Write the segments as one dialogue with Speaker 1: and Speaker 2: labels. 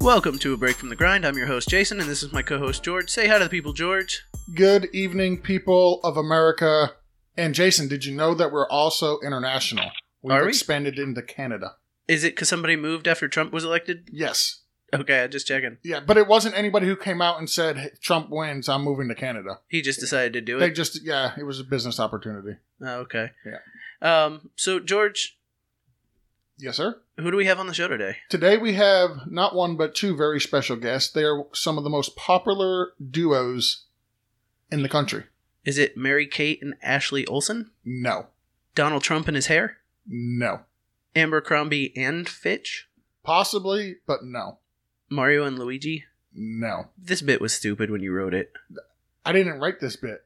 Speaker 1: Welcome to A Break from the Grind. I'm your host, Jason, and this is my co host, George. Say hi to the people, George.
Speaker 2: Good evening, people of America. And Jason, did you know that we're also international? We've
Speaker 1: Are we?
Speaker 2: expanded into Canada.
Speaker 1: Is it because somebody moved after Trump was elected?
Speaker 2: Yes.
Speaker 1: Okay, I'm just checking.
Speaker 2: Yeah, but it wasn't anybody who came out and said "Hey, Trump wins, I'm moving to Canada.
Speaker 1: He just decided to do
Speaker 2: They
Speaker 1: it.
Speaker 2: just yeah, it was a business opportunity.
Speaker 1: Oh, okay. Yeah. Um, so, George,
Speaker 2: Yes, sir.
Speaker 1: who do we have on the show today?
Speaker 2: Today we have not one but two very special guests. They are some of the most popular duos in the country.
Speaker 1: Is it Mary Kate and Ashley Olsen?
Speaker 2: No.
Speaker 1: Donald Trump and his hair?
Speaker 2: No.
Speaker 1: Amber Crombie and Fitch?
Speaker 2: Possibly, but no.
Speaker 1: Mario and Luigi?
Speaker 2: No.
Speaker 1: This bit was stupid when you wrote it.
Speaker 2: I didn't write this bit.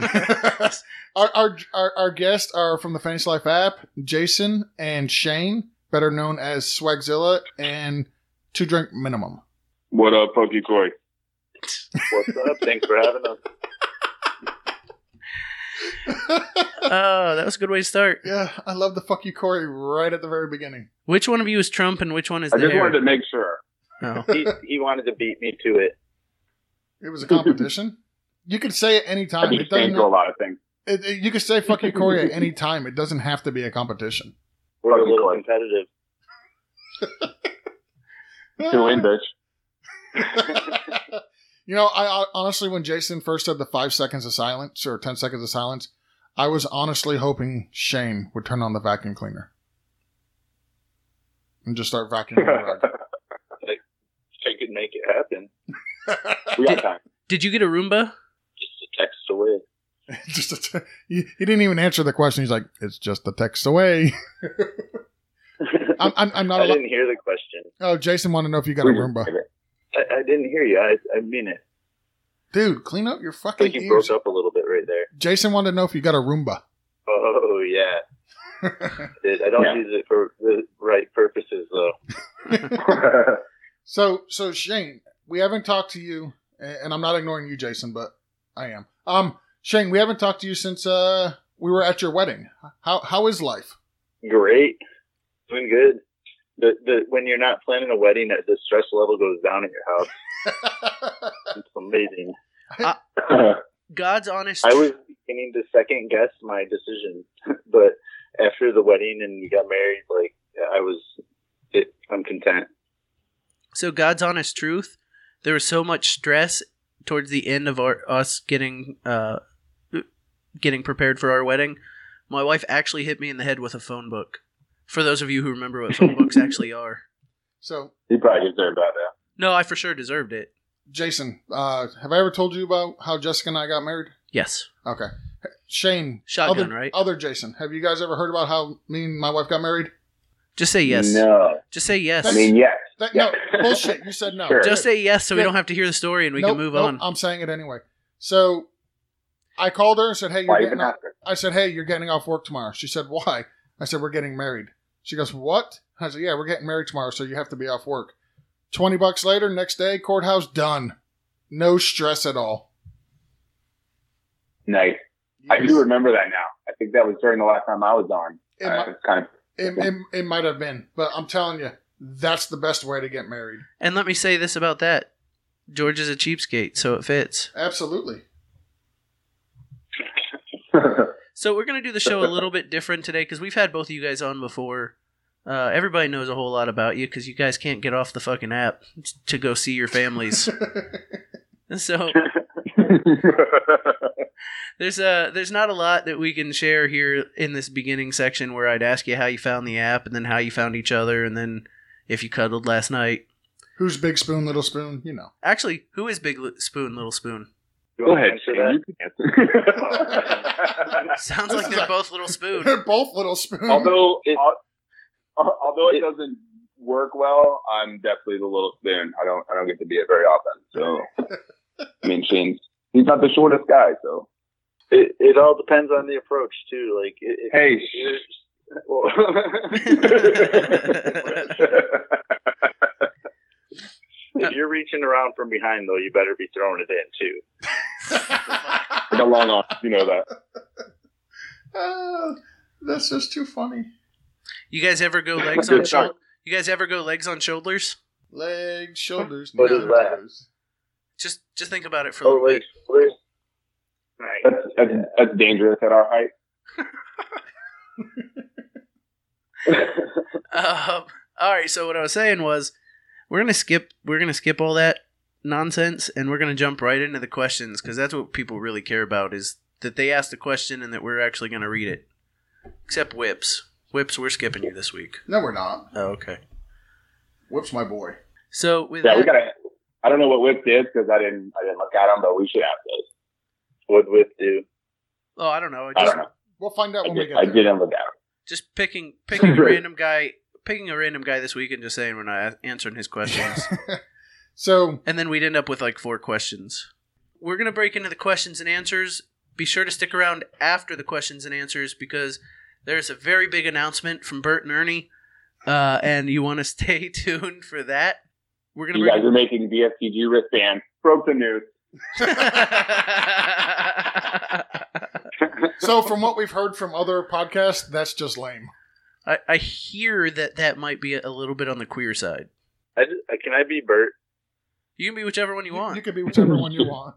Speaker 1: Oh,
Speaker 2: our, our, our, our guests are from the Fantasy Life app, Jason and Shane, better known as Swagzilla and Two Drink Minimum.
Speaker 3: What up, Pokey Coy?
Speaker 4: What's up? Thanks for having us.
Speaker 1: oh, that was a good way to start.
Speaker 2: Yeah, I love the fuck you, Corey, right at the very beginning.
Speaker 1: Which one of you is Trump and which one is
Speaker 3: I
Speaker 1: the
Speaker 3: just
Speaker 1: hair?
Speaker 3: wanted to make sure.
Speaker 1: Oh.
Speaker 4: He, he wanted to beat me to it.
Speaker 2: It was a competition. you could say at any
Speaker 3: I
Speaker 2: time. Uh, It
Speaker 3: just can't
Speaker 2: doesn't.
Speaker 3: do a lot of things.
Speaker 2: It, it- you could say fuck you, Corey at any time. It doesn't have to be a competition.
Speaker 4: We're a
Speaker 3: Fucking
Speaker 4: little
Speaker 3: coy.
Speaker 4: competitive.
Speaker 3: To win, bitch.
Speaker 2: you know, I, I honestly, when Jason first said the five seconds of silence or ten seconds of silence, I was honestly hoping Shane would turn on the vacuum cleaner and just start vacuuming the
Speaker 4: I could make it happen.
Speaker 2: rug.
Speaker 3: we got time.
Speaker 1: Did you get a Roomba?
Speaker 4: Just a text away.
Speaker 2: just a t- he, he didn't even answer the question. He's like, "It's just a text away." I'm, I'm, I'm not.
Speaker 4: I
Speaker 2: Allo-
Speaker 4: didn't hear the question.
Speaker 2: oh, Jason, want to know if you got a Roomba,
Speaker 4: I, I didn't hear you. I, I mean it.
Speaker 2: dude? Clean up your
Speaker 4: I
Speaker 2: fucking
Speaker 4: think you broke
Speaker 2: ears.
Speaker 4: up a little bit right there.
Speaker 2: Jason wanted to know if you got a Roomba.
Speaker 4: Oh yeah. It- I don't
Speaker 3: Yeah.
Speaker 4: use it for the right purposes though.
Speaker 2: So, so Shane, we haven't talked to you, a- and I'm not ignoring you, Jason, but I am. Um, Shane, we haven't talked to you since uh we were at your wedding. How how is life?
Speaker 4: Great. Doing good. The the when you're not planning a wedding, the stress level goes down at your house. It's amazing.
Speaker 1: God's honest.
Speaker 4: I was beginning to second guess my decision, but after the wedding and we got married, like I was, it, I'm content.
Speaker 1: so God's honest truth. There was so much stress towards the end of our us getting uh, getting prepared for our wedding. My wife actually hit me in the head with a phone book. For those of you who remember what phone books actually are,
Speaker 2: so,
Speaker 3: you probably deserved that now.
Speaker 1: no, I for sure deserved it.
Speaker 2: Jason, uh, have I ever told you about how Jessica and I got married?
Speaker 1: Yes,
Speaker 2: Okay, Shane,
Speaker 1: Shotgun,
Speaker 2: other,
Speaker 1: right?
Speaker 2: Other Jason, have you guys ever heard about how me and my wife got married?
Speaker 1: just say yes.
Speaker 3: No.
Speaker 1: Just say yes.
Speaker 3: I mean, yes.
Speaker 2: That, No
Speaker 3: Yeah.
Speaker 2: bullshit. You said no.
Speaker 3: Sure.
Speaker 1: just say yes, so we
Speaker 2: Yeah.
Speaker 1: don't have to hear the story and we
Speaker 2: Nope,
Speaker 1: can move
Speaker 2: nope,
Speaker 1: on.
Speaker 2: I'm saying it anyway. So, I called her and said, "Hey, you're
Speaker 3: Why
Speaker 2: getting
Speaker 3: even
Speaker 2: off-
Speaker 3: after?
Speaker 2: I said, "Hey, you're getting off work tomorrow." She said, "Why?" I said, "We're getting married." She goes, "What?" I said, "Yeah, we're getting married tomorrow, so you have to be off work." Twenty bucks later, next day, courthouse done. No stress at all.
Speaker 3: Nice. I do remember that now. I think that was during the last time I was on.
Speaker 2: It,
Speaker 3: Uh,
Speaker 2: mi-
Speaker 3: it's kind of
Speaker 2: it, it, it might have been, but I'm telling you, that's the best way to get married.
Speaker 1: And let me say this about that: George is a cheapskate, so it fits.
Speaker 2: Absolutely.
Speaker 1: So we're gonna do the show a little bit different today because we've had both of you guys on before. Uh, everybody knows a whole lot about you because you guys can't get off the fucking app to go see your families. so there's uh there's not a lot that we can share here in this beginning section where I'd ask you how you found the app and then how you found each other and then if you cuddled last night.
Speaker 2: Who's big spoon, little spoon? You know.
Speaker 1: Actually, who is Big Li- Spoon, Little Spoon?
Speaker 4: You
Speaker 3: Go
Speaker 4: wanna
Speaker 3: ahead,
Speaker 4: answer
Speaker 3: Shane.
Speaker 4: that?
Speaker 3: You can answer.
Speaker 1: Sounds
Speaker 2: This
Speaker 1: like
Speaker 2: is
Speaker 1: they're
Speaker 2: a-
Speaker 1: both Little Spoon.
Speaker 2: They're both little spoon.
Speaker 3: although,
Speaker 4: It-
Speaker 3: al- al- although it,
Speaker 4: it-
Speaker 3: doesn't work well, I'm definitely the little spoon. I don't, I don't get to be it very often. So, I mean, Shane's he's not the shortest guy. So,
Speaker 4: It, it all depends on the approach too. Like, it, it,
Speaker 3: hey,
Speaker 4: you're- well, if you're reaching around from behind though, you better be throwing it in too.
Speaker 3: like a long off, you know that.
Speaker 2: Ah, that's just too funny.
Speaker 1: You guys ever go legs
Speaker 3: Good
Speaker 1: on
Speaker 3: start.
Speaker 1: shoulders? You guys ever go legs on shoulders?
Speaker 2: Legs, shoulders,
Speaker 4: What is that?
Speaker 2: toes.
Speaker 1: Just just think about it for a
Speaker 4: Oh,
Speaker 1: little
Speaker 4: wait,
Speaker 1: bit.
Speaker 4: wait. Right.
Speaker 3: That's, that's, that's dangerous at our height.
Speaker 1: Um, all right. So what I was saying was, we're gonna skip we're gonna skip all that nonsense and we're gonna jump right into the questions because that's what people really care about is that they asked a question and that we're actually gonna read it. Except whips. Whips, we're skipping you this week.
Speaker 2: No, we're not.
Speaker 1: Oh, okay.
Speaker 2: Whoops, my boy.
Speaker 1: So with
Speaker 3: yeah, we
Speaker 1: that,
Speaker 3: gotta. I don't know what Whip did because I didn't. I didn't look at him, but we should have those.
Speaker 4: What with do?
Speaker 1: oh, I don't know.
Speaker 3: I
Speaker 1: Just,
Speaker 3: don't know.
Speaker 2: We'll find out
Speaker 3: I,
Speaker 2: when we
Speaker 3: did,
Speaker 2: get
Speaker 3: I
Speaker 2: there.
Speaker 3: didn't look at him.
Speaker 1: just picking picking a
Speaker 3: Right.
Speaker 1: random guy, picking a random guy this week, and just saying we're not a- answering his questions.
Speaker 2: So
Speaker 1: And then we'd end up with like four questions. We're going to break into the questions and answers. Be sure to stick around after the questions and answers because there's a very big announcement from Bert and Ernie, uh, and you want to stay tuned for that. We're going to
Speaker 3: You guys
Speaker 1: break.
Speaker 3: are making BFTG wristbands. Broke the news.
Speaker 2: so from what we've heard from other podcasts, that's just lame.
Speaker 1: I, I hear that that might be a little bit on the queer side.
Speaker 4: I just, I- can I be Bert?
Speaker 1: You can be whichever one you
Speaker 2: You
Speaker 1: want.
Speaker 2: can be whichever one you want.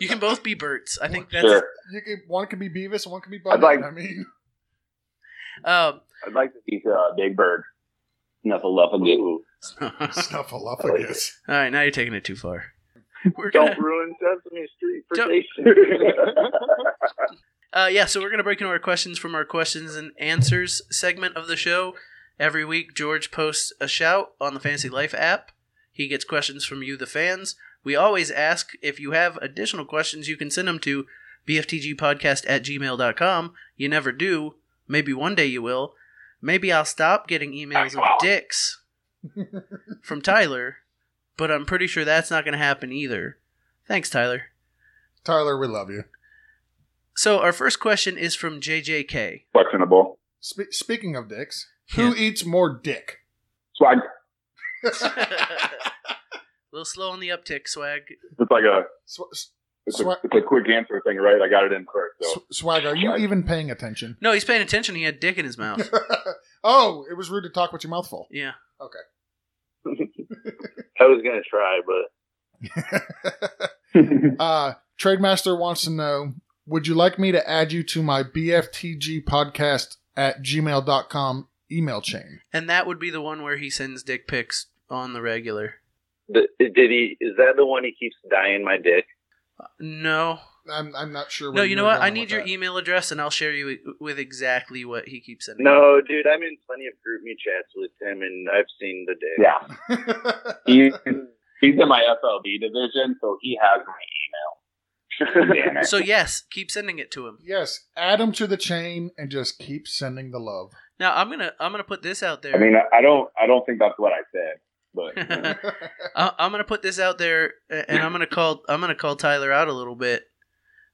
Speaker 1: You can both be Berts. I think that's.
Speaker 3: Sure.
Speaker 2: You can, one can be Beavis and one can be Butthead.
Speaker 3: like-
Speaker 2: I mean,
Speaker 1: Um,
Speaker 3: I'd like to see uh, Big Bird. Snuffleupagus.
Speaker 1: um, all
Speaker 2: Snuffleupagus.
Speaker 1: right, now you're taking it too far. We're gonna,
Speaker 4: Don't ruin Sesame Street for
Speaker 1: Don't-
Speaker 4: Jason.
Speaker 1: Uh, yeah, so we're going to break into our questions from our questions and answers segment of the show. Every week, George posts a shout on the Fancy Life app. He gets questions from you, the fans. We always ask if you have additional questions, you can send them to bftgpodcast at gmail.com. You never do. Maybe one day you will. Maybe I'll stop getting emails of dicks from Tyler, but I'm pretty sure that's not going to happen either. Thanks, Tyler.
Speaker 2: Tyler, we love you.
Speaker 1: So our first question is from JJK.
Speaker 3: Questionable.
Speaker 2: Spe- speaking of dicks, who eats more dick?
Speaker 3: Swag.
Speaker 1: little slow on the uptick, swag.
Speaker 3: It's like a
Speaker 2: Sw- s-
Speaker 3: it's,
Speaker 2: Swag.
Speaker 3: a it's a quick answer thing, right? I got it in first. So.
Speaker 2: sw- swag, are you
Speaker 3: Swag.
Speaker 2: even paying attention?
Speaker 1: No, he's paying attention. He had dick in his mouth.
Speaker 2: oh, it was rude to talk with your mouth full.
Speaker 1: Yeah.
Speaker 4: I was gonna try, but
Speaker 2: Uh, Trademaster wants to know Would you like me to add you to my BFTG podcast at gmail.com email chain?
Speaker 1: And that would be the one where he sends dick pics on the regular.
Speaker 4: the, did he? Is that the one he keeps dying my dick?
Speaker 1: No.
Speaker 2: I'm, I'm not sure.
Speaker 1: No,
Speaker 2: where
Speaker 1: you know
Speaker 2: were
Speaker 1: what?
Speaker 2: going
Speaker 1: I need
Speaker 2: with
Speaker 1: your
Speaker 2: that.
Speaker 1: email address and I'll share you with exactly what he keeps sending.
Speaker 4: No, dude, I'm in plenty of group me chats with him, and I've seen the dick.
Speaker 3: Yeah.
Speaker 1: e-
Speaker 3: He, he's in my FLB division, so he has my email. Damn it.
Speaker 1: So yes, keep sending it to him.
Speaker 2: yes, add them to the chain and just keep sending the love.
Speaker 1: Now I'm gonna I'm gonna put this out there.
Speaker 3: I mean, I don't. I don't think that's what I said, but you know.
Speaker 1: I- I'm gonna put this out there, a- and I'm gonna call I'm gonna call Tyler out a little bit.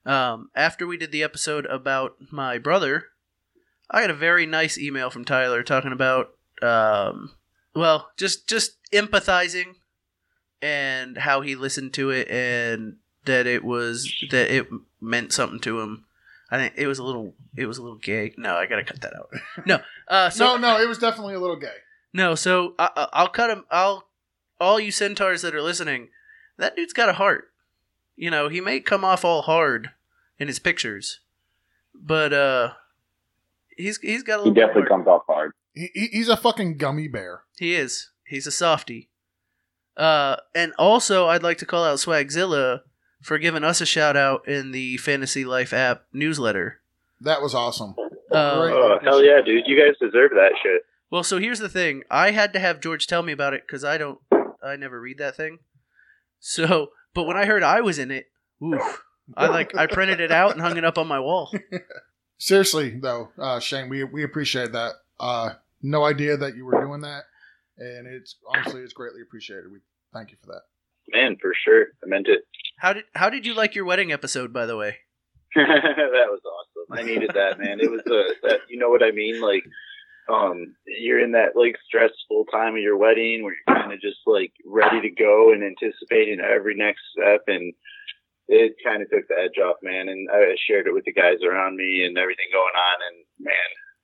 Speaker 1: Um, after we did the episode about my brother, I got a very nice email from Tyler talking about, um, well, just just empathizing, and how he listened to it, and that it was that it meant something to him. I think it was a little it was a little gay. No, I gotta cut that out. No, uh, so
Speaker 2: no, no, it was definitely a little gay.
Speaker 1: no, so I, I- I'll cut him. I'll all you centaurs that are listening. That dude's got a heart. You know, he may come off all hard in his pictures, but uh, he's he's got a
Speaker 3: he
Speaker 1: little. bit of
Speaker 3: definitely
Speaker 1: heart.
Speaker 3: comes off hard.
Speaker 2: He, he, he's a fucking gummy bear.
Speaker 1: He is. He's a softy. Uh, and also, I'd like to call out Swagzilla for giving us a shout out in the Fantasy Life app newsletter.
Speaker 2: That was awesome.
Speaker 1: Uh,
Speaker 2: Great.
Speaker 4: Oh hell yeah, dude! You guys deserve that shit.
Speaker 1: Well, so here's the thing. I had to have George tell me about it because I don't, I never read that thing. So, but when I heard I was in it, oof, I like I printed it out and hung it up on my wall.
Speaker 2: Seriously though, uh, Shane, we we appreciate that. Uh, no idea that you were doing that, and it's honestly it's greatly appreciated. We thank you for that.
Speaker 4: Man, for sure, I meant it.
Speaker 1: How did how did you like your wedding episode, by the way?
Speaker 4: that was awesome. I needed that, man. It was a, that, you know what I mean? Like, um, you're in that like stressful time of your wedding where you're kind of just like ready to go and anticipating every next step, and it kind of took the edge off, man. And I shared it with the guys around me and everything going on, and man,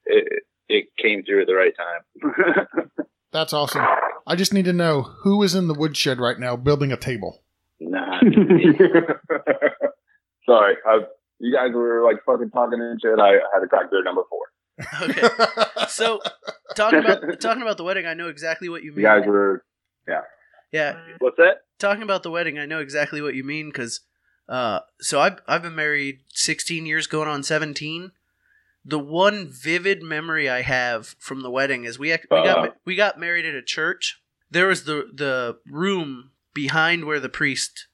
Speaker 4: it it came through at the right time.
Speaker 2: That's awesome. I just need to know who is in the woodshed right now building a table.
Speaker 4: Nah.
Speaker 3: Sorry, I, you guys were like fucking talking and shit. I had to crack beer number four.
Speaker 1: Okay. So talking about talking about the wedding, I know exactly what you
Speaker 3: You
Speaker 1: mean.
Speaker 3: guys were
Speaker 1: yeah,
Speaker 4: What's that?
Speaker 1: talking about the wedding, I know exactly what you mean because uh, so I've I've been married 16 years, going on 17. The one vivid memory I have from the wedding is we act, we got
Speaker 3: Uh-huh.
Speaker 1: ma- we got married at a church. There was the the room behind where the priest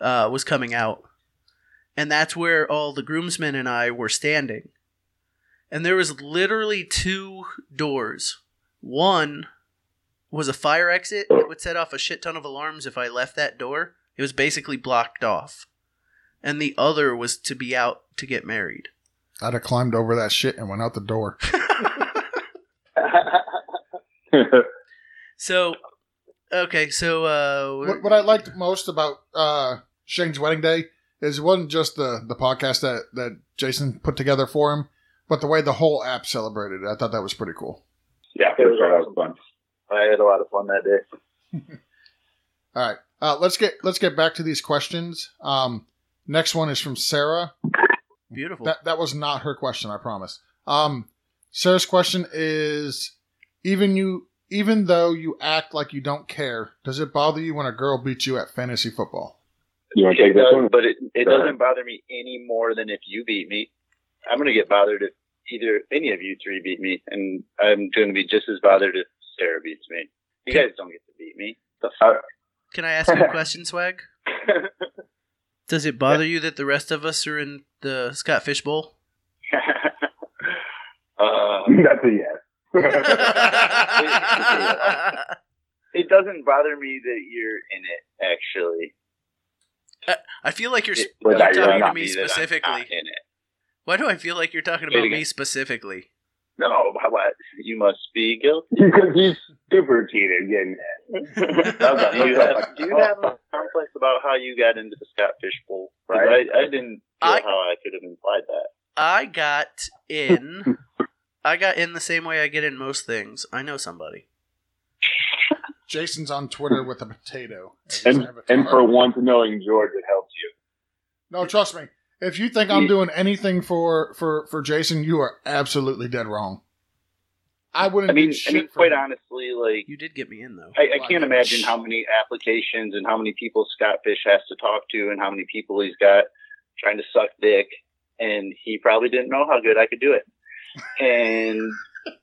Speaker 1: uh, was coming out, and that's where all the groomsmen and I were standing. And there was literally two doors. One was a fire exit that would set off a shit ton of alarms if I left that door. It was basically blocked off. And the other was to be out to get married.
Speaker 2: I'd have climbed over that shit and went out the door.
Speaker 1: So, okay, so uh
Speaker 2: what, what I liked most about uh, Shane's wedding day is it wasn't just the, the podcast that, that Jason put together for him, but the way the whole app celebrated it. I thought that was pretty cool.
Speaker 3: yeah, for sure, that was fun.
Speaker 4: I had a lot of fun that day.
Speaker 2: Uh, let's get let's get back to these questions. Um, next one is from Sarah.
Speaker 1: beautiful.
Speaker 2: That that was not her question, I promise. Um, Sarah's question is: even you, even though you act like you don't care, does it bother you when a girl beats you at fantasy football?
Speaker 3: You want to
Speaker 4: It
Speaker 3: take this
Speaker 4: does,
Speaker 3: one?
Speaker 4: but it, it
Speaker 3: Go ahead.
Speaker 4: doesn't bother me any more than if you beat me. I'm going to get bothered if either any of you three beat me, and I'm going to be just as bothered if Sarah beats me. You guys don't get to beat me. The
Speaker 3: Uh,
Speaker 4: fuck?
Speaker 1: Can I ask you a question, Swag? Does it bother you that the rest of us are in the Scott Fish Bowl?
Speaker 4: uh,
Speaker 3: That's a yes.
Speaker 1: I
Speaker 4: it doesn't bother me that you're in it, actually.
Speaker 1: feel like you're,
Speaker 4: It-
Speaker 1: sp-
Speaker 3: but
Speaker 1: you're
Speaker 3: that
Speaker 1: talking
Speaker 3: you're
Speaker 1: to
Speaker 3: not
Speaker 1: me
Speaker 4: that I'm not
Speaker 1: specifically.
Speaker 4: in it.
Speaker 1: Why do I feel like you're talking
Speaker 4: Say it
Speaker 1: about
Speaker 4: again.
Speaker 1: me specifically?
Speaker 4: No, why- why- you must be guilty.
Speaker 3: Because he's super cheated getting that. That was a-
Speaker 4: Do you have, do you have a complex about how you got into the Scott Fish Bowl? 'Cause
Speaker 3: Right.
Speaker 4: I, I didn't feel
Speaker 1: I-
Speaker 4: how I could have implied that.
Speaker 1: I got in. I got in the same way I get in most things. I know somebody.
Speaker 2: Jason's on Twitter with a potato. as his
Speaker 3: and,
Speaker 2: avatar.
Speaker 3: and for once knowing George, it helped you.
Speaker 2: no, trust me. If you think I'm
Speaker 3: Yeah.
Speaker 2: doing anything for for for Jason, you are absolutely dead wrong. I wouldn't.
Speaker 4: I mean,
Speaker 2: do shit
Speaker 4: I mean,
Speaker 2: for
Speaker 4: quite
Speaker 2: him.
Speaker 4: honestly, like
Speaker 1: You did get me in though.
Speaker 4: I, I can't imagine how many applications and how many people Scott Fish has to talk to and how many people he's got trying to suck dick. And he probably didn't know how good I could do it. And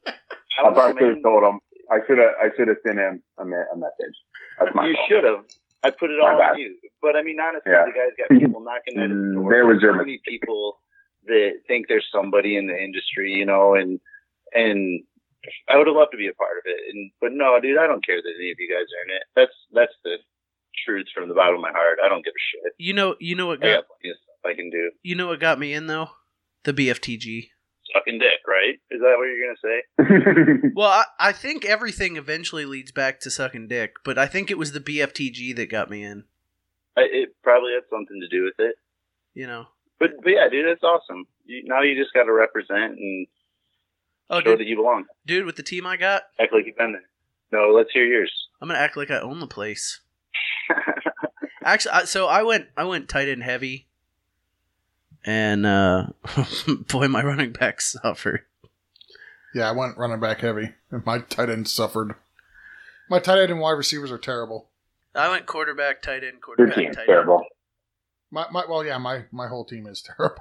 Speaker 4: I
Speaker 3: I
Speaker 4: don't know,
Speaker 3: probably should
Speaker 4: man.
Speaker 3: have told him. I should have. I should have sent him a, me- a message. That's my
Speaker 4: you
Speaker 3: fault.
Speaker 4: should have. I put it
Speaker 3: My
Speaker 4: all
Speaker 3: bad.
Speaker 4: on you. But I mean, honestly,
Speaker 3: Yeah.
Speaker 4: the guy's got people knocking at his
Speaker 3: Mm,
Speaker 4: door.
Speaker 3: there was your
Speaker 4: so many people that think there's somebody in the industry, you know, and and I would have loved to be a part of it. And but no, dude, I don't care that any of you guys are in it. That's that's the truth from the bottom of my heart. I don't give a shit.
Speaker 1: You know, you know what
Speaker 4: I
Speaker 1: got
Speaker 4: got plenty of stuff I can do.
Speaker 1: you know what got me in though, the BFTG.
Speaker 4: Sucking dick, right? Is that what you're gonna say?
Speaker 1: Well, I, I think everything eventually leads back to sucking dick, but I think it was the BFTG that got me in.
Speaker 4: I, it probably had something to do with it.
Speaker 1: You know.
Speaker 4: But but yeah, dude, that's awesome. You, now you just got to represent and
Speaker 1: Oh,
Speaker 4: show
Speaker 1: dude,
Speaker 4: that you belong.
Speaker 1: dude, with the team I got,
Speaker 4: Act like you've been there. No, let's hear yours.
Speaker 1: I'm gonna act like I own the place. Actually, I, so I went I went tight and heavy, and uh boy, my running back suffered.
Speaker 2: Yeah, I went running back heavy, and my tight end suffered. My tight end and wide receivers are terrible.
Speaker 1: I went quarterback, tight end,
Speaker 3: Your
Speaker 1: quarterback,
Speaker 3: team's
Speaker 1: tight end.
Speaker 3: terrible.
Speaker 2: My, my well, yeah, my my whole team is terrible.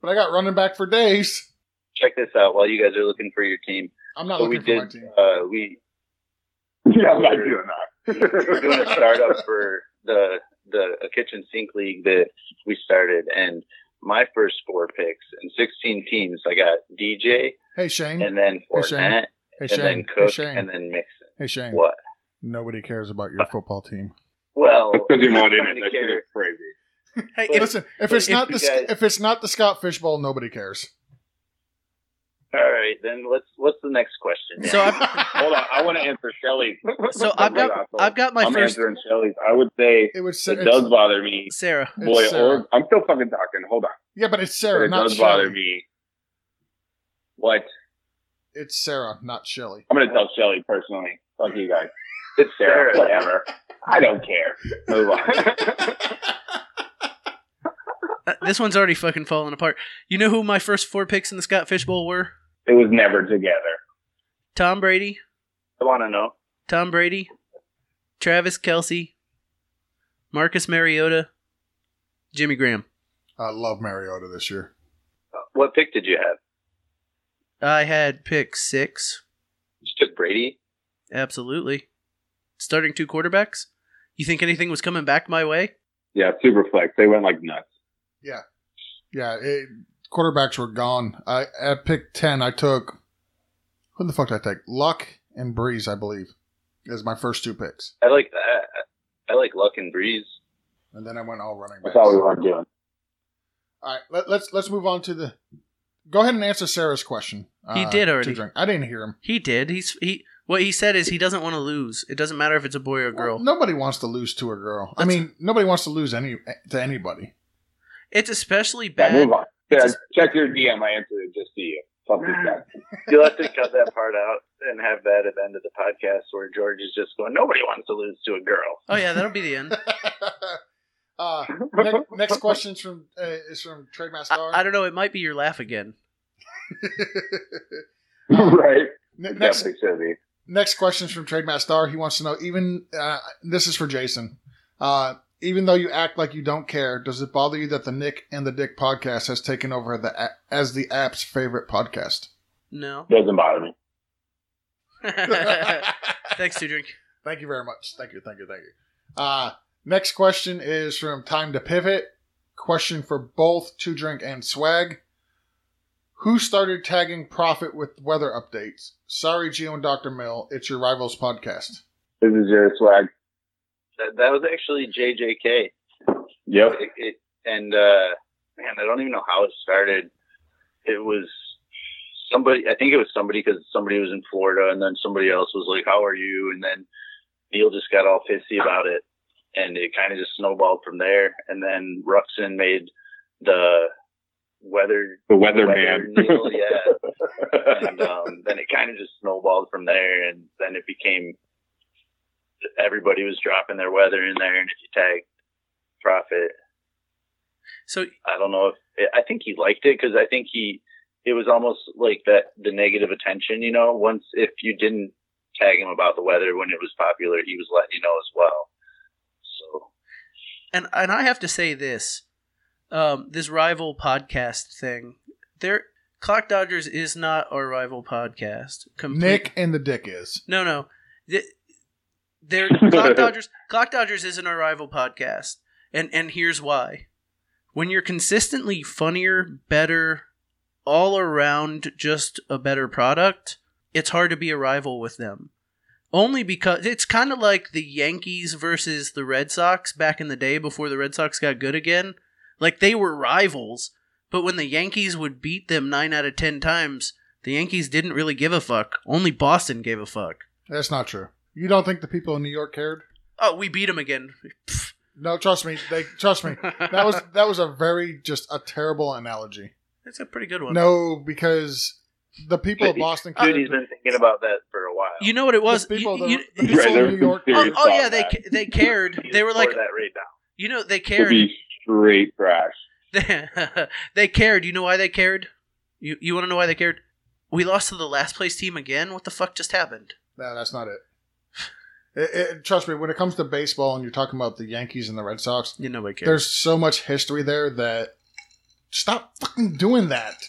Speaker 2: but I got running back for days.
Speaker 4: Check this out while you guys are looking for your team.
Speaker 2: I'm not
Speaker 4: So we
Speaker 2: looking for my
Speaker 4: did.
Speaker 2: team.
Speaker 4: Uh, we
Speaker 3: Yeah, I'm not doing
Speaker 4: we're doing a
Speaker 3: that.
Speaker 4: startup for the the a kitchen sink league that we started, and my first four picks and 16 teams. I got DJ,
Speaker 2: Hey Shane.
Speaker 4: and then
Speaker 2: Shane.
Speaker 4: Fournette,
Speaker 2: hey
Speaker 4: and
Speaker 2: Shane.
Speaker 4: then
Speaker 2: hey
Speaker 4: Cook,
Speaker 2: Shane.
Speaker 4: and then Mixon.
Speaker 2: hey Shane.
Speaker 4: What? Uh,
Speaker 2: Nobody cares about your football team.
Speaker 4: Well,
Speaker 3: Because you're not in
Speaker 4: nobody
Speaker 3: it. That shit is
Speaker 4: cares.
Speaker 3: crazy.
Speaker 1: Hey,
Speaker 4: But-
Speaker 1: if,
Speaker 2: Listen, if
Speaker 4: but
Speaker 2: it's
Speaker 4: if
Speaker 2: not
Speaker 4: you
Speaker 2: the Sc-
Speaker 4: guys-
Speaker 2: if it's not the Scott Fishbowl, nobody cares.
Speaker 4: All right, then let's. What's the next question? Uh,
Speaker 1: So I've-
Speaker 3: Hold on, I want to answer Shelly's.
Speaker 1: so I've got I've got my
Speaker 3: I'm
Speaker 1: first
Speaker 3: answering Shelly's. I would say
Speaker 2: it would say,
Speaker 3: it does bother me.
Speaker 1: Sarah.
Speaker 2: It's
Speaker 3: Boy,
Speaker 2: Sarah.
Speaker 3: or, I'm still fucking talking. Hold on.
Speaker 2: yeah, but it's Sarah,
Speaker 3: it
Speaker 2: not
Speaker 3: does bother
Speaker 2: Shelley.
Speaker 3: me. What?
Speaker 2: It's Sarah, not Shelly.
Speaker 3: I'm gonna tell Shelly personally. Fuck you guys.
Speaker 4: It's
Speaker 3: Sarah,
Speaker 4: Sarah.
Speaker 3: whatever. I don't care. Move on.
Speaker 1: Uh, this one's already fucking falling apart. You know who my first four picks in the Scott Fish Bowl were?
Speaker 3: it was never together.
Speaker 1: Tom Brady,
Speaker 4: I want to know.
Speaker 1: Tom Brady, Travis Kelsey, Marcus Mariota, Jimmy Graham.
Speaker 2: I love Mariota this year.
Speaker 4: What pick did you have?
Speaker 1: I had pick six.
Speaker 4: You took Brady.
Speaker 1: Absolutely. Starting two quarterbacks? You think anything was coming back my way?
Speaker 3: Yeah, super flex. They went like nuts.
Speaker 2: Yeah, it, quarterbacks were gone. I at pick ten, I took who the fuck did I take? Luck and Breeze, I believe, as my first two picks,
Speaker 4: I like that. I like Luck and Breeze.
Speaker 2: and then I went all running backs.
Speaker 3: That's all we were doing.
Speaker 2: All right, let, let's let's move on to the. Go ahead and answer Sarah's question. uh,
Speaker 1: He did already.
Speaker 2: to drink. I didn't hear him.
Speaker 1: He did. He's he what he said is he doesn't want to lose. It doesn't matter if it's a boy or a girl.
Speaker 2: Well, nobody wants to lose to a girl. I
Speaker 1: That's-
Speaker 2: mean, nobody wants to lose any to anybody.
Speaker 1: It's especially
Speaker 3: Yeah,
Speaker 1: bad.
Speaker 3: move on. Yeah,
Speaker 1: It's-
Speaker 3: check your DM. I answered it just to you. Fuck this guy.
Speaker 4: You'll have to cut that part out and have that at the end of the podcast where George is just going, nobody wants to lose to a girl.
Speaker 1: Oh yeah, that'll be the end.
Speaker 2: uh, next, next question's from uh, is from Trade Master.
Speaker 1: I, I don't know, it might be your laugh again.
Speaker 3: right?
Speaker 2: Ne-
Speaker 3: It
Speaker 2: next
Speaker 3: Definitely should be.
Speaker 2: Next question's from Trade Mass Star. He wants to know even uh, this is for Jason. Uh, even though you act like you don't care, does it bother you that the Nick and the Dick podcast has taken over the a- as the app's favorite podcast?
Speaker 1: No.
Speaker 3: Doesn't bother me.
Speaker 1: Thanks to drink.
Speaker 2: Thank you very much. Thank you. Thank you. Thank you. Uh, next question is from Time to Pivot. Question for both To Drink and Swag. Who started tagging Profit with weather updates? Sorry, Geo and Dr. Mill. It's your rivals podcast.
Speaker 3: This is your swag.
Speaker 4: That, that was actually JJK.
Speaker 3: Yep.
Speaker 4: it, it, and uh, man, I don't even know how it started. It was somebody. I think it was somebody because somebody was in Florida, and then somebody else was like, "How are you?" And then Neil just got all pissy about it, and it kind of just snowballed from there. And then Ruxin made the weather
Speaker 3: The
Speaker 4: weather
Speaker 3: weatherman.
Speaker 4: Neil, yeah. and um, then it kind of just snowballed from there, and then it became everybody was dropping their weather in there, and if you tag profit
Speaker 1: So
Speaker 4: I don't know if I think he liked it because I think he it was almost like that the negative attention, you know. Once if you didn't tag him about the weather when it was popular, he was letting you know as well. So
Speaker 1: and and I have to say this, um, this rival podcast thing. There, Clock Dodgers is not our rival podcast. Complete-
Speaker 2: Nick and the Dick is.
Speaker 1: no, no, Th- they're Clock Dodgers. Clock Dodgers isn't our rival podcast, and and here's why. When you're consistently funnier, better, all around, just a better product, it's hard to be a rival with them. Only because it's kind of like the Yankees versus the Red Sox back in the day before the Red Sox got good again. Like they were rivals, but when the Yankees would beat them 9 out of 10 times, the Yankees didn't really give a fuck. Only Boston gave a fuck.
Speaker 2: That's not true. You don't think the people in New York cared?
Speaker 1: Oh, we beat them again.
Speaker 2: No, trust me. They trust me. That was that was a very just a terrible analogy.
Speaker 1: That's a pretty good one.
Speaker 2: No, because the people of Boston cared.
Speaker 4: Judy's been thinking about that for a while.
Speaker 1: Uh, You know what it was?
Speaker 2: the people,
Speaker 1: You- you-
Speaker 2: that- the people
Speaker 3: Right, there
Speaker 2: in
Speaker 3: was
Speaker 2: New York.
Speaker 3: some
Speaker 1: oh,
Speaker 3: serious-
Speaker 1: oh, yeah, they
Speaker 3: about
Speaker 1: ca- they cared.
Speaker 4: He
Speaker 1: They were
Speaker 4: for
Speaker 1: like,
Speaker 4: that right now.
Speaker 1: you know, they
Speaker 3: to
Speaker 1: cared.
Speaker 3: be straight trash.
Speaker 1: They, they cared. You know why they cared? You you want to know why they cared? We lost to the last place team again. What the fuck just happened?
Speaker 2: No, that's not it. It- it- Trust me. When it comes to baseball, and you're talking about the Yankees and the Red Sox,
Speaker 1: Yeah, nobody cared.
Speaker 2: there's so much history there that stop fucking doing that.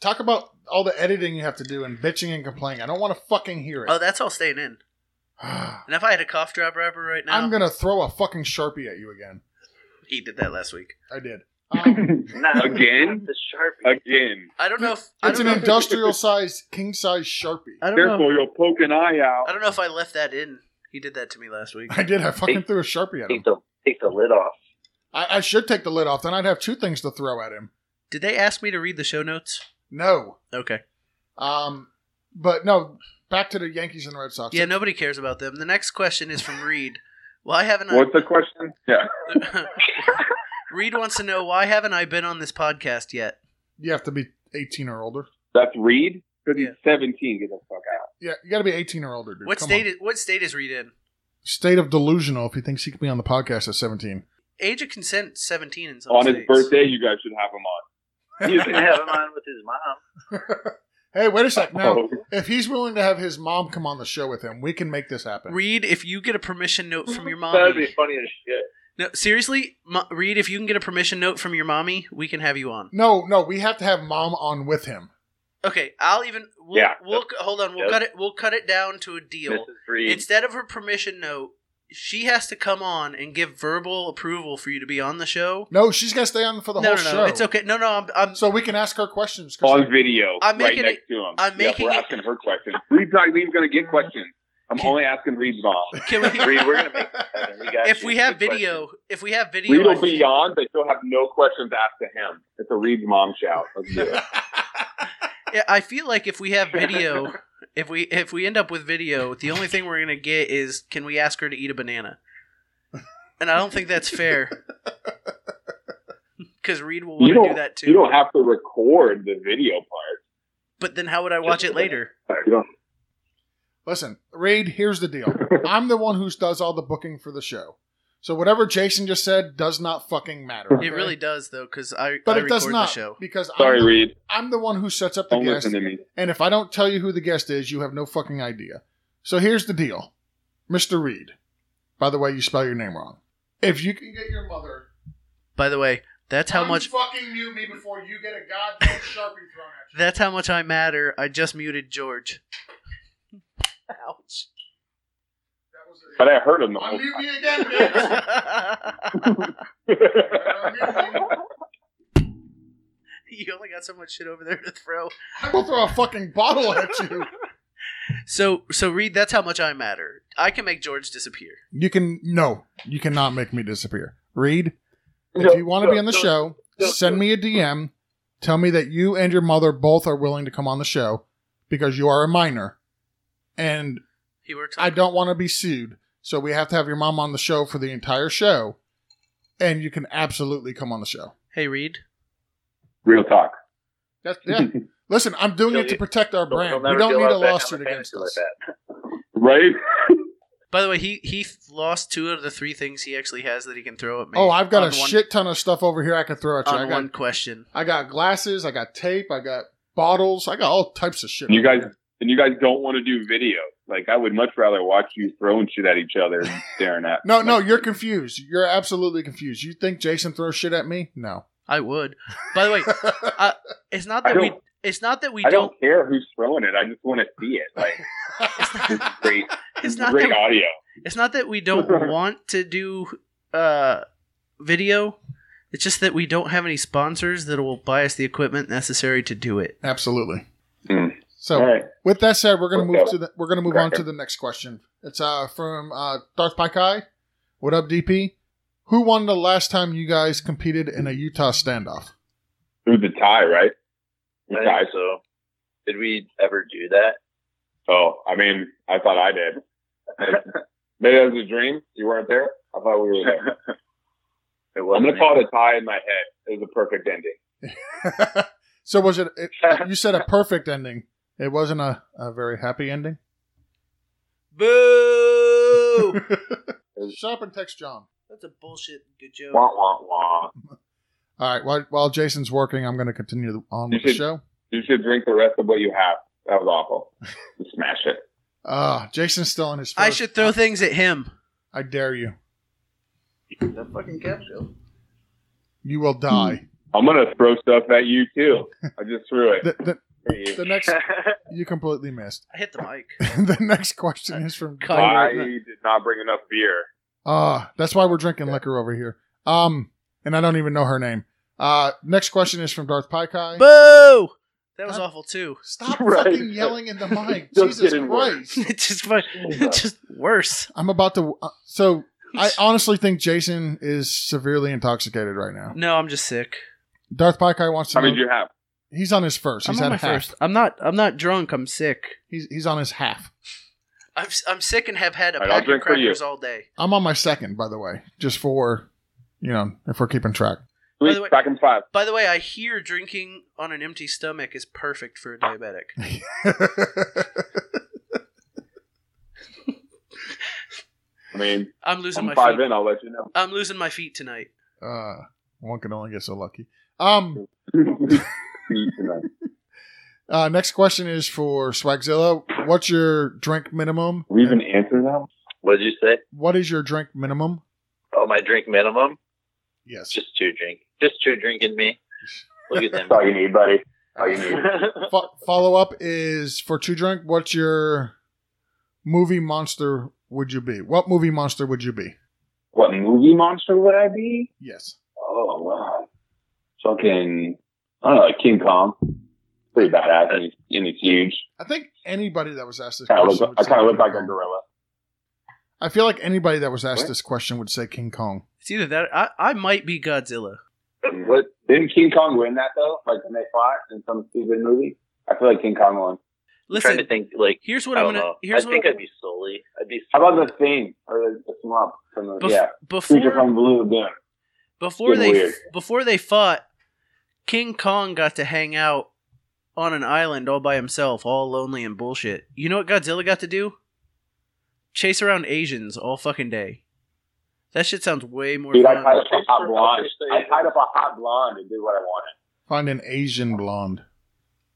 Speaker 2: Talk about all the editing you have to do and bitching and complaining. I don't want to fucking hear it.
Speaker 1: oh, that's all staying in.
Speaker 4: Uh,
Speaker 1: And if I had a cough drop wrapper right now,
Speaker 2: I'm gonna throw a fucking sharpie at you again.
Speaker 1: he did that last week.
Speaker 2: I did. Um,
Speaker 4: Not
Speaker 3: Again?
Speaker 4: not the sharpie.
Speaker 3: Again.
Speaker 1: I don't know. If, I
Speaker 2: it's
Speaker 1: don't
Speaker 2: an
Speaker 1: know.
Speaker 2: industrial size, king size sharpie.
Speaker 1: I don't know.
Speaker 3: Careful, you'll poke an eye out.
Speaker 1: I don't know if I left that in. He did that to me last week.
Speaker 2: I did. I fucking threw a sharpie at him.
Speaker 4: Take the take the lid off.
Speaker 2: I, I should take the lid off. Then I'd have two things to throw at him.
Speaker 1: Did they ask me to read the show notes?
Speaker 2: No.
Speaker 1: Okay.
Speaker 2: Um. But no. Back to the Yankees and the Red Sox.
Speaker 1: Yeah, nobody cares about them. The next question is from Reed. Why haven't I?
Speaker 3: What's the question? Yeah.
Speaker 1: Reed wants to know why haven't I been on this podcast yet?
Speaker 2: You have to be 18 or older.
Speaker 3: That's Reed? Because
Speaker 1: Yeah.
Speaker 3: he's 17. Get the fuck out.
Speaker 2: Yeah, you got to be 18 or older, dude.
Speaker 1: What
Speaker 2: Come
Speaker 1: state?
Speaker 2: on.
Speaker 1: Is, what state is Reed in?
Speaker 2: State of delusional if he thinks he can be on the podcast at 17.
Speaker 1: Age of consent, seventeen in some
Speaker 3: on
Speaker 1: states.
Speaker 3: his birthday, you guys should have him on.
Speaker 4: You can have him on with his mom.
Speaker 2: hey, wait a sec. No,
Speaker 3: Oh,
Speaker 2: if he's willing to have his mom come on the show with him, we can make this happen.
Speaker 1: Reed, if you get a permission note from your
Speaker 4: That'd be
Speaker 1: mommy,
Speaker 4: funny as shit.
Speaker 1: no, seriously, Mo- Reed, if you can get a permission note from your mommy, we can have you on.
Speaker 2: no, no, we have to have mom on with him.
Speaker 1: Okay, I'll even. We'll,
Speaker 3: Yeah.
Speaker 1: We'll hold on. We'll
Speaker 4: Yep.
Speaker 1: cut it. We'll cut it down to a deal.
Speaker 4: Mrs. Reed.
Speaker 1: Instead of her permission note, she has to come on and give verbal approval for you to be on the show.
Speaker 2: No, she's gonna stay on for the
Speaker 1: no, no,
Speaker 2: whole
Speaker 1: no.
Speaker 2: show.
Speaker 1: It's okay. No, no. I'm. I'm
Speaker 2: So we can ask her questions. 'cause-
Speaker 3: on video,
Speaker 1: I'm
Speaker 3: right
Speaker 1: making
Speaker 3: next to him.
Speaker 1: I'm
Speaker 3: Yeah,
Speaker 1: making
Speaker 3: we're
Speaker 1: it-
Speaker 3: asking her questions. Reed's not even going to get questions. I'm
Speaker 1: Can-
Speaker 3: only asking Reed's mom.
Speaker 1: can we?
Speaker 4: Reed, we're gonna make this happen. We got
Speaker 1: if
Speaker 4: you.
Speaker 1: we have
Speaker 4: Good
Speaker 1: video, if we have video,
Speaker 3: Reed
Speaker 1: I
Speaker 3: will be
Speaker 1: think-
Speaker 3: on, but he'll have no questions asked to him. It's a Reed's mom shout. Let's do it.
Speaker 1: Yeah, I feel like if we have video, if we if we end up with video, the only thing we're gonna get is can we ask her to eat a banana? And I don't think that's fair. Because Reed will
Speaker 3: You
Speaker 1: want to do
Speaker 3: don't-
Speaker 1: that
Speaker 3: You
Speaker 1: too.
Speaker 3: don't have to record the video part.
Speaker 1: But then how would I watch it later?
Speaker 3: You don't-
Speaker 2: Listen, Reed. Here's the deal. I'm the one who does all the booking for the show. So whatever Jason just said does not fucking matter. okay?
Speaker 1: It really does though, because I
Speaker 2: But
Speaker 1: I
Speaker 2: it does
Speaker 1: record
Speaker 2: not
Speaker 1: the show.
Speaker 2: because
Speaker 3: Sorry,
Speaker 1: Um,
Speaker 2: I'm,
Speaker 3: Reed.
Speaker 2: I'm the one who sets up the
Speaker 3: Don't
Speaker 2: guest.
Speaker 3: listen to me.
Speaker 2: And if I don't tell you who the guest is, you have no fucking idea. So here's the deal, Mr. Reed. By the way, you spell your name wrong. If you can get your mother,
Speaker 1: By the way, that's how much
Speaker 2: fucking mute me before you get a goddamn sharpie thrown at you.
Speaker 1: that's how much I matter. I just muted George. Ouch.
Speaker 2: That was it.
Speaker 3: But I heard him the whole
Speaker 2: Unmute me again, bitch.
Speaker 1: you
Speaker 3: time.
Speaker 1: only got so much shit over there to throw.
Speaker 2: I will throw a fucking bottle at you.
Speaker 1: So so Reed, that's how much I matter. I can make George disappear.
Speaker 2: You can no, you cannot make me disappear. Reed, if
Speaker 3: No,
Speaker 2: you want to
Speaker 3: no,
Speaker 2: be on the
Speaker 3: no,
Speaker 2: show,
Speaker 3: no,
Speaker 2: send
Speaker 3: no.
Speaker 2: me a DM. Tell me that you and your mother both are willing to come on the show because you are a minor, and
Speaker 1: He works. On
Speaker 2: I don't want to be sued. So we have to have your mom on the show for the entire show, and you can absolutely come on the show.
Speaker 1: Hey Reed,
Speaker 3: Real talk.
Speaker 2: That's, yeah. Listen, I'm doing
Speaker 4: No,
Speaker 2: it to
Speaker 4: you-
Speaker 2: protect our
Speaker 4: Don't-
Speaker 2: brand.
Speaker 4: don't
Speaker 2: We
Speaker 4: ever
Speaker 2: don't
Speaker 4: go
Speaker 2: need a
Speaker 4: out back on
Speaker 2: lawsuit
Speaker 4: the
Speaker 2: against
Speaker 4: fantasy like
Speaker 2: us.
Speaker 4: that.
Speaker 3: Right?
Speaker 1: By the way, he he lost two out of the three things he actually has that he can throw at me.
Speaker 2: Oh, I've got
Speaker 1: on
Speaker 2: a
Speaker 1: one,
Speaker 2: shit ton of stuff over here I can throw at you.
Speaker 1: on
Speaker 2: I got
Speaker 1: one question.
Speaker 2: I got glasses, I got tape, I got bottles, I got all types of shit.
Speaker 3: You guys and you guys don't want to do video. Like I would much rather watch you throwing shit at each other and staring at.
Speaker 2: No, no, you're confused. You're absolutely confused. You think Jason throws shit at me? No.
Speaker 1: I would. By the way, it's not
Speaker 3: I
Speaker 1: that we
Speaker 3: don't-
Speaker 1: it's not that we
Speaker 3: I
Speaker 1: don't,
Speaker 3: don't care who's throwing it. I just want to see it. Like it's great,
Speaker 1: it's not
Speaker 3: great
Speaker 1: that
Speaker 3: audio.
Speaker 1: it's not that we don't want to do uh video. It's just that we don't have any sponsors that will buy us the equipment necessary to do it.
Speaker 2: Absolutely.
Speaker 3: Hmm.
Speaker 2: So
Speaker 3: All right.
Speaker 2: with that said, we're gonna move
Speaker 3: Let's go.
Speaker 2: to the we're gonna move on to the next question. It's uh from uh Darth Paikai. What up, DP? Who won the last time you guys competed in a Utah standoff?
Speaker 3: It was a tie, right? A
Speaker 4: I
Speaker 3: tie.
Speaker 4: think so. Did we ever do that?
Speaker 3: Oh, I mean, I thought I did. Maybe that was a dream. You weren't there. I thought we were there.
Speaker 4: It
Speaker 3: I'm
Speaker 4: wasn't.
Speaker 3: gonna call it a tie in my head. It was a perfect ending.
Speaker 2: so was it, it you said a perfect ending. It wasn't a, a very happy ending.
Speaker 1: Boo!
Speaker 2: Shut up and text John.
Speaker 1: That's a bullshit good joke.
Speaker 3: Wah wah wah.
Speaker 2: All right. While, while Jason's working, I'm going to continue on with the show.
Speaker 3: You should drink the rest of what you have. That was awful. Just smash it.
Speaker 2: Uh, Jason's still on his. First.
Speaker 1: I should throw things at him.
Speaker 2: I dare you.
Speaker 1: That fucking cap show.
Speaker 2: You will die.
Speaker 3: I'm gonna throw stuff at you too. I just threw it.
Speaker 2: The, the,
Speaker 3: At you.
Speaker 2: the next you completely missed.
Speaker 1: I hit the mic.
Speaker 2: the next question is from.
Speaker 1: Cut.
Speaker 3: I did not bring enough beer.
Speaker 2: Uh, that's why we're drinking liquor over here. Um, and I don't even know her name. Uh, next question is from Darth Pykai.
Speaker 1: Boo! That was awful too.
Speaker 2: Stop
Speaker 3: Right.
Speaker 2: fucking yelling in the mic,
Speaker 3: Just
Speaker 2: Jesus
Speaker 3: getting worse.
Speaker 2: Christ!
Speaker 1: it's just fu- it's just worse.
Speaker 2: I'm about to. Uh, so I
Speaker 1: uh,
Speaker 2: honestly think Jason is severely intoxicated right now.
Speaker 1: No, I'm just sick.
Speaker 2: Darth Pykai wants to.
Speaker 3: How many
Speaker 2: Know,
Speaker 3: did you have?
Speaker 2: he's on his first. He's
Speaker 1: I'm
Speaker 2: had
Speaker 1: on my
Speaker 2: half.
Speaker 1: first. I'm not. I'm not drunk. I'm sick.
Speaker 2: He's he's on his half.
Speaker 1: I'm, s- I'm sick and have had a
Speaker 3: All right, I'll
Speaker 1: pack of
Speaker 3: drink for you.
Speaker 1: crackers all day.
Speaker 2: I'm on my second, by the way, just for you know, if we're keeping track.
Speaker 1: By the way-
Speaker 3: Sweet, back in five.
Speaker 1: By the way, I hear drinking on an empty stomach is perfect for a diabetic.
Speaker 2: Uh,
Speaker 3: I mean,
Speaker 1: I'm losing
Speaker 3: I'm
Speaker 1: my
Speaker 3: five
Speaker 1: feet.
Speaker 3: in. I'll let you know.
Speaker 1: I'm losing my feet tonight.
Speaker 2: uh, one can only get so lucky. Um,
Speaker 3: Feet tonight.
Speaker 2: uh, next question is for Swagzilla. What's your drink minimum?
Speaker 3: We even answer that?
Speaker 4: What did you say?
Speaker 2: What is your drink minimum?
Speaker 4: Oh, my drink minimum?
Speaker 2: Yes.
Speaker 4: Just two drink. Just two drinking me. Look at them.
Speaker 3: That's all you need, buddy. All you need.
Speaker 2: Fo- follow up is for two drink. What's your movie monster? Would you be? What movie monster would you be?
Speaker 3: What movie monster would I be?
Speaker 2: Yes.
Speaker 3: Oh wow. Fucking I don't know, like King Kong. Pretty badass and he's, and he's huge.
Speaker 2: I think anybody that was asked this
Speaker 3: Kinda
Speaker 2: question.
Speaker 3: look,
Speaker 2: would
Speaker 3: I
Speaker 2: say
Speaker 3: kinda look
Speaker 2: King
Speaker 3: like a
Speaker 2: Kong.
Speaker 3: gorilla.
Speaker 2: I feel like anybody that was asked
Speaker 3: What?
Speaker 2: this question would say King Kong.
Speaker 1: It's either that. I, I might be Godzilla.
Speaker 3: What didn't King Kong win that though? Like when they fought in some stupid movie? I feel like King Kong won.
Speaker 4: I'm trying to
Speaker 1: Listen,
Speaker 4: think, like,
Speaker 1: here's what
Speaker 4: I
Speaker 1: I'm
Speaker 4: don't
Speaker 1: gonna.
Speaker 4: know. I
Speaker 1: Here's what
Speaker 4: think I'd be Sully. I'd be
Speaker 3: How
Speaker 4: Sully.
Speaker 3: about the thing? Or the, the swamp from the
Speaker 1: Bef-
Speaker 3: yeah. Creature
Speaker 1: before
Speaker 3: from Blue Lagoon.
Speaker 1: before
Speaker 3: Getting
Speaker 1: they
Speaker 3: weird.
Speaker 1: before they fought, King Kong got to hang out on an island all by himself, all lonely and bullshit. You know what Godzilla got to do? Chase around Asians all fucking day. That shit sounds way more
Speaker 3: Dude, I tied
Speaker 1: fun.
Speaker 3: up a hot blonde.
Speaker 4: Creature-
Speaker 3: I tied up a hot blonde and did what I wanted.
Speaker 2: Find an Asian blonde.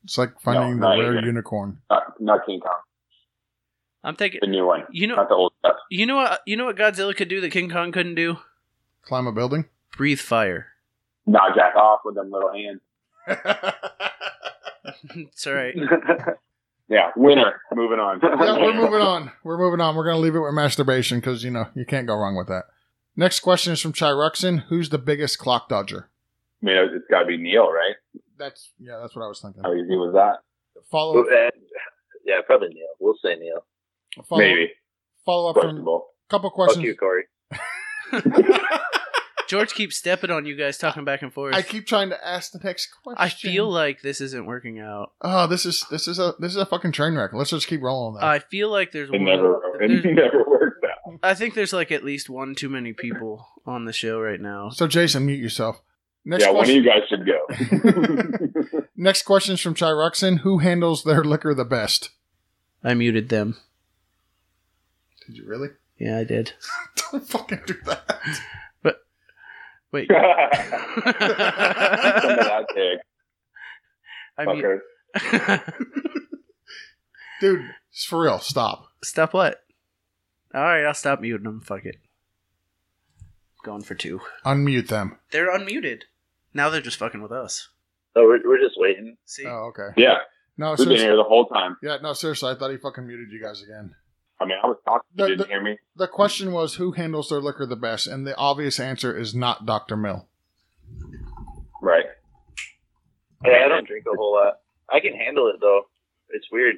Speaker 2: It's like finding
Speaker 3: not
Speaker 2: the rare
Speaker 3: Asian.
Speaker 2: unicorn.
Speaker 3: Not, not King Kong.
Speaker 1: I'm thinking.
Speaker 3: The new one.
Speaker 1: You know,
Speaker 3: Not the old stuff.
Speaker 1: you know what, you know what Godzilla could do that King Kong couldn't do?
Speaker 2: Climb a building.
Speaker 1: Breathe fire.
Speaker 3: Not jack off with them little hands.
Speaker 1: it's all right.
Speaker 3: Yeah, winner. Moving on.
Speaker 2: yeah, we're moving on. We're moving on. We're going to leave it with masturbation because, you know, you can't go wrong with that. Next question is from Chai Ruxin. Who's the biggest clock dodger?
Speaker 3: I mean, it's got to be Neil, right?
Speaker 2: That's, yeah, that's what I was thinking.
Speaker 3: How easy was that?
Speaker 2: Follow,
Speaker 4: Uh, Yeah, probably Neil. We'll say Neil.
Speaker 2: follow,
Speaker 3: Maybe.
Speaker 2: follow up from a
Speaker 3: Questionable.
Speaker 2: couple
Speaker 4: Fuck
Speaker 2: questions.
Speaker 4: you, Corey.
Speaker 1: George keeps stepping on you guys talking back and forth.
Speaker 2: I
Speaker 1: I,
Speaker 2: keep trying to ask the next question.
Speaker 1: feel like this isn't working out.
Speaker 2: Oh, this is this is a this is a fucking train wreck. Let's just keep rolling on that.
Speaker 1: I feel like there's
Speaker 3: It
Speaker 1: one.
Speaker 3: never, it
Speaker 1: there's-
Speaker 3: never works out.
Speaker 1: I think there's like at least one too many people on the show right now.
Speaker 2: so Jason, mute yourself. Next
Speaker 3: yeah, one of
Speaker 2: question.
Speaker 3: you guys should go.
Speaker 2: Next question is from Chai Ruxin. Who handles their liquor the best?
Speaker 1: I muted them.
Speaker 2: Did you really?
Speaker 1: Yeah, I did.
Speaker 2: Don't fucking do that.
Speaker 1: Wait.
Speaker 3: Some of
Speaker 1: I
Speaker 3: that dick,
Speaker 1: mute-
Speaker 3: fucker.
Speaker 2: Dude, it's for real. Stop.
Speaker 1: stop what? All right, I'll stop muting them. Fuck it. Going for two.
Speaker 2: Unmute them.
Speaker 1: They're unmuted. Now they're just fucking with us.
Speaker 4: No, we're, we're just waiting.
Speaker 1: See?
Speaker 2: Oh, okay.
Speaker 3: Yeah,
Speaker 2: No,
Speaker 3: we've been
Speaker 2: seriously.
Speaker 3: here the whole time.
Speaker 2: Yeah, no, seriously. I thought he fucking muted you guys again.
Speaker 3: I mean, I was talking. You
Speaker 2: The-
Speaker 3: didn't
Speaker 2: the-
Speaker 3: hear me.
Speaker 2: The question was who handles their liquor the best, and the obvious answer is not Dr. Mill.
Speaker 3: Right.
Speaker 4: Yeah, I don't drink a whole lot. I can handle it though. It's weird.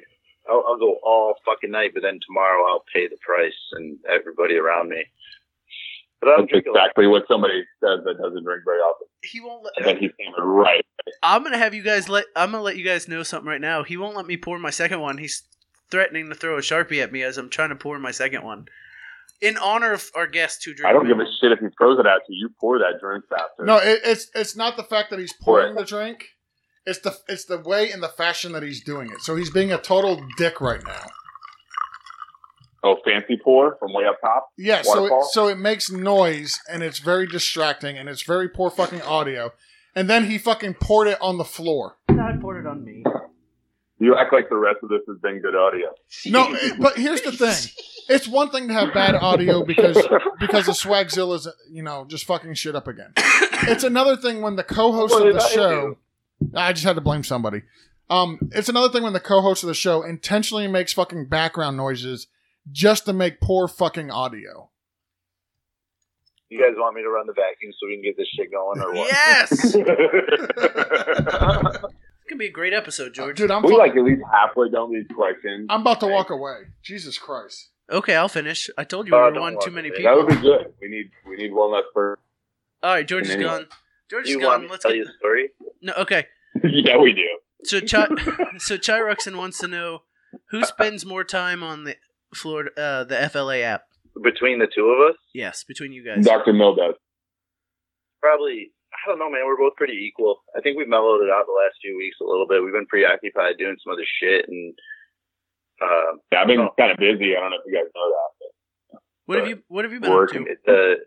Speaker 4: I'll, I'll go all fucking night, but then tomorrow I'll pay the price and everybody around me. But I
Speaker 3: That's
Speaker 4: don't drink a lot.
Speaker 3: exactly what somebody says that doesn't drink very often.
Speaker 1: He won't let
Speaker 3: I think he's saying it right.
Speaker 1: I'm gonna have you guys let. I'm gonna let you guys know something right now. He won't let me pour my second one. He's threatening to throw a sharpie at me as I'm trying to pour my second one. In honor of our guest who drank.
Speaker 3: I don't give a
Speaker 1: minimum.
Speaker 3: shit if he throws it at you. You pour that drink faster.
Speaker 2: No, it, it's it's not the fact that he's pouring the
Speaker 3: Right.
Speaker 2: drink. It's the it's the way and the fashion that he's doing it. So he's being a total dick right now.
Speaker 3: Oh, fancy pour from way up top.
Speaker 2: Yeah, so it,
Speaker 3: Waterfall?
Speaker 2: so it makes noise and it's very distracting and it's very poor fucking audio. And then he fucking poured it on the floor.
Speaker 1: No, I poured it on me.
Speaker 3: You act like the rest of this has been good audio.
Speaker 2: No, but here's the thing. It's one thing to have bad audio because because the swagzilla's you know just fucking shit up again. It's another thing when the co-host
Speaker 3: What
Speaker 2: of
Speaker 3: did
Speaker 2: the
Speaker 3: I
Speaker 2: show. I just had to blame somebody. Um, it's another thing when the co-host of the show intentionally makes fucking background noises just to make poor fucking audio.
Speaker 4: You guys want me to run the vacuum so we can get this shit going or what?
Speaker 1: Yes, it's
Speaker 3: we
Speaker 1: gonna be a great episode, George.
Speaker 2: Dude, I'm fucking,
Speaker 3: like at least halfway done these questions.
Speaker 2: I'm about to walk away. Jesus Christ.
Speaker 1: Okay, I'll finish. I told you
Speaker 4: Oh,
Speaker 1: we were
Speaker 4: don't
Speaker 1: one
Speaker 4: worry,
Speaker 1: too many
Speaker 4: man.
Speaker 1: people.
Speaker 3: That would be good. We need we need one less person.
Speaker 1: All right, George is
Speaker 3: Anyway.
Speaker 1: gone. George is
Speaker 4: You want
Speaker 1: gone.
Speaker 4: me to
Speaker 1: Let's
Speaker 4: tell
Speaker 1: get
Speaker 4: you a story?
Speaker 1: no. Okay,
Speaker 3: yeah, we do.
Speaker 1: so Chai, so Chai Ruxin wants to know who spends more time on the Florida uh, the FLA app.
Speaker 4: Between the two of us,
Speaker 1: Yes, between you guys.
Speaker 3: Dr. Mill does.
Speaker 4: probably I don't know, man. We're both pretty equal. I think we've mellowed it out the last few weeks a little bit. We've been preoccupied doing some other shit, and uh,
Speaker 3: Yeah, I've been
Speaker 4: Oh.
Speaker 3: kind of busy. I don't know if you guys know that.
Speaker 1: What have you What have you
Speaker 3: But
Speaker 1: been up
Speaker 3: work.
Speaker 1: to?
Speaker 4: it uh,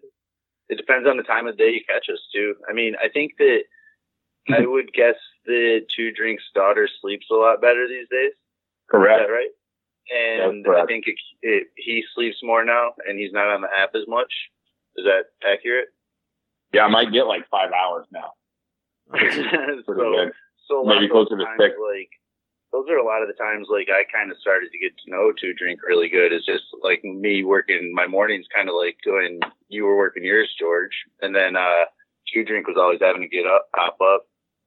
Speaker 4: it depends on the time of day you catch us too. I mean, I think that I would guess the two drinks daughter sleeps a lot better these days. Is
Speaker 3: Correct.
Speaker 4: that right? And
Speaker 3: That's correct.
Speaker 4: I think it, it, he sleeps more now, and he's not on the app as much. Is that accurate?
Speaker 3: Yeah, I might get like five hours now. Pretty
Speaker 4: so,
Speaker 3: good.
Speaker 4: so a lot
Speaker 3: Maybe
Speaker 4: of those
Speaker 3: closer to
Speaker 4: times,
Speaker 3: six.
Speaker 4: Like those are a lot of the times like I kind of started to get to know to drink really good. It's just like me working my mornings, kind of like doing you were working yours, George, and then uh, two drink was always having to get up, pop up.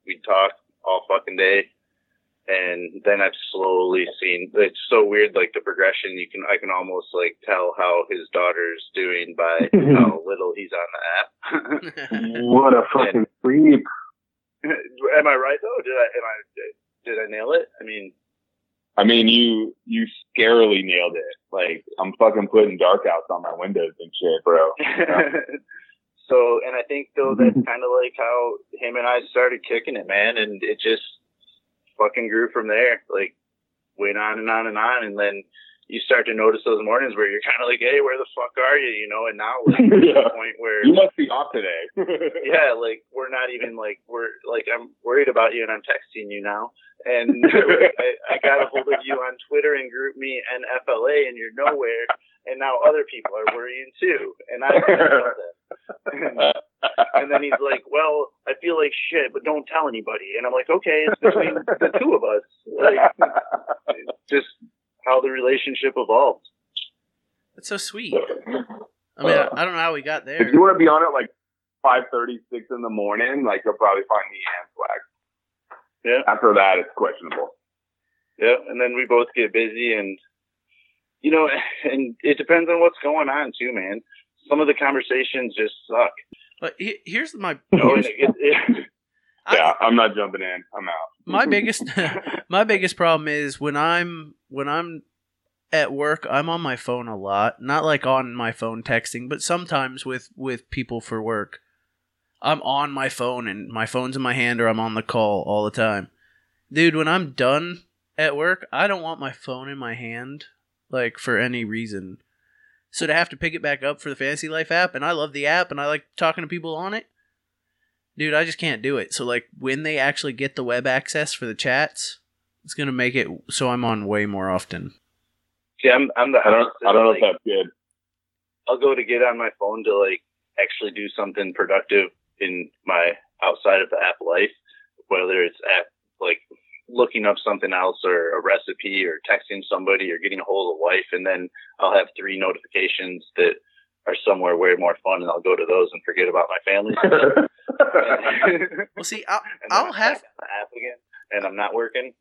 Speaker 4: We'd talk all fucking day. And then I've slowly seen it's so weird, like the progression. You can I can almost like tell how his daughter's doing by how little he's on the app.
Speaker 3: What a fucking creep.
Speaker 4: Am I right though? Did I am I did I nail it? I mean,
Speaker 3: I mean, you you scarily nailed it. Like I'm fucking putting dark outs on my windows and shit, bro.
Speaker 4: so and I think though that's kind of like how him and I started kicking it, man, and it just fucking grew from there. Like went on and on and on, and then you start to notice those mornings where you're kind of like, hey, where the fuck are you? You know, and now we're at
Speaker 3: yeah.
Speaker 4: the point where
Speaker 3: You must be off today.
Speaker 4: yeah, like we're not even like we're like I'm worried about you and I'm texting you now. And I, I got a hold of you on Twitter and group me and FLA and you're nowhere. And now other people are worrying too. And I don't know that. and then he's like, "Well, I feel like shit, but don't tell anybody." And I'm like, "Okay, it's between the two of us." Like, just how the relationship evolved.
Speaker 1: That's so sweet. I mean, I, I don't know how we got there.
Speaker 3: Uh, If you want to be on at like 5:36 in the morning, like you'll probably find me and swag.
Speaker 4: Yeah.
Speaker 3: After that, it's questionable.
Speaker 4: Yeah, and then we both get busy, and you know, and it depends on what's going on too, man. Some of the conversations just suck.
Speaker 1: But he, here's my
Speaker 4: You know, and it, it,
Speaker 1: I-
Speaker 3: yeah, I'm not jumping in. I'm out.
Speaker 1: my biggest my biggest problem is when I'm when I'm at work, I'm on my phone a lot. Not like on my phone texting, but sometimes with with people for work. I'm on my phone and my phone's in my hand or I'm on the call all the time. Dude, when I'm done at work, I don't want my phone in my hand like for any reason. So to have to pick it back up for the Fantasy Life app and I love the app and I like talking to people on it dude i just can't do it so like when they actually get the web access for the chats it's gonna make it so i'm on way more often
Speaker 4: see, I'm, I'm the
Speaker 3: I don't. I don't know
Speaker 4: like,
Speaker 3: if that's good.
Speaker 4: I'll go to get on my phone to like actually do something productive in my outside of the app life, whether it's app like looking up something else or a recipe or texting somebody or getting a hold of the wife, and then I'll have three notifications that are somewhere way more fun, and I'll go to those and forget about my family. and then
Speaker 1: well see i'll,
Speaker 4: I'm
Speaker 1: I'll
Speaker 4: back
Speaker 1: have
Speaker 4: on the app again, and I'm not working.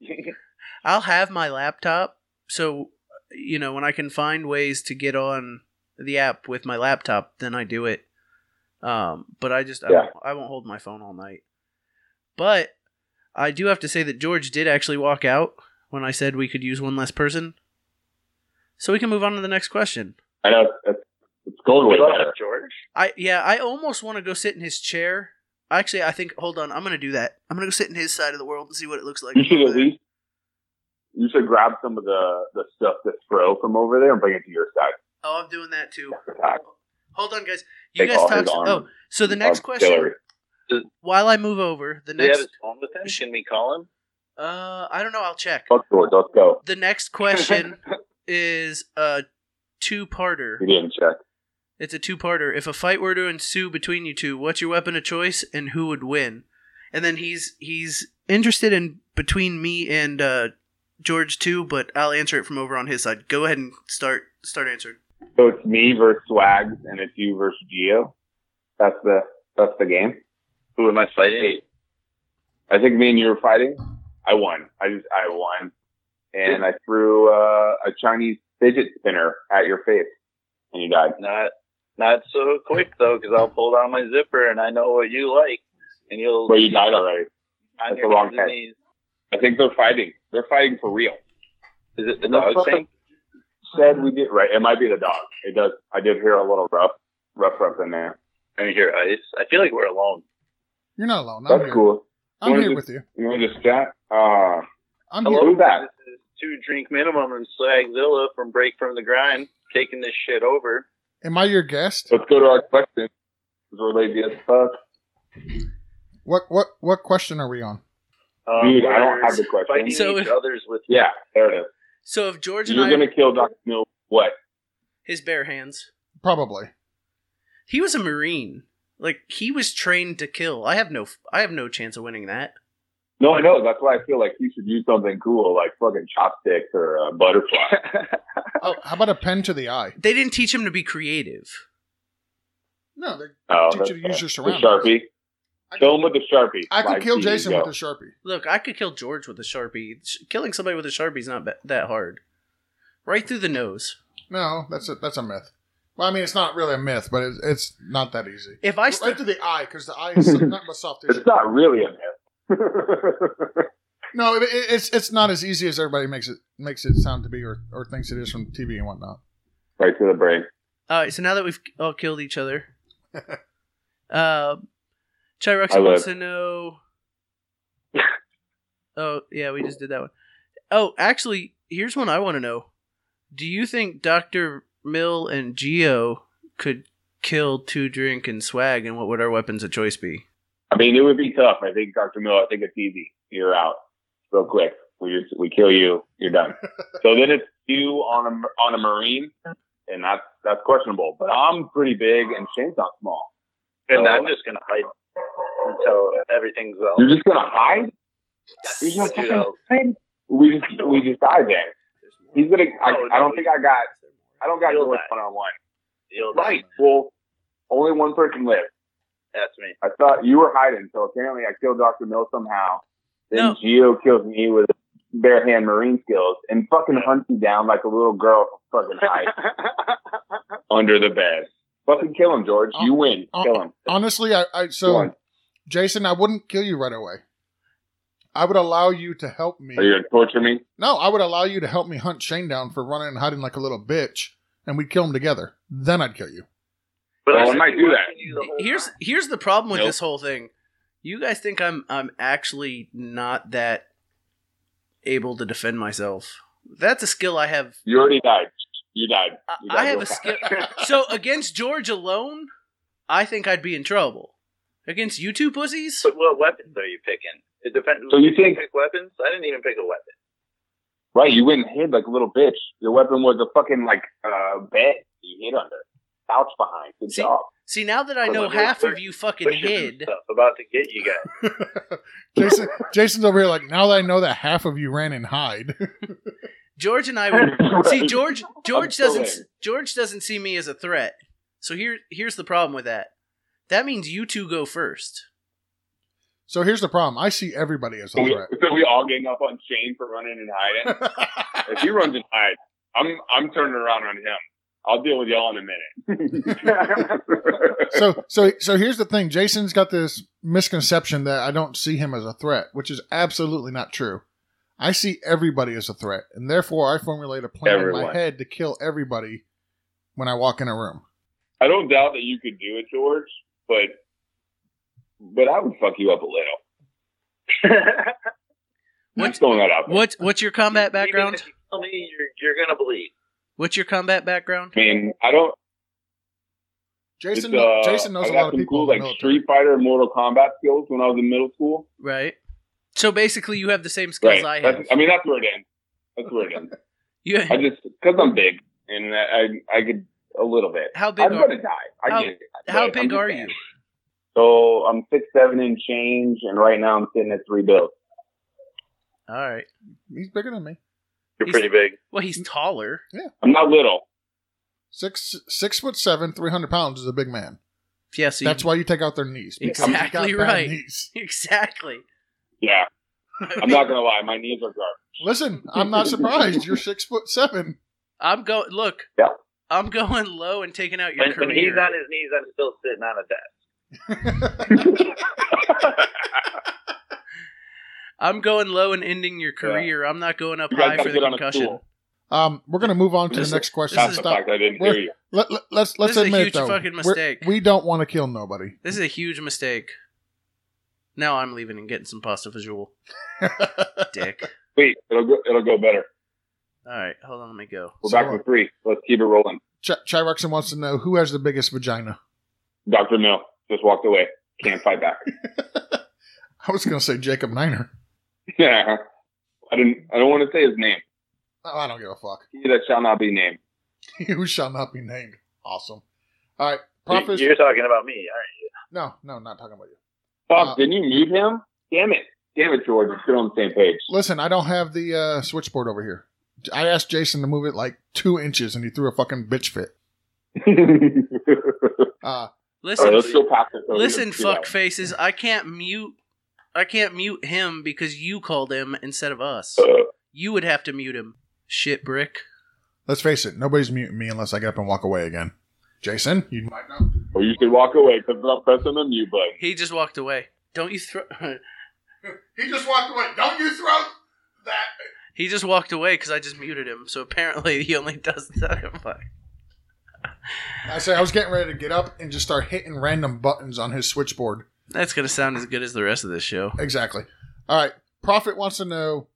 Speaker 1: i'll have my laptop so you know when i can find ways to get on the app with my laptop then i do it um but i just I,
Speaker 3: Yeah.
Speaker 1: won't, I won't hold my phone all night but i do have to say that george did actually walk out when i said we could use one less person so we can move on to the next question
Speaker 3: I know it's, it's cold way
Speaker 4: Good luck,
Speaker 3: better.
Speaker 4: George.
Speaker 1: I yeah, I almost want to go sit in his chair. Actually, I think hold on, I'm gonna do that. I'm gonna go sit in his side of the world and see what it looks like.
Speaker 3: You should
Speaker 1: over
Speaker 3: at
Speaker 1: there.
Speaker 3: least. You should grab some of the the stuff that's fro from over there and bring it to your side.
Speaker 1: Oh, I'm doing that too.
Speaker 3: Alright.
Speaker 1: Hold on, guys. You
Speaker 3: Take
Speaker 1: guys
Speaker 3: all
Speaker 1: talk.
Speaker 3: his arm.
Speaker 1: Oh, so the next question.
Speaker 3: Artillery.
Speaker 1: While I move over, the
Speaker 4: Does he have
Speaker 1: next.
Speaker 4: his phone with him? Can we call him?
Speaker 1: Uh, I don't know. I'll check.
Speaker 3: Fuck George, let's go.
Speaker 1: The next question is a two-parter.
Speaker 3: He didn't check.
Speaker 1: It's a two-parter. If a fight were to ensue between you two, what's your weapon of choice and who would win? And then he's he's interested in between me and uh, George too, but I'll answer it from over on his side. Go ahead and start start answering.
Speaker 3: So it's me versus Swags, and it's you versus Geo. That's the that's the game.
Speaker 4: Who am I fighting?
Speaker 3: I think me and you were fighting. I won. I just I won, and I threw uh, a Chinese fidget spinner at your face, and you died.
Speaker 4: Not not so quick though, because I'll pull down my zipper and I know what you like, and you'll
Speaker 3: But you died already.
Speaker 4: on
Speaker 3: that's
Speaker 4: your
Speaker 3: a long
Speaker 4: hands and
Speaker 3: head.
Speaker 4: knees.
Speaker 3: I think they're fighting. They're fighting for real.
Speaker 4: Is it the
Speaker 3: No,
Speaker 4: dog
Speaker 3: fuck
Speaker 4: thing?
Speaker 3: Said we did right. It might be the dog. It does. I did hear a little rough, rough, rough in there.
Speaker 4: I mean, here, ice. I feel like we're alone.
Speaker 2: You're not alone. I'm
Speaker 3: That's
Speaker 2: here.
Speaker 3: cool.
Speaker 2: I'm
Speaker 3: What is
Speaker 2: here
Speaker 3: it?
Speaker 2: with you.
Speaker 3: You want to just chat? Uh,
Speaker 2: I'm
Speaker 3: Hello?
Speaker 2: here.
Speaker 3: Who's that?
Speaker 4: This is Two Drink Minimum and Swagzilla from Break From The Grind taking this shit over.
Speaker 2: Am I your guest?
Speaker 3: let's go to our question. 'Cause We're lazy as fuck.
Speaker 2: What what what question are we on?
Speaker 4: Um,
Speaker 3: Dude, I don't
Speaker 4: we're
Speaker 3: have the question.
Speaker 4: Fighting
Speaker 1: So
Speaker 4: each
Speaker 1: if-
Speaker 4: others with
Speaker 3: Yeah, there it is.
Speaker 1: So if George and
Speaker 3: You're
Speaker 1: I,
Speaker 3: gonna kill Dr. Mill. What?
Speaker 1: his bare hands,
Speaker 2: Probably.
Speaker 1: he was a marine. Like he was trained to kill. I have no, I have no chance of winning that.
Speaker 3: No, I know. That's why I feel like you should do something cool, like fucking chopsticks or a butterfly.
Speaker 2: Oh, how about a pen to the eye?
Speaker 1: They didn't teach him to be creative.
Speaker 2: No, they-
Speaker 3: oh,
Speaker 2: Teach you to
Speaker 3: that's
Speaker 2: use
Speaker 3: fair.
Speaker 2: your
Speaker 3: The
Speaker 2: surroundings.
Speaker 3: sharpie. Kill him with the sharpie.
Speaker 2: I could
Speaker 3: Like,
Speaker 2: kill
Speaker 3: there you
Speaker 2: Jason
Speaker 3: go.
Speaker 2: with a sharpie.
Speaker 1: Look, I could kill George with a sharpie. Sh- Killing somebody with a sharpie's not ba- that hard. Right through the nose.
Speaker 2: No, that's a that's a myth. Well, I mean, it's not really a myth, but it's, it's not that easy.
Speaker 1: If I st-
Speaker 2: Right to the eye, because the eye is not but soft tissue.
Speaker 3: It's not really a myth.
Speaker 2: No, it, it- it's it's not as easy as everybody makes it makes it sound to be, or, or thinks it is from TV and whatnot.
Speaker 3: right to the brain.
Speaker 1: all right, so now that we've all killed each other, uh,
Speaker 3: I
Speaker 1: Chiroxy
Speaker 3: live.
Speaker 1: wants to know. oh yeah, we just did that one. Oh, actually, here's one I want to know. Do you think Doctor Mill and Geo could kill Two Drink and Swag, and what would our weapons of choice be?
Speaker 3: I mean, it would be tough. I think Dr. Mill. I think it's easy. You're out real quick. We just we kill you. You're done. so then it's you on a on a marine, and that's that's questionable. But I'm pretty big, and Shane's not small.
Speaker 4: And
Speaker 3: So-
Speaker 4: I'm just going to hide until everything's well.
Speaker 3: You're just gonna hide. You're just
Speaker 4: You
Speaker 3: gonna
Speaker 4: know,
Speaker 3: hide? We just we just die then. He's gonna. I, I don't think I got. I don't got
Speaker 4: You'll
Speaker 3: George
Speaker 4: die.
Speaker 3: one on one.
Speaker 4: you'll
Speaker 3: Right. Well, only one person lived.
Speaker 4: That's me.
Speaker 3: I thought you were hiding, so apparently I killed Dr. Mill somehow.
Speaker 1: No.
Speaker 3: Then Geo kills me with bare hand marine skills and fucking hunts me down like a little girl from fucking high under the bed. Fucking kill him, George. You win.
Speaker 2: Oh,
Speaker 3: Kill him.
Speaker 2: Honestly, I, I
Speaker 3: Go on.
Speaker 2: so Jason, I wouldn't kill you right away. I would allow you to help me.
Speaker 3: Are you gonna torture me?
Speaker 2: No, I would allow you to help me hunt Shane down for running and hiding like a little bitch, and we'd kill him together. Then I'd kill you.
Speaker 4: But
Speaker 3: Well,
Speaker 4: I
Speaker 3: I
Speaker 4: should
Speaker 3: might
Speaker 4: be
Speaker 3: do that.
Speaker 4: watching you the whole
Speaker 1: here's
Speaker 4: time.
Speaker 1: here's the problem with
Speaker 3: Nope.
Speaker 1: this whole thing. You guys think I'm I'm actually not that able to defend myself. That's a skill I have.
Speaker 3: You already died. You died.
Speaker 1: I,
Speaker 3: You
Speaker 1: I
Speaker 3: guys
Speaker 1: have
Speaker 3: are
Speaker 1: a skill. so against George alone, I think I'd be in trouble. Against you two pussies,
Speaker 4: But what weapons are you picking? It depends.
Speaker 3: So you
Speaker 4: Did
Speaker 3: think-
Speaker 4: pick weapons? I didn't even pick a weapon.
Speaker 3: Right, you went and hid like a little bitch. Your weapon was a fucking like uh bed you hid under. Couch behind. Good
Speaker 1: See-
Speaker 3: job.
Speaker 1: see now that I
Speaker 4: Well,
Speaker 1: know
Speaker 4: like,
Speaker 1: half
Speaker 4: we're-
Speaker 1: of you fucking
Speaker 4: Pushes and
Speaker 1: hid.
Speaker 4: Stuff about to get you guys.
Speaker 2: Jason, Jason's over here like now that I know that half of you ran and hide.
Speaker 1: George and I would see
Speaker 3: Right.
Speaker 1: George. George
Speaker 3: still
Speaker 1: doesn't.
Speaker 3: in.
Speaker 1: George doesn't see me as a threat. So here, here's the problem with that. That means you two go first.
Speaker 2: so here's the problem: I see everybody as a
Speaker 3: So we,
Speaker 2: threat.
Speaker 3: so we all gang up on Shane for running and hiding. if he runs and hides, I'm I'm turning around on him. I'll deal with y'all in a minute.
Speaker 2: so so so here's the thing: Jason's got this misconception that I don't see him as a threat, which is absolutely not true. I see everybody as a threat, and therefore I formulate a plan in my
Speaker 3: Everyone.
Speaker 2: head to kill everybody when I walk in a room.
Speaker 3: I don't doubt that you could do it, George, but but I would fuck you up a little.
Speaker 1: What-
Speaker 3: Just throwing that out there.
Speaker 1: What what's your combat
Speaker 4: Even
Speaker 1: background?
Speaker 4: if you tell me you're, you're gonna bleed.
Speaker 1: What's your combat background?
Speaker 3: I mean, I don't.
Speaker 2: Jason,
Speaker 3: it's, uh,
Speaker 2: Jason knows
Speaker 3: I
Speaker 2: a
Speaker 3: got
Speaker 2: lot of
Speaker 3: some
Speaker 2: people.
Speaker 3: cool,
Speaker 2: in the
Speaker 3: like
Speaker 2: military.
Speaker 3: Street Fighter and Mortal Kombat skills when I was in middle school.
Speaker 1: Right. So basically, you have the same skills
Speaker 3: Right.
Speaker 1: I have.
Speaker 3: That's, I mean, that's where it ends. That's where it ends.
Speaker 1: you,
Speaker 3: I just because I'm big and I I could a little bit.
Speaker 1: how big
Speaker 3: I'm
Speaker 1: are
Speaker 3: gonna die. I
Speaker 1: How-
Speaker 3: get it.
Speaker 1: how
Speaker 3: But
Speaker 1: big
Speaker 3: I'm just
Speaker 1: are
Speaker 3: saying.
Speaker 1: you?
Speaker 3: So I'm six seven and change, and right now I'm sitting at three bills.
Speaker 1: All right.
Speaker 2: He's bigger than me.
Speaker 4: You're
Speaker 1: He's-
Speaker 4: pretty big.
Speaker 1: Well, he's taller.
Speaker 3: I'm not little.
Speaker 2: Six six foot seven, three hundred pounds is a big man.
Speaker 1: Yeah. So you-
Speaker 2: That's why you take out their knees. because he's got
Speaker 1: Exactly
Speaker 2: bad
Speaker 1: right.
Speaker 2: knees.
Speaker 1: exactly.
Speaker 3: Yeah, I'm not gonna lie. My knees are garbage.
Speaker 2: Listen, I'm not surprised. You're six foot seven.
Speaker 1: I'm going. Look.
Speaker 3: Yeah.
Speaker 1: I'm going low and taking out your
Speaker 4: When, when
Speaker 1: career.
Speaker 4: he's on his knees, I'm still sitting on a desk.
Speaker 1: I'm going low and ending your career. I'm not going up
Speaker 3: You guys
Speaker 1: high
Speaker 3: gotta
Speaker 1: for the
Speaker 3: get on a
Speaker 1: concussion.
Speaker 3: stool.
Speaker 2: Um, we're gonna move on to
Speaker 3: This
Speaker 2: the next question.
Speaker 1: this
Speaker 3: That's
Speaker 1: is
Speaker 3: the
Speaker 2: Stop.
Speaker 3: fact I didn't
Speaker 2: We're-
Speaker 3: hear you.
Speaker 2: Let, let, let's let's
Speaker 1: This is a
Speaker 2: admit
Speaker 1: huge
Speaker 2: it, though.
Speaker 1: fucking
Speaker 2: We're-
Speaker 1: mistake.
Speaker 2: We don't want to kill nobody.
Speaker 1: This is a huge mistake. Now I'm leaving and getting some pasta visual. Dick.
Speaker 3: Wait, it'll go, it'll go better.
Speaker 1: All right, hold on, let me go.
Speaker 3: We're
Speaker 2: So-
Speaker 3: back with three. Let's keep it rolling.
Speaker 2: Ch- Chirexon wants to know who has the biggest vagina.
Speaker 3: Dr. Mill just walked away. Can't fight back.
Speaker 2: I was going to say Jacob Niner.
Speaker 3: Yeah. I didn't. I don't want to say his name.
Speaker 2: Oh, I don't give a fuck.
Speaker 3: He that shall not be named.
Speaker 2: who shall not be named. Awesome. All right.
Speaker 4: You-
Speaker 2: Prophet.
Speaker 4: You're talking about me. All right.
Speaker 2: No, no, not talking about you.
Speaker 3: Fuck!
Speaker 2: Uh,
Speaker 3: didn't you mute him? Damn it! Damn it, George. We're still on the same page.
Speaker 2: Listen, I don't have the uh, switchboard over here. I asked Jason to move it like two inches, and he threw a fucking bitch fit. Uh,
Speaker 3: All
Speaker 1: Listen,
Speaker 3: right, let's go past this. over
Speaker 1: listen,
Speaker 3: here.
Speaker 1: fuck faces. I can't mute. I can't mute him because you called him instead of us.
Speaker 3: Uh,
Speaker 1: You would have to mute him. Shit, brick.
Speaker 2: let's face it, nobody's muting me unless I get up and walk away again. Jason, you might not.
Speaker 3: or you could walk away because I'm pressing the mute button.
Speaker 1: He just walked away. Don't you throw?
Speaker 2: He just walked away. Don't you throw that.
Speaker 1: he just walked away because I just muted him. So apparently he only does that. Fuck.
Speaker 2: I said I was getting ready to get up and just start hitting random buttons on his switchboard.
Speaker 1: That's gonna sound as good as the rest of this show.
Speaker 2: Exactly. All right. Prophet wants to know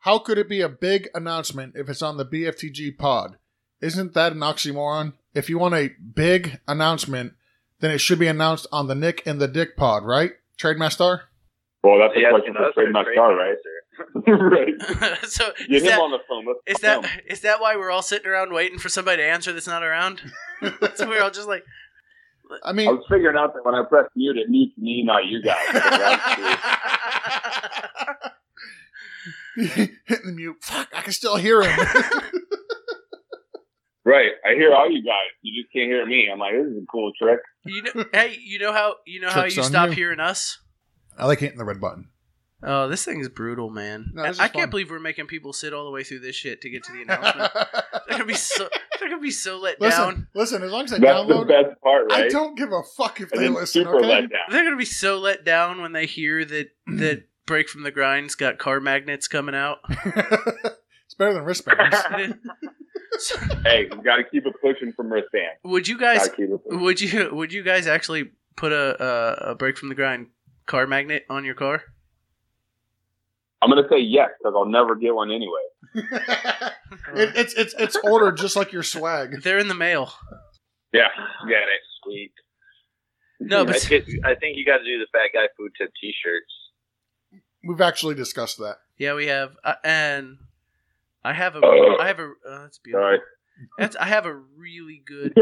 Speaker 2: how could it be a big announcement if it's on the BFTG pod? Isn't that an oxymoron? If you want a big announcement, then it should be announced on the Nick and the Dick pod, right? Trademaster?
Speaker 3: Well, that's
Speaker 4: They
Speaker 3: a question
Speaker 4: asking
Speaker 3: for
Speaker 4: us or
Speaker 3: Trade Max
Speaker 4: Trey
Speaker 3: Star, right?
Speaker 4: Max or-
Speaker 3: right.
Speaker 1: so
Speaker 3: Get
Speaker 1: is
Speaker 3: him
Speaker 1: that,
Speaker 3: on the phone.
Speaker 1: is
Speaker 3: Let's call
Speaker 1: that
Speaker 3: him.
Speaker 1: is that why we're all sitting around waiting for somebody to answer that's not around? so we're all just like,
Speaker 2: I
Speaker 3: I
Speaker 2: mean,
Speaker 3: was figuring out that when I press mute, it mutes me, not you guys. That's
Speaker 2: hitting the mute. Fuck, I can still hear him.
Speaker 3: right. I hear all you guys. You just can't hear me. I'm like, this is a cool trick.
Speaker 1: you know, hey, you know how you know how
Speaker 2: Tricks
Speaker 1: you
Speaker 2: on
Speaker 1: stop
Speaker 2: you.
Speaker 1: hearing us?
Speaker 2: I like hitting the red button.
Speaker 1: Oh, this thing's brutal, man.
Speaker 2: No, this is
Speaker 1: I
Speaker 2: fun.
Speaker 1: can't believe we're making people sit all the way through this shit to get to the announcement. they're gonna be so they're gonna be so let
Speaker 2: listen,
Speaker 1: down.
Speaker 2: listen, as long as I
Speaker 3: That's the
Speaker 2: download,
Speaker 3: best part,
Speaker 2: I
Speaker 3: right?
Speaker 2: don't give a fuck if
Speaker 3: and
Speaker 2: they
Speaker 3: then
Speaker 2: listen,
Speaker 3: super
Speaker 2: okay?
Speaker 3: let down.
Speaker 1: They're gonna be so let down when they hear that that break from the grind's got car magnets coming out.
Speaker 2: it's better than wristbands.
Speaker 1: So,
Speaker 3: Hey, you got to keep it pushing from wristband.
Speaker 1: would you
Speaker 3: Got
Speaker 1: guys
Speaker 3: to keep it pushing.
Speaker 1: Would you would you guys actually put a a, a break from the grind car magnet on your car?
Speaker 3: I'm gonna say yes because I'll never get one anyway.
Speaker 2: It, it's it's it's ordered just like your swag.
Speaker 1: They're in the mail.
Speaker 3: Yeah, get it.
Speaker 4: Sweet.
Speaker 1: No,
Speaker 4: I,
Speaker 1: but
Speaker 4: get, I think you got to do the fat guy food tip T-shirts.
Speaker 2: We've actually discussed that.
Speaker 1: yeah, we have uh, and I have a
Speaker 3: Oh.
Speaker 1: I have a uh, that's beautiful.
Speaker 3: Sorry.
Speaker 1: That's I have a really good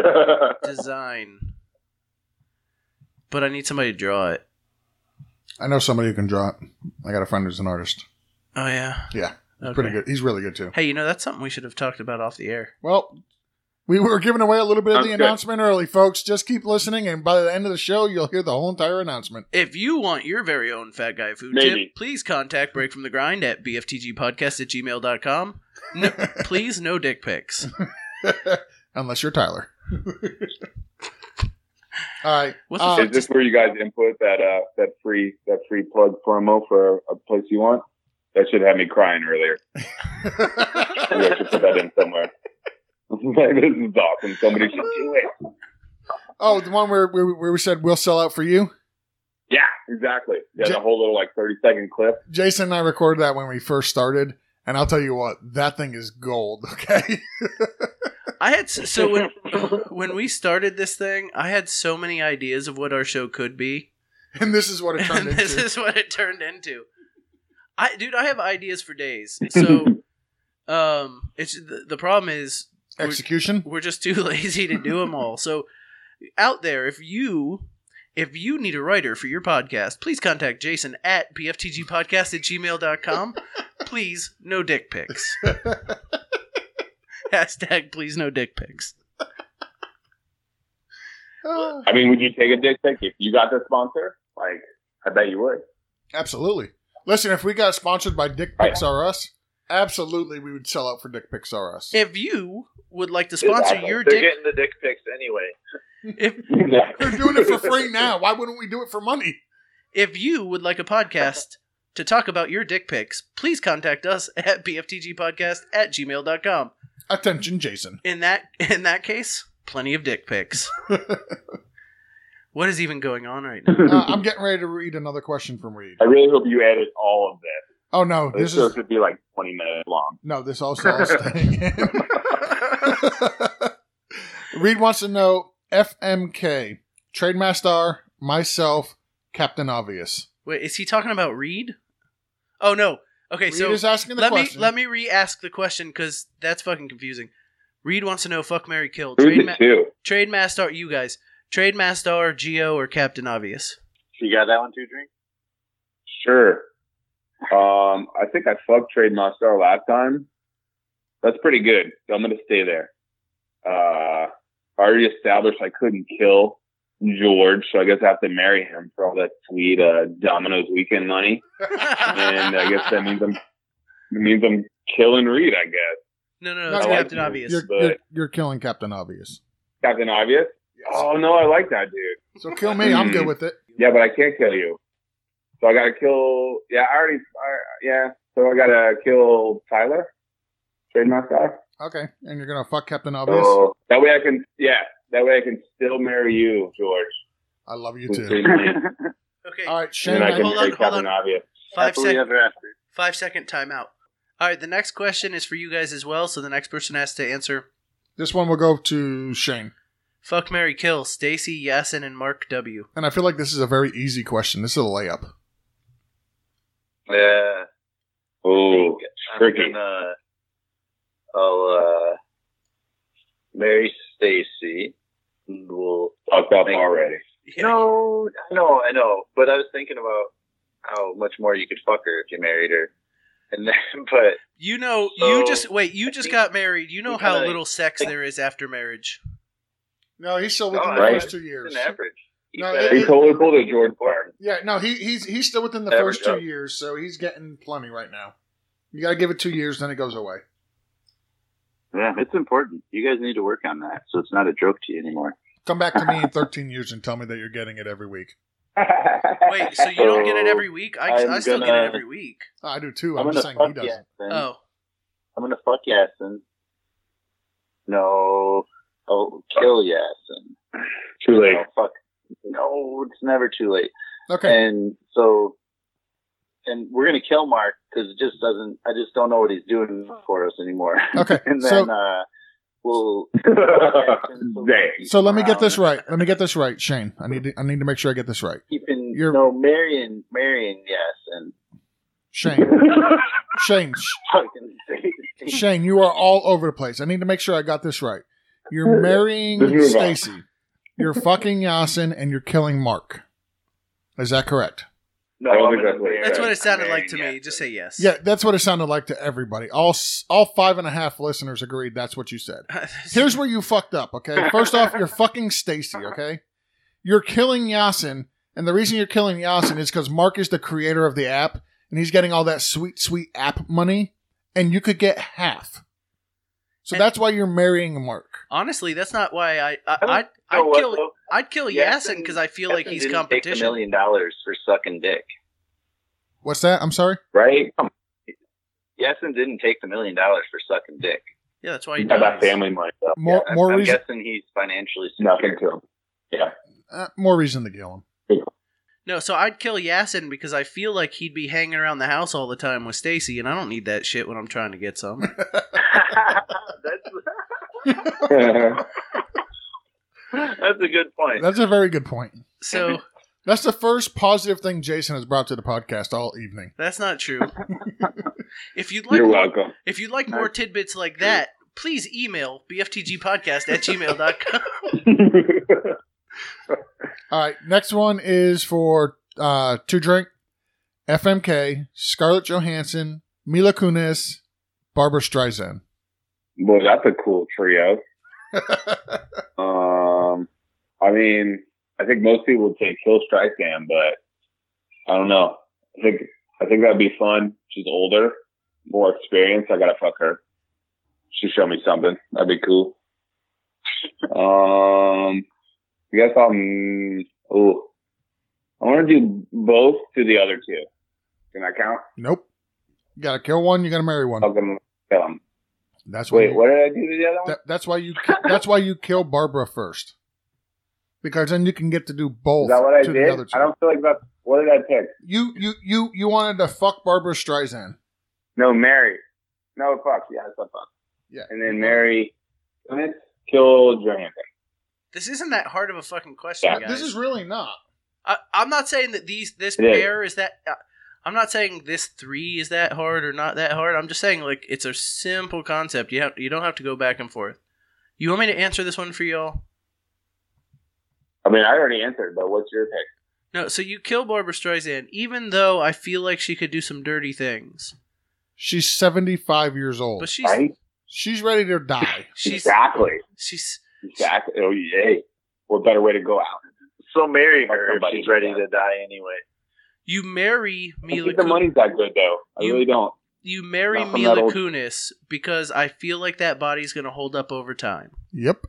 Speaker 1: design, but I need somebody to draw it.
Speaker 2: I know somebody who can draw it. I got a friend who's an artist.
Speaker 1: Oh yeah,
Speaker 2: Yeah,
Speaker 1: okay.
Speaker 2: Pretty good. He's really good too.
Speaker 1: Hey, you know that's something we should have talked about off the air.
Speaker 2: Well, we were giving away a little bit of
Speaker 3: Sounds
Speaker 2: the
Speaker 3: good.
Speaker 2: announcement early, folks. Just keep listening, and by the end of the show, you'll hear the whole entire announcement.
Speaker 1: If you want your very own Fat Guy Food
Speaker 3: Maybe.
Speaker 1: tip, please contact Break From The Grind at bftgpodcast at gmail.com. No, please, no dick pics.
Speaker 2: Unless you're Tyler. All right.
Speaker 1: What the
Speaker 2: Uh,
Speaker 1: fuck
Speaker 3: Is
Speaker 1: does
Speaker 3: this where you guys input that uh, that free that free plug promo for a place you want? That should have me crying earlier. You guys should put that in somewhere. Like, this is awesome. Somebody should do it.
Speaker 2: oh, the one where, where where we said we'll sell out for you.
Speaker 3: Yeah, exactly. Yeah,
Speaker 2: Ja-
Speaker 3: the whole little like thirty second clip.
Speaker 2: Jason and I recorded that when we first started, and I'll tell you what, that thing is gold. Okay.
Speaker 1: I had s- so when when we started this thing, I had so many ideas of what our show could be,
Speaker 2: and this is what it turned
Speaker 1: and this
Speaker 2: into.
Speaker 1: is what it turned into. I dude, I have ideas for days. So, um, it's the, the problem is
Speaker 2: Execution.
Speaker 1: we're just too lazy to do them all. So, out there, if you if you need a writer for your podcast, please contact Jason at pftgpodcast at gmail.com. Please, no dick pics. Hashtag please no dick pics.
Speaker 2: Ah,
Speaker 3: I mean, would you take a dick pic if you got the sponsor? Like, I bet you would.
Speaker 2: absolutely. Listen, if we got sponsored by Dick
Speaker 3: Right.
Speaker 2: Pics R Us, absolutely we would sell out for Dick Pics R Us.
Speaker 1: If you would like to sponsor
Speaker 3: Exactly.
Speaker 1: your
Speaker 4: They're
Speaker 1: dick
Speaker 4: getting the dick pics anyway.
Speaker 1: if
Speaker 2: They're doing it for free now. Why wouldn't we do it for money?
Speaker 1: if you would like a podcast to talk about your dick pics, please contact us at bftgpodcast at gmail.com.
Speaker 2: Attention, Jason.
Speaker 1: In that in that case, plenty of dick pics. What is even going on right now?
Speaker 2: Uh, I'm getting ready to read another question from Reed.
Speaker 3: I really hope you edit all of this.
Speaker 2: Oh no,
Speaker 3: This
Speaker 2: this
Speaker 3: show
Speaker 2: is
Speaker 3: could be like 20 minutes long.
Speaker 2: no, this also all staying in. Reed wants to know FMK Trademaster, myself, Captain Obvious.
Speaker 1: Wait, is he talking about Reed? Oh no. Okay,
Speaker 2: Reed
Speaker 1: so
Speaker 2: is asking the
Speaker 1: let
Speaker 2: question.
Speaker 1: me let me re-ask the question because that's fucking confusing. Reed wants to know fuck Mary Kill
Speaker 3: Who's
Speaker 1: trade
Speaker 3: the
Speaker 1: ma-
Speaker 3: two?
Speaker 1: trade master you guys trade master Geo or Captain Obvious.
Speaker 4: So you got that one too, drink.
Speaker 3: Sure. Um, I think I fucked Trade Monster last time. That's pretty good. So I'm going to stay there. Uh, I already established I couldn't kill George, so I guess I have to marry him for all that sweet uh, Domino's weekend money. And I guess that means I'm it means I'm killing Reed. I guess
Speaker 1: no, no,
Speaker 2: No,
Speaker 1: no, it's
Speaker 2: I like
Speaker 1: Captain
Speaker 3: you.
Speaker 1: Obvious.
Speaker 2: you're, you're, you're killing Captain Obvious.
Speaker 3: Captain Obvious. Oh no, I like that dude.
Speaker 2: So kill me. I'm good with it.
Speaker 3: Yeah, but I can't kill you. So I gotta kill. Yeah, I already. I, yeah, so I gotta kill Tyler, trade master.
Speaker 2: Okay, and you're gonna fuck Captain Obvious.
Speaker 3: So that way I can. Yeah, that way I can still marry you, George.
Speaker 2: I love you
Speaker 3: who's
Speaker 2: too.
Speaker 3: treating me. and
Speaker 1: Okay,
Speaker 2: All right, Shane.
Speaker 3: then I can
Speaker 1: Hold
Speaker 3: marry
Speaker 1: on, hold
Speaker 3: Captain
Speaker 1: on.
Speaker 3: Obvious.
Speaker 1: five
Speaker 4: Happily
Speaker 1: sec-
Speaker 4: ever after.
Speaker 1: five second timeout. All right, the next question is for you guys as well. So the next person has to answer
Speaker 2: this one will go to Shane.
Speaker 1: fuck Mary Kill Stacy Yasin and Mark W.
Speaker 2: And I feel like this is a very easy question. This is a layup.
Speaker 4: Yeah.
Speaker 3: Oh,
Speaker 4: I'm
Speaker 3: Tricky.
Speaker 4: gonna, I'll uh, marry Stacy. and We'll
Speaker 3: fucked up
Speaker 4: Thank-
Speaker 3: already.
Speaker 4: No, I know, I know. But I was thinking about how much more you could fuck her if you married her. And then, but
Speaker 1: You know,
Speaker 4: So,
Speaker 1: you just wait. You
Speaker 4: I
Speaker 1: just
Speaker 4: think
Speaker 1: got married. You know
Speaker 4: we
Speaker 1: how
Speaker 4: kinda-
Speaker 1: little sex there is after marriage.
Speaker 2: No, he's still within
Speaker 4: Oh,
Speaker 2: the
Speaker 3: right.
Speaker 2: first two
Speaker 4: it's
Speaker 2: years.
Speaker 4: an average. You
Speaker 2: No,
Speaker 4: said
Speaker 2: it-
Speaker 3: He totally pulled a George card.
Speaker 2: Yeah, no, he, he's he's still within the
Speaker 4: There we
Speaker 2: first
Speaker 4: go.
Speaker 2: two years, so he's getting plenty right now. You gotta give it two years, then it goes away.
Speaker 4: yeah, it's important. You guys need to work on that, so it's not a joke to you anymore.
Speaker 2: Come back to me in thirteen years and tell me that you're getting it every week.
Speaker 1: Wait, so you don't get it every week? I, I
Speaker 4: I'm
Speaker 1: still get
Speaker 4: gonna-
Speaker 1: it every week.
Speaker 2: I do too.
Speaker 4: I'm
Speaker 2: I'm,
Speaker 4: gonna
Speaker 2: just saying he
Speaker 4: fuck
Speaker 2: doesn't.
Speaker 4: Yasin.
Speaker 1: Oh,
Speaker 4: I'm gonna fuck Yasin. No, oh, kill Yasin.
Speaker 3: Too late.
Speaker 4: No, fuck. No, it's never too late.
Speaker 2: Okay,
Speaker 4: And so, and we're gonna kill Mark because it just doesn't. I just don't know what he's doing for us anymore.
Speaker 2: okay.
Speaker 4: and
Speaker 2: so
Speaker 4: then uh, we'll.
Speaker 3: Dang.
Speaker 2: so let me get this
Speaker 4: around.
Speaker 2: right. Let me get this right, Shane. I need to, I need to make sure I get this right.
Speaker 4: Keeping
Speaker 2: You're-
Speaker 4: no Marion, Marion, yes, and
Speaker 2: Shane, Shane, sh-
Speaker 4: fucking Stacy.
Speaker 2: Shane, you are all over the place. I need to make sure I got this right. You're
Speaker 3: Let's
Speaker 2: marrying
Speaker 3: move on.
Speaker 2: Stacy. You're fucking Yasin, and you're killing Mark. Is that correct?
Speaker 4: No,
Speaker 3: I don't
Speaker 4: I'm
Speaker 3: think
Speaker 4: gonna
Speaker 3: that's what-
Speaker 4: marry-
Speaker 1: that's what it sounded like to
Speaker 4: Marion
Speaker 1: me.
Speaker 4: Yassin.
Speaker 1: Just say yes.
Speaker 2: Yeah, that's what it sounded like to everybody. All s- all five and a half listeners agreed that's what you said. Here's where you fucked up, okay? First off, you're fucking Stacy, okay? You're killing Yasin, and the reason you're killing Yasin is because Mark is the creator of the app, and he's getting all that sweet, sweet app money, and you could get half. So
Speaker 1: And-
Speaker 2: that's why you're marrying Mark.
Speaker 1: honestly, that's not why I. I,
Speaker 4: don't
Speaker 1: I
Speaker 4: You know
Speaker 1: I'd
Speaker 4: what,
Speaker 1: kill.
Speaker 4: though?
Speaker 1: I'd kill Yasin
Speaker 4: Yassin-
Speaker 1: because I feel like
Speaker 4: Yassin
Speaker 1: he's
Speaker 4: didn't Take a
Speaker 1: competition.
Speaker 4: million dollars for sucking dick.
Speaker 2: What's that? I'm sorry?
Speaker 3: right? Come
Speaker 4: Yasin didn't take the million dollars for sucking dick.
Speaker 1: Yeah, that's why
Speaker 3: on.
Speaker 1: he
Speaker 3: How about
Speaker 1: dies.
Speaker 3: family money? Though?
Speaker 2: More
Speaker 4: Yeah, I'm-
Speaker 2: more
Speaker 4: I'm,
Speaker 2: reason
Speaker 4: guessing he's financially secure.
Speaker 3: Nothing to him.
Speaker 2: uh, more reason to kill him.
Speaker 1: No, so I'd kill Yasin because I feel like he'd be hanging around the house all the time with Stacy, and I don't need that shit when I'm trying to get some.
Speaker 4: that's, that's a good point.
Speaker 2: That's a very good point.
Speaker 1: So
Speaker 2: That's the first positive thing Jason has brought to the podcast all evening.
Speaker 1: that's not true. If you'd like
Speaker 3: You're
Speaker 1: more
Speaker 3: welcome.
Speaker 1: If you'd like more tidbits like that, please email bftgpodcast at gmail.com.
Speaker 2: All right, next one is for uh Two Drink, FMK, Scarlett Johansson, Mila Kunis, Barbara Streisand.
Speaker 3: Boy, that's a cool trio. Um, I mean, I think most people would say kill Streisand, but I don't know. I think I think that'd be fun. She's older, more experienced. I gotta fuck her. She show me something. That'd be cool. um, I guess I'm. mm, Ooh, I want to do both to the other two. Can I count?
Speaker 2: nope. You gotta kill one, you gotta marry one.
Speaker 3: I'll them kill 'em.
Speaker 2: That's why
Speaker 3: Oh, Wait,
Speaker 2: you,
Speaker 3: what did I do to the other one?
Speaker 2: that- that's why you ki- that's why you kill Barbara first. because then you can get to do both.
Speaker 3: Is that what I
Speaker 2: to the
Speaker 3: did?
Speaker 2: other two.
Speaker 3: I don't feel like that's. What did I pick?
Speaker 2: You you you you wanted to fuck Barbara Streisand.
Speaker 3: No, Mary. No, fuck. Yeah, it's not fuck.
Speaker 2: Yeah.
Speaker 3: And then Mary. And it's kill Johansson.
Speaker 1: This isn't that hard of a fucking question,
Speaker 3: Yeah.
Speaker 1: guys.
Speaker 2: This is really not.
Speaker 1: I, I'm not saying that these this
Speaker 3: It is.
Speaker 1: pair is that. Uh, I'm not saying this three is that hard or not that hard. I'm just saying like it's a simple concept. You have you don't have to go back and forth. You want me to answer this one for y'all?
Speaker 3: I mean, I already answered, but what's your pick?
Speaker 1: No. So you kill Barbara Streisand, even though I feel like she could do some dirty things,
Speaker 2: She's seventy five years old.
Speaker 1: but she's
Speaker 3: right?
Speaker 2: She's ready to die.
Speaker 1: she's
Speaker 3: exactly.
Speaker 1: she's
Speaker 3: Exactly. Oh, yay. What better way to go out?
Speaker 4: So marry
Speaker 3: Fuck
Speaker 4: her if
Speaker 3: somebody.
Speaker 4: she's ready to die anyway.
Speaker 1: you marry
Speaker 3: I don't
Speaker 1: Mila.
Speaker 3: think the
Speaker 1: Kun-
Speaker 3: money's that good, though. I
Speaker 1: You-
Speaker 3: really don't.
Speaker 1: you marry
Speaker 3: Not from
Speaker 1: Mila
Speaker 3: that old-
Speaker 1: Kunis because I feel like that body's gonna hold up over time.
Speaker 2: Yep.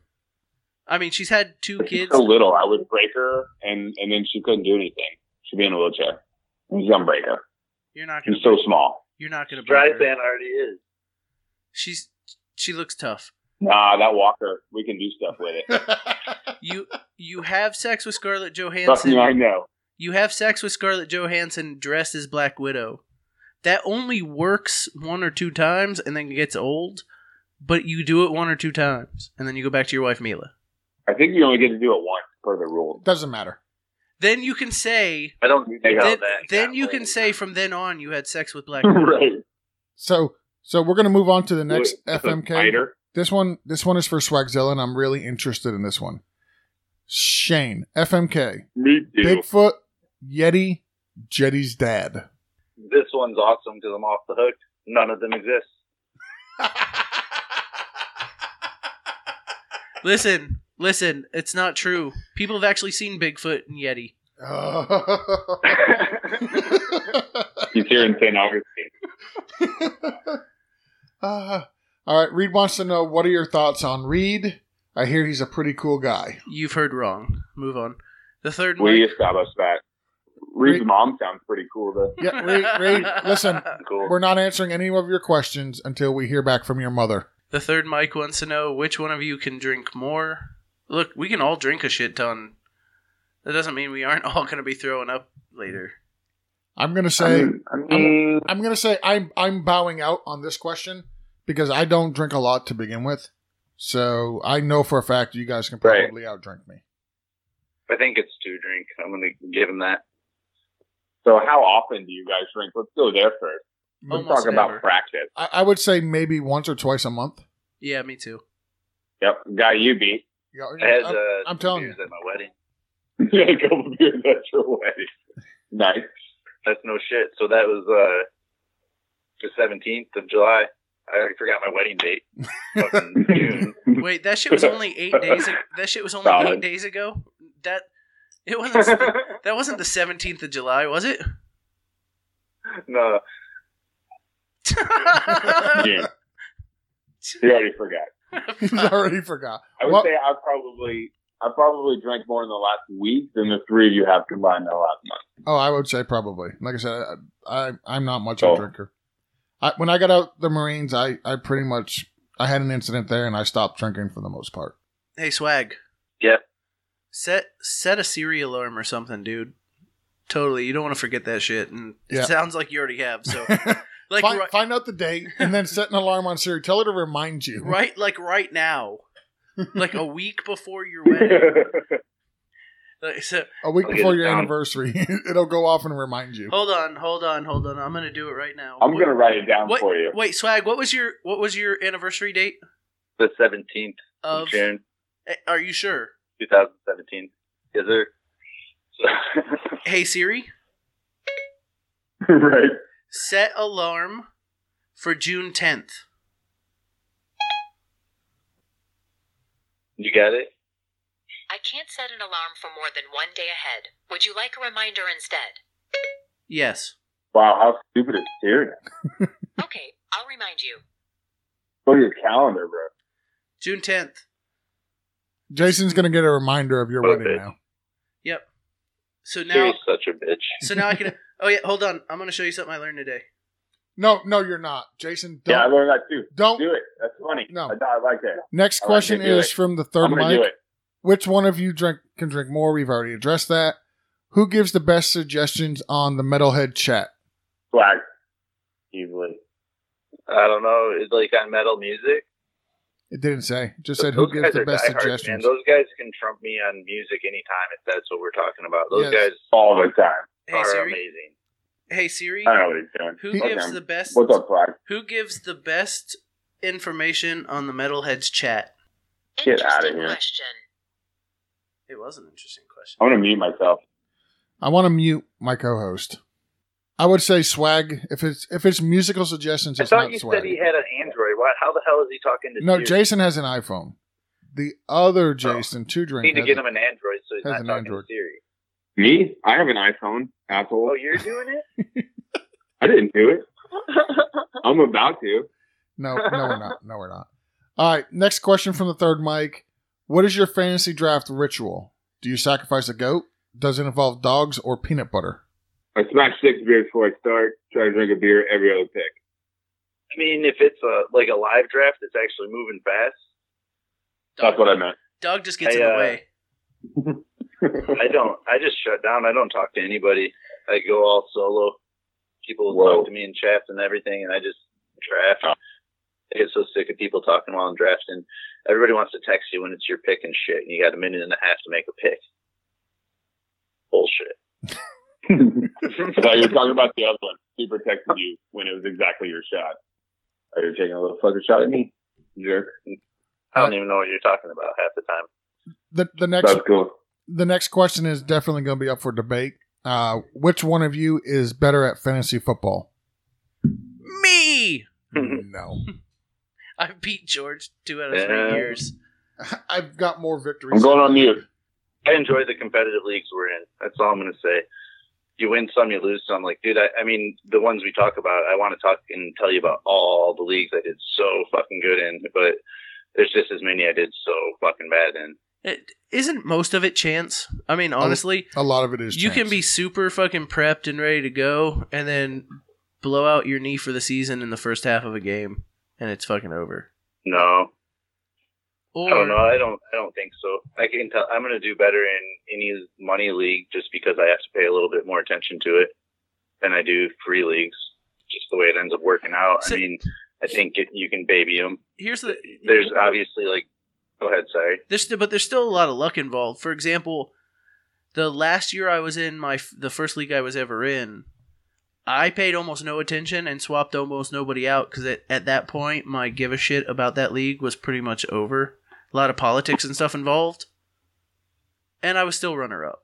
Speaker 1: I mean, she's had two
Speaker 3: But She's
Speaker 1: kids.
Speaker 3: so little. I would break her, and, and then she couldn't do anything. She'd be in a wheelchair. He's gonna break her.
Speaker 1: You're not gonna.
Speaker 3: She's so small.
Speaker 1: You're not gonna. break her.
Speaker 4: Streisand already is.
Speaker 1: She's she looks tough.
Speaker 3: Nah, that walker. We can do stuff with it.
Speaker 1: You you have sex with Scarlett
Speaker 3: Trust me, I
Speaker 1: Johansson.
Speaker 3: know.
Speaker 1: You have sex with Scarlett Johansson dressed as Black Widow. That only works one or two times and then gets old, but you do it one or two times and then you go back to your wife Mila.
Speaker 3: I think you only get to do it once per the rules.
Speaker 2: Doesn't matter.
Speaker 1: Then you can say
Speaker 4: I don't think
Speaker 3: Yeah,
Speaker 1: then,
Speaker 4: about that.
Speaker 1: then
Speaker 4: that
Speaker 1: you
Speaker 4: way.
Speaker 1: can say from then on you had sex with Black Widow.
Speaker 3: right.
Speaker 2: So so we're gonna move on to the next
Speaker 3: Wait,
Speaker 2: FMK.
Speaker 3: Spider?
Speaker 2: This one this one is for Swagzilla, and I'm really interested in this one. Shane FMK
Speaker 3: Me too.
Speaker 2: Bigfoot Yeti Jetty's dad.
Speaker 4: this one's awesome because I'm off the hook. None of them exist.
Speaker 1: Listen, listen, it's not true. People have actually seen Bigfoot and Yeti.
Speaker 3: He's here in St. Augustine.
Speaker 2: Ah. all right, Reed wants to know what are your thoughts on Reed? I hear he's a pretty cool guy.
Speaker 1: You've heard wrong. Move on. The third one.
Speaker 3: We established that. Reed's
Speaker 2: Reed-
Speaker 3: mom sounds pretty cool, though.
Speaker 2: Yeah, Reed, Reed listen,
Speaker 4: Cool.
Speaker 2: we're not answering any of your questions until we hear back from your mother.
Speaker 1: The third Mike wants to know which one of you can drink more. Look, we can all drink a shit ton. That doesn't mean we aren't all going to be throwing up later.
Speaker 2: I'm gonna
Speaker 3: I
Speaker 2: say
Speaker 3: mean, I mean,
Speaker 2: I'm gonna say I'm I'm bowing out on this question because I don't drink a lot to begin with. So I know for a fact you guys can
Speaker 3: Right.
Speaker 2: probably outdrink me.
Speaker 4: I think it's two drink. I'm gonna give him that.
Speaker 3: so how often do you guys drink? Let's go there first. Let's
Speaker 1: Almost
Speaker 3: talk about
Speaker 1: never.
Speaker 3: practice.
Speaker 2: I, I would say maybe once or twice a month.
Speaker 1: Yeah, me too.
Speaker 3: Yep, guy you beat.
Speaker 2: Yeah,
Speaker 4: I had
Speaker 2: I'm-
Speaker 4: uh,
Speaker 2: I'm telling
Speaker 4: beers at my wedding.
Speaker 3: Yeah, a couple beers at your wedding. Nice.
Speaker 4: That's no shit. So that was uh, the 17th of July. I already forgot my wedding date. Fucking June.
Speaker 1: Wait, that shit was only eight days. Ag- that shit was only
Speaker 3: Solid.
Speaker 1: eight days ago. That it wasn't. the- that wasn't the seventeenth of July, was it?
Speaker 4: No,
Speaker 3: June. You already forgot.
Speaker 2: I already forgot.
Speaker 3: I would
Speaker 2: Well-
Speaker 3: say I probably I probably drank more in the last week than the three of you have combined in the last month.
Speaker 2: Oh, I would say probably. Like I said, I, I I'm not much of
Speaker 3: Oh.
Speaker 2: a drinker. I, when I got out the Marines, I I pretty much I had an incident there and I stopped drinking for the most part.
Speaker 1: hey, swag.
Speaker 4: Yeah.
Speaker 1: Set set a Siri alarm or something, dude. Totally, you don't want to forget that shit, and
Speaker 2: Yeah.
Speaker 1: it sounds like you already have. So, like,
Speaker 2: find,
Speaker 1: right,
Speaker 2: find out the date and then set an alarm on Siri. Tell her to remind you.
Speaker 1: right, like right now, like a week before your wedding. Like, so,
Speaker 2: A week
Speaker 4: I'll get
Speaker 2: before
Speaker 4: it
Speaker 2: your
Speaker 4: down.
Speaker 2: anniversary, it'll go off and remind you.
Speaker 1: hold on, hold on, hold on. I'm gonna do it right now.
Speaker 3: I'm
Speaker 1: What-
Speaker 3: gonna write it down
Speaker 1: What-
Speaker 3: for you.
Speaker 1: Wait, swag. What was your what was your anniversary date
Speaker 4: the 17th
Speaker 1: of?
Speaker 4: of June,
Speaker 1: Eh, Are you sure?
Speaker 4: 2017. Is there? So,
Speaker 1: Hey Siri,
Speaker 3: right.
Speaker 1: set alarm for June 10th.
Speaker 4: you got it?
Speaker 5: I can't set an alarm for more than one day ahead. Would you like a reminder instead?
Speaker 1: Yes.
Speaker 3: Wow, how stupid is serious.
Speaker 5: Okay, I'll remind you.
Speaker 3: Go to your calendar, bro.
Speaker 1: June 10th.
Speaker 2: Jason's gonna get a reminder of your
Speaker 4: Perfect.
Speaker 2: wedding now.
Speaker 1: Yep. So now,
Speaker 4: You're such a bitch.
Speaker 1: so now I can. Oh yeah, hold on. I'm gonna show you something I learned today.
Speaker 2: No, no, you're not, Jason. Don't.
Speaker 3: Yeah, I learned that too.
Speaker 2: don't.
Speaker 3: Do it. That's funny.
Speaker 2: No.
Speaker 3: I, I like that.
Speaker 2: Next
Speaker 3: I like
Speaker 2: question
Speaker 3: to do
Speaker 2: is
Speaker 3: it.
Speaker 2: from the
Speaker 3: I'm
Speaker 2: third
Speaker 3: gonna do
Speaker 2: mic.
Speaker 3: it.
Speaker 2: Which one of you drink can drink more. We've already addressed that. Who gives the best suggestions on the metalhead chat?
Speaker 3: Swag. Easily.
Speaker 4: I don't know. It's like on metal music.
Speaker 2: It didn't say. It just said who
Speaker 4: Those
Speaker 2: gives
Speaker 4: guys
Speaker 2: the
Speaker 4: are
Speaker 2: best
Speaker 4: diehard, man.
Speaker 2: suggestions.
Speaker 4: Those guys can trump me on music anytime if that's what we're talking about. Those
Speaker 2: Yes.
Speaker 4: guys
Speaker 3: All the time.
Speaker 1: Hey
Speaker 4: are
Speaker 1: Siri.
Speaker 4: amazing.
Speaker 1: Hey Siri.
Speaker 3: I don't know what he's doing.
Speaker 1: Who
Speaker 3: Okay.
Speaker 1: gives the best?
Speaker 3: What's up, Swag?
Speaker 1: Who gives the best information on the metalheads chat?
Speaker 3: Get outta
Speaker 5: Interesting
Speaker 3: here.
Speaker 5: question.
Speaker 1: It was an interesting question.
Speaker 3: I'm gonna mute myself.
Speaker 2: I want to mute my co-host. I would say swag. If it's if it's musical suggestions,
Speaker 4: I
Speaker 2: it's
Speaker 4: thought
Speaker 2: not
Speaker 4: you
Speaker 2: swag.
Speaker 4: said he had an Android. Why, how the hell is he talking to
Speaker 2: no,
Speaker 4: Siri?
Speaker 2: Jason has an iPhone. The other Jason, two
Speaker 4: We
Speaker 2: drink.
Speaker 4: need to
Speaker 2: has
Speaker 4: get
Speaker 2: a-
Speaker 4: him an Android so he's
Speaker 2: has
Speaker 4: not
Speaker 2: an
Speaker 4: talking
Speaker 2: Android.
Speaker 4: to Siri.
Speaker 3: Me? I have an iPhone. Asshole.
Speaker 4: Oh, you're doing it?
Speaker 3: I didn't do it. I'm about to.
Speaker 2: No, no, we're not. No, we're not. All right. Next question from the third mic. What is your fantasy draft ritual? Do you sacrifice a goat? Does it involve dogs or peanut butter?
Speaker 3: I smash six beers before I start. Try to drink a beer every other pick.
Speaker 4: I mean, if it's a like a live draft that's actually moving fast,
Speaker 3: That's what I meant.
Speaker 1: Dog just gets
Speaker 4: I,
Speaker 1: in the
Speaker 4: uh,
Speaker 1: way.
Speaker 4: I don't. I just shut down. I don't talk to anybody. I go all solo. People
Speaker 3: Whoa.
Speaker 4: talk to me in chats and everything, and I just draft. I get so sick of people talking while I'm drafting. Everybody wants to text you when it's your pick and shit, and you got a minute and a half to make a pick. Bullshit.
Speaker 3: I thought you were talking about the other one. He protected you when it was exactly your shot. Are you taking a little fucking shot at me? Jerk.
Speaker 4: I
Speaker 2: Oh.
Speaker 4: don't even know what you're talking about half the time.
Speaker 2: The the next
Speaker 3: That's cool.
Speaker 2: the next question is definitely going to be up for debate. Uh, which one of you is better at fantasy football?
Speaker 1: Me.
Speaker 2: no,
Speaker 1: I beat George two out of three
Speaker 4: Yeah.
Speaker 1: years.
Speaker 2: I've got more victories.
Speaker 3: I'm going on mute.
Speaker 4: I enjoy the competitive leagues we're in. That's all I'm going to say. You win some, you lose some. Like, dude, I, I mean, the ones we talk about, I want to talk and tell you about all the leagues I did so fucking good in, but there's just as many I did so fucking bad in.
Speaker 1: It, Eh, isn't most of it chance? I mean, honestly,
Speaker 2: A lot of it is
Speaker 1: you can
Speaker 2: chance.
Speaker 1: be super fucking prepped and ready to go, and then blow out your knee for the season in the first half of a game, and it's fucking over.
Speaker 4: No,
Speaker 1: Or
Speaker 4: I don't know. I don't. I don't think so. I can tell. I'm going to do better in any money league just because I have to pay a little bit more attention to it than I do free leagues. Just the way it ends up working out.
Speaker 1: So-
Speaker 4: I mean, I think it, you can baby them.
Speaker 1: here's the
Speaker 4: There's obviously like. Go ahead, sorry.
Speaker 1: There's but there's still a lot of luck involved. For example, the last year I was in my f- the first league I was ever in, I paid almost no attention and swapped almost nobody out because at, at that point my give a shit about that league was pretty much over. A lot of politics and stuff involved, and I was still runner up.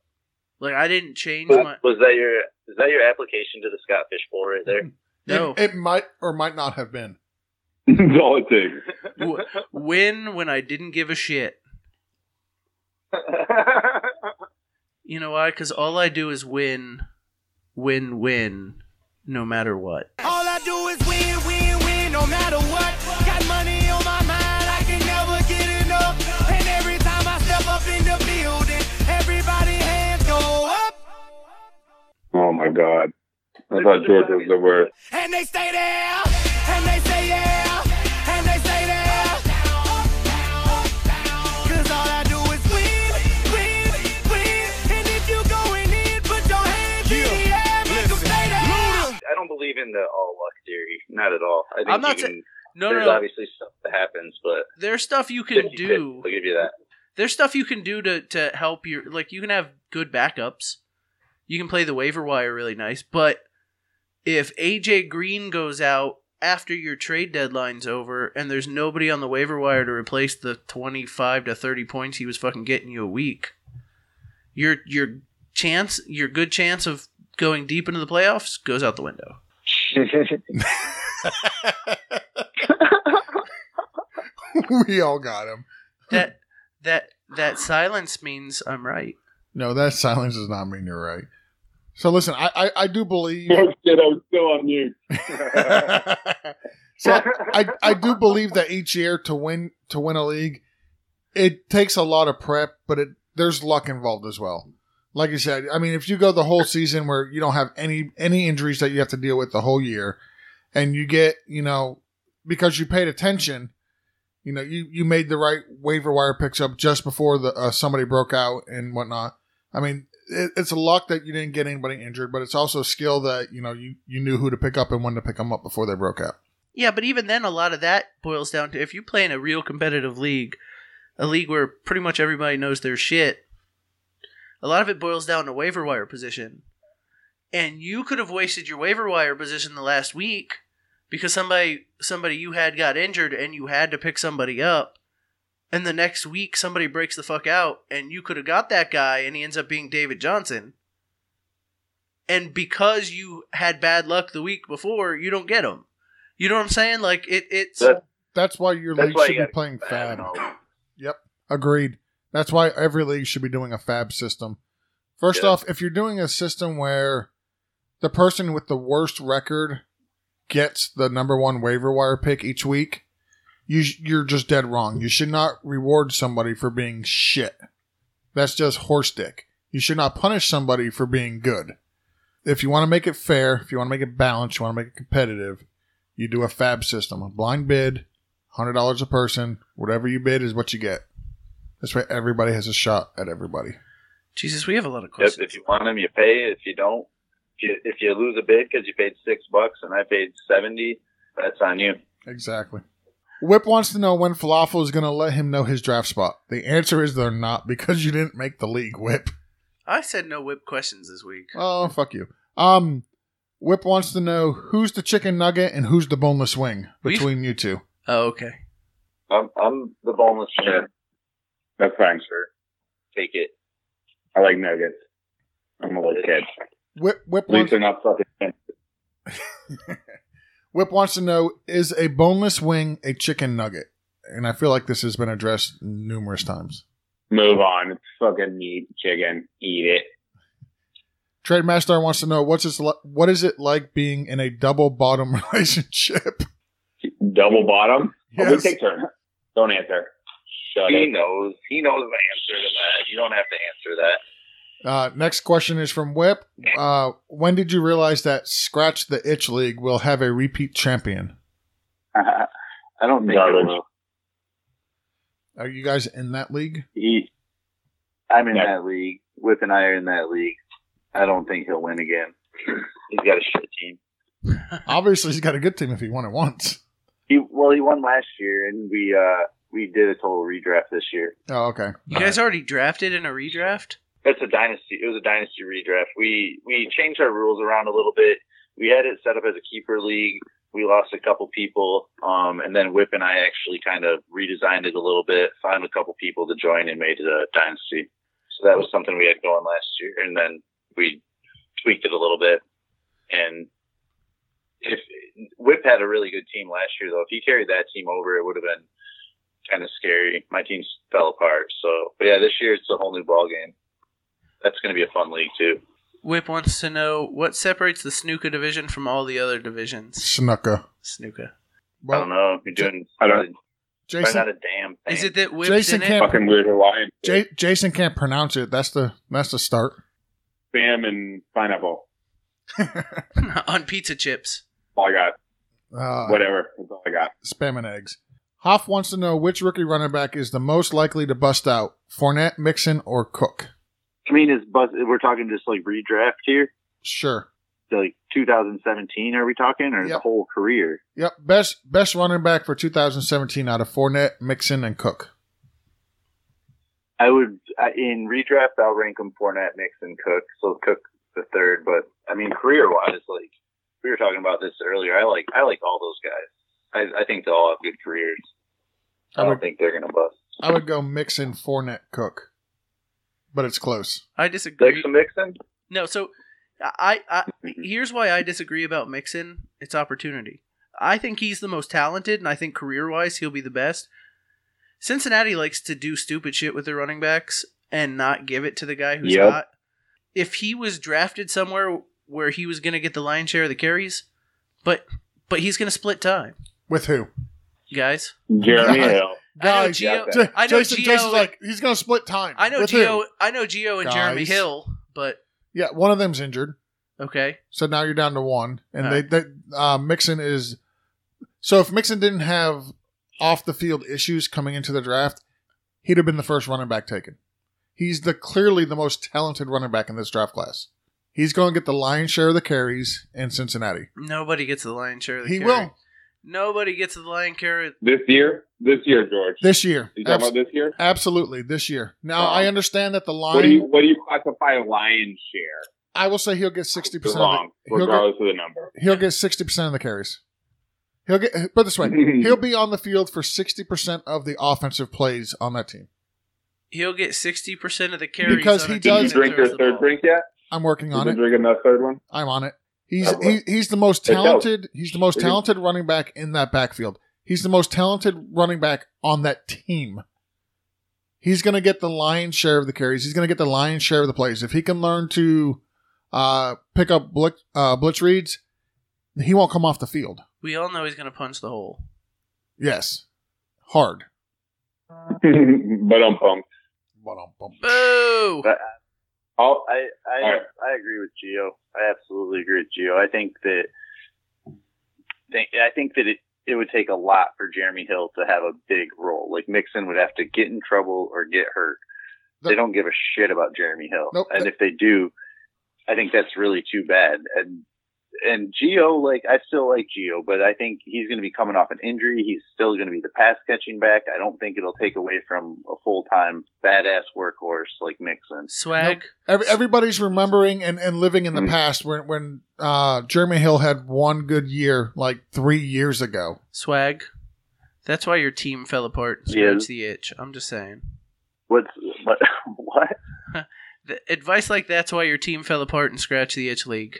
Speaker 1: Like I didn't change my
Speaker 4: Was that your is that your application to the Scott Fish Bowl right there?
Speaker 1: Mm-hmm.
Speaker 2: It-
Speaker 1: no.
Speaker 2: It, might or might not have been.
Speaker 3: That's all it takes.
Speaker 1: w- win when I didn't give a shit. You know why? Because all I do is win, win, win, no matter what.
Speaker 6: All I do is win, win, win, no matter what. Got money on my mind, I can never get enough. And every time I step up in the building, everybody hands go up.
Speaker 3: Oh my god. I thought George was the worst.
Speaker 6: And they stay there, and they say yeah, and they stay there. Cause all I do is win, win, win. And if you going in, put your hands in the air, make 'em stay there.
Speaker 4: I don't believe in the all luck theory, not at all. I think
Speaker 1: I'm not
Speaker 4: you can,
Speaker 1: No, no,
Speaker 4: there's
Speaker 1: no.
Speaker 4: obviously stuff that happens, but
Speaker 1: There's stuff you can
Speaker 4: 50
Speaker 1: do.
Speaker 4: I'll give you that.
Speaker 1: There's stuff you can do to to help your like you can have good backups. You can play the waiver wire really nice, but if AJ Green goes out after your trade deadline's over and there's nobody on the waiver wire to replace the 25 to 30 points he was fucking getting you a week, your your chance, your good chance of going deep into the playoffs goes out the window.
Speaker 2: we all got him.
Speaker 1: That that that silence means I'm right.
Speaker 2: No, that silence does not mean you're right. So listen, I I, I do believe.
Speaker 3: Oh shit, I was still on mute.
Speaker 2: so I, I do believe that each year to win to win a league, it takes a lot of prep, but it there's luck involved as well. Like you said, I mean, if you go the whole season where you don't have any any injuries that you have to deal with the whole year, and you get you know because you paid attention, You know, you, you made the right waiver wire picks up just before the uh, somebody broke out and whatnot. I mean, it, it's a luck that you didn't get anybody injured, but it's also skill that you know you you knew who to pick up and when to pick them up before they broke out.
Speaker 1: Yeah, but even then, a lot of that boils down to if you play in a real competitive league, a league where pretty much everybody knows their shit, a lot of it boils down to waiver wire position. And you could have wasted your waiver wire position the last week because somebody somebody you had got injured and you had to pick somebody up. And the next week somebody breaks the fuck out and you could have got that guy and he ends up being David Johnson. And because you had bad luck the week before, you don't get him. You know what I'm saying? Like it it's
Speaker 3: That's-
Speaker 2: That's why your
Speaker 3: That's
Speaker 2: league
Speaker 3: why
Speaker 2: should
Speaker 3: you
Speaker 2: be
Speaker 3: gotta
Speaker 2: playing fab.
Speaker 3: No.
Speaker 2: Agreed. That's why every league should be doing a fab system. First
Speaker 3: Yeah.
Speaker 2: off, if you're doing a system where the person with the worst record gets the number one waiver wire pick each week, you sh- you're just dead wrong. You should not reward somebody for being shit. That's just horse dick. You should not punish somebody for being good. If you want to make it fair, if you want to make it balanced, you want to make it competitive, you do a fab system, a blind bid, hundred dollars a person, whatever you bid is what you get. That's why everybody has a shot at everybody.
Speaker 1: Jesus, we have a lot of
Speaker 4: Yep,
Speaker 1: questions.
Speaker 4: if you want them, you pay. If you don't, if you, if you lose a bid because you paid six bucks and I paid seventy, that's on you.
Speaker 2: Exactly. Whip wants to know when Falafel is going to let him know his draft spot. The answer is they're not because you didn't make the league, Whip.
Speaker 1: I said no whip questions this week.
Speaker 2: Oh, fuck you. Um, Whip wants to know who's the chicken nugget and who's the boneless wing
Speaker 1: We-
Speaker 2: between you two.
Speaker 1: Oh, okay.
Speaker 4: I'm I'm the boneless
Speaker 3: Sure.
Speaker 4: chicken.
Speaker 3: That's fine.
Speaker 4: Sure, take it.
Speaker 3: I like nuggets. I'm a little kid.
Speaker 2: Whip Whip
Speaker 3: At
Speaker 2: wants,
Speaker 3: least they're not fucking.
Speaker 2: Whip wants to know is a boneless wing a chicken nugget? And I feel like this has been addressed numerous times.
Speaker 3: Move on. It's fucking meat, chicken. Eat it.
Speaker 2: Trade Master wants to know what's it's li- what is it like being in a double bottom relationship?
Speaker 3: Double bottom. Oh, we
Speaker 2: Yes.
Speaker 3: take turns. Don't answer. Shut
Speaker 4: He
Speaker 3: it.
Speaker 4: knows. He knows the answer to that. You don't have to answer that.
Speaker 2: Uh, next question is from Whip. Uh, when did you realize that Scratch the Itch League will have a repeat champion?
Speaker 4: I don't think
Speaker 3: Garbage.
Speaker 4: it will.
Speaker 2: Are you guys in that league?
Speaker 4: He, I'm in
Speaker 3: Yeah.
Speaker 4: that league. Whip and I are in that league. I don't think he'll win again. He's got a shit team.
Speaker 2: Obviously, he's got a good team if he won it once.
Speaker 4: He well, he won last year, and we uh we did a total redraft this year.
Speaker 2: Oh, okay.
Speaker 1: You guys already drafted in a redraft?
Speaker 4: That's a dynasty. It was a dynasty redraft. We we changed our rules around a little bit. We had it set up as a keeper league. We lost a couple people, um, and then Whip and I actually kind of redesigned it a little bit, found a couple people to join, and made it a dynasty. So that was something we had going last year, and then we tweaked it a little bit. And if Whip had a really good team last year, though, if he carried that team over, it would have been kind of scary. My team fell apart. So, but yeah, this year it's a whole new ball game that's going to be a fun league too.
Speaker 1: Whip wants to know what separates the snooker division from all the other divisions.
Speaker 2: Snuka.
Speaker 1: Snooker.
Speaker 4: I
Speaker 2: Well,
Speaker 4: don't know. You're doing.
Speaker 3: I don't-
Speaker 4: probably
Speaker 2: Jason
Speaker 4: not a damn thing.
Speaker 1: Is it that Whip's in
Speaker 2: Jason
Speaker 1: it?
Speaker 2: can't-
Speaker 3: Fucking weird Hawaiian.
Speaker 2: J- Jason can't pronounce it. That's the that's the start.
Speaker 3: Spam and pineapple.
Speaker 1: on pizza chips?
Speaker 3: All I got.
Speaker 2: Uh,
Speaker 3: Whatever. That's all I got.
Speaker 2: Spam and eggs. Hoff wants to know which rookie running back is the most likely to bust out: Fournette, Mixon, or Cook?
Speaker 4: I mean, is bus? We're talking just like redraft here.
Speaker 2: Sure.
Speaker 4: Like 2017, are we talking, or the
Speaker 2: Yep.
Speaker 4: whole career?
Speaker 2: Yep. Best best running back for 2017 out of Fournette, Mixon, and Cook.
Speaker 4: I would I, in redraft. I'll rank them Fournette, Mixon, Cook. So Cook the third, but I mean, career wise, like we were talking about this earlier. I like I like all those guys. I, I think they all have good careers. I
Speaker 2: I
Speaker 4: don't
Speaker 2: would-
Speaker 4: think they're gonna bust.
Speaker 2: I would go Mixon, Fournette, Cook, but it's close.
Speaker 1: I disagree.
Speaker 4: Mixon, Mixon.
Speaker 1: No, so I, I here's why I disagree about Mixon. It's opportunity. I think he's the most talented, and I think career wise he'll be the best. Cincinnati likes to do stupid shit with their running backs and not give it to the guy who's
Speaker 3: Yep.
Speaker 1: hot. If he was drafted somewhere where he was going to get the lion's share of the carries, but but he's going to split time,
Speaker 2: With who?
Speaker 1: guys.
Speaker 3: Jeremy Hill.
Speaker 2: Guys,
Speaker 1: I know Gio.
Speaker 3: yeah,
Speaker 2: J-
Speaker 1: I know
Speaker 2: Jason,
Speaker 1: Gio-
Speaker 2: Jason's like he's gonna split time.
Speaker 1: I know
Speaker 2: With
Speaker 1: Gio.
Speaker 2: who?
Speaker 1: I know Gio and Jeremy
Speaker 2: Guys.
Speaker 1: Hill, but
Speaker 2: Yeah, one of them's injured,
Speaker 1: okay.
Speaker 2: so now you're down to one, and
Speaker 1: All right.
Speaker 2: they, they uh, Mixon is. So if Mixon didn't have off the field issues coming into the draft, he'd have been the first running back taken. He's the clearly the most talented running back in this draft class. He's going to get the lion's share of the carries in Cincinnati.
Speaker 1: Nobody gets the lion share. Of the
Speaker 2: He
Speaker 1: carry.
Speaker 2: will
Speaker 1: Nobody gets the lion carry.
Speaker 3: This year, this year, George.
Speaker 2: this year.
Speaker 3: you talking
Speaker 2: Abs-
Speaker 3: about this year?
Speaker 2: absolutely, this year. Now
Speaker 3: Um,
Speaker 2: I understand that the
Speaker 3: What do you
Speaker 2: lion.
Speaker 3: what do you classify lion's share?
Speaker 2: I will say he'll get sixty
Speaker 3: You're
Speaker 2: percent.
Speaker 3: wrong,
Speaker 2: He'll get
Speaker 3: regardless of the number.
Speaker 2: he'll get sixty percent of the carries. He'll get put it this way. He'll be on the field for sixty percent of the offensive plays on that team.
Speaker 1: He'll get sixty percent of the carries
Speaker 2: Because
Speaker 1: on
Speaker 2: he
Speaker 1: a
Speaker 2: does-
Speaker 1: team
Speaker 3: Did you
Speaker 1: that
Speaker 3: drink your
Speaker 1: throws the
Speaker 3: third
Speaker 1: ball.
Speaker 3: drink yet?
Speaker 2: I'm working
Speaker 3: Did
Speaker 2: on
Speaker 3: you
Speaker 2: it.
Speaker 3: drink another third one?
Speaker 2: I'm on it. He's
Speaker 3: Oh, boy.
Speaker 2: he, he's the most
Speaker 3: Hey, Joe.
Speaker 2: talented. He's the most
Speaker 3: Here you-
Speaker 2: talented running back in that backfield. He's the most talented running back on that team. He's going to get the lion's share of the carries. He's going to get the lion's share of the plays. If he can learn to uh, pick up blitz, uh, blitz reads, he won't come off the field.
Speaker 1: We all know he's going to punch the hole.
Speaker 2: Yes, hard.
Speaker 3: but I'm pumped.
Speaker 2: Ba-dum-bum.
Speaker 1: Boo!
Speaker 4: But- I'll, I I,
Speaker 3: All right.
Speaker 4: I agree with Gio. I absolutely agree with Gio. I think that think- I think that it it would take a lot for Jeremy Hill to have a big role. Like Mixon would have to get in trouble or get hurt.
Speaker 2: Nope.
Speaker 4: They don't give a shit about Jeremy Hill,
Speaker 2: Nope.
Speaker 4: and if they do, I think that's really too bad. And and Gio, like I still like Gio, but I think he's going to be coming off an injury. He's still going to be the pass catching back. I don't think it'll take away from a full time badass workhorse like Mixon.
Speaker 1: Swag.
Speaker 2: Every, everybody's remembering and, and living in the
Speaker 3: Mm.
Speaker 2: past when when uh, Jeremy Hill had one good year like three years ago.
Speaker 1: Swag. That's why your team fell apart.
Speaker 4: Yeah.
Speaker 1: Scratch the itch. I'm just saying.
Speaker 4: What's what? What?
Speaker 1: The advice like that's why your team fell apart and scratch the itch league.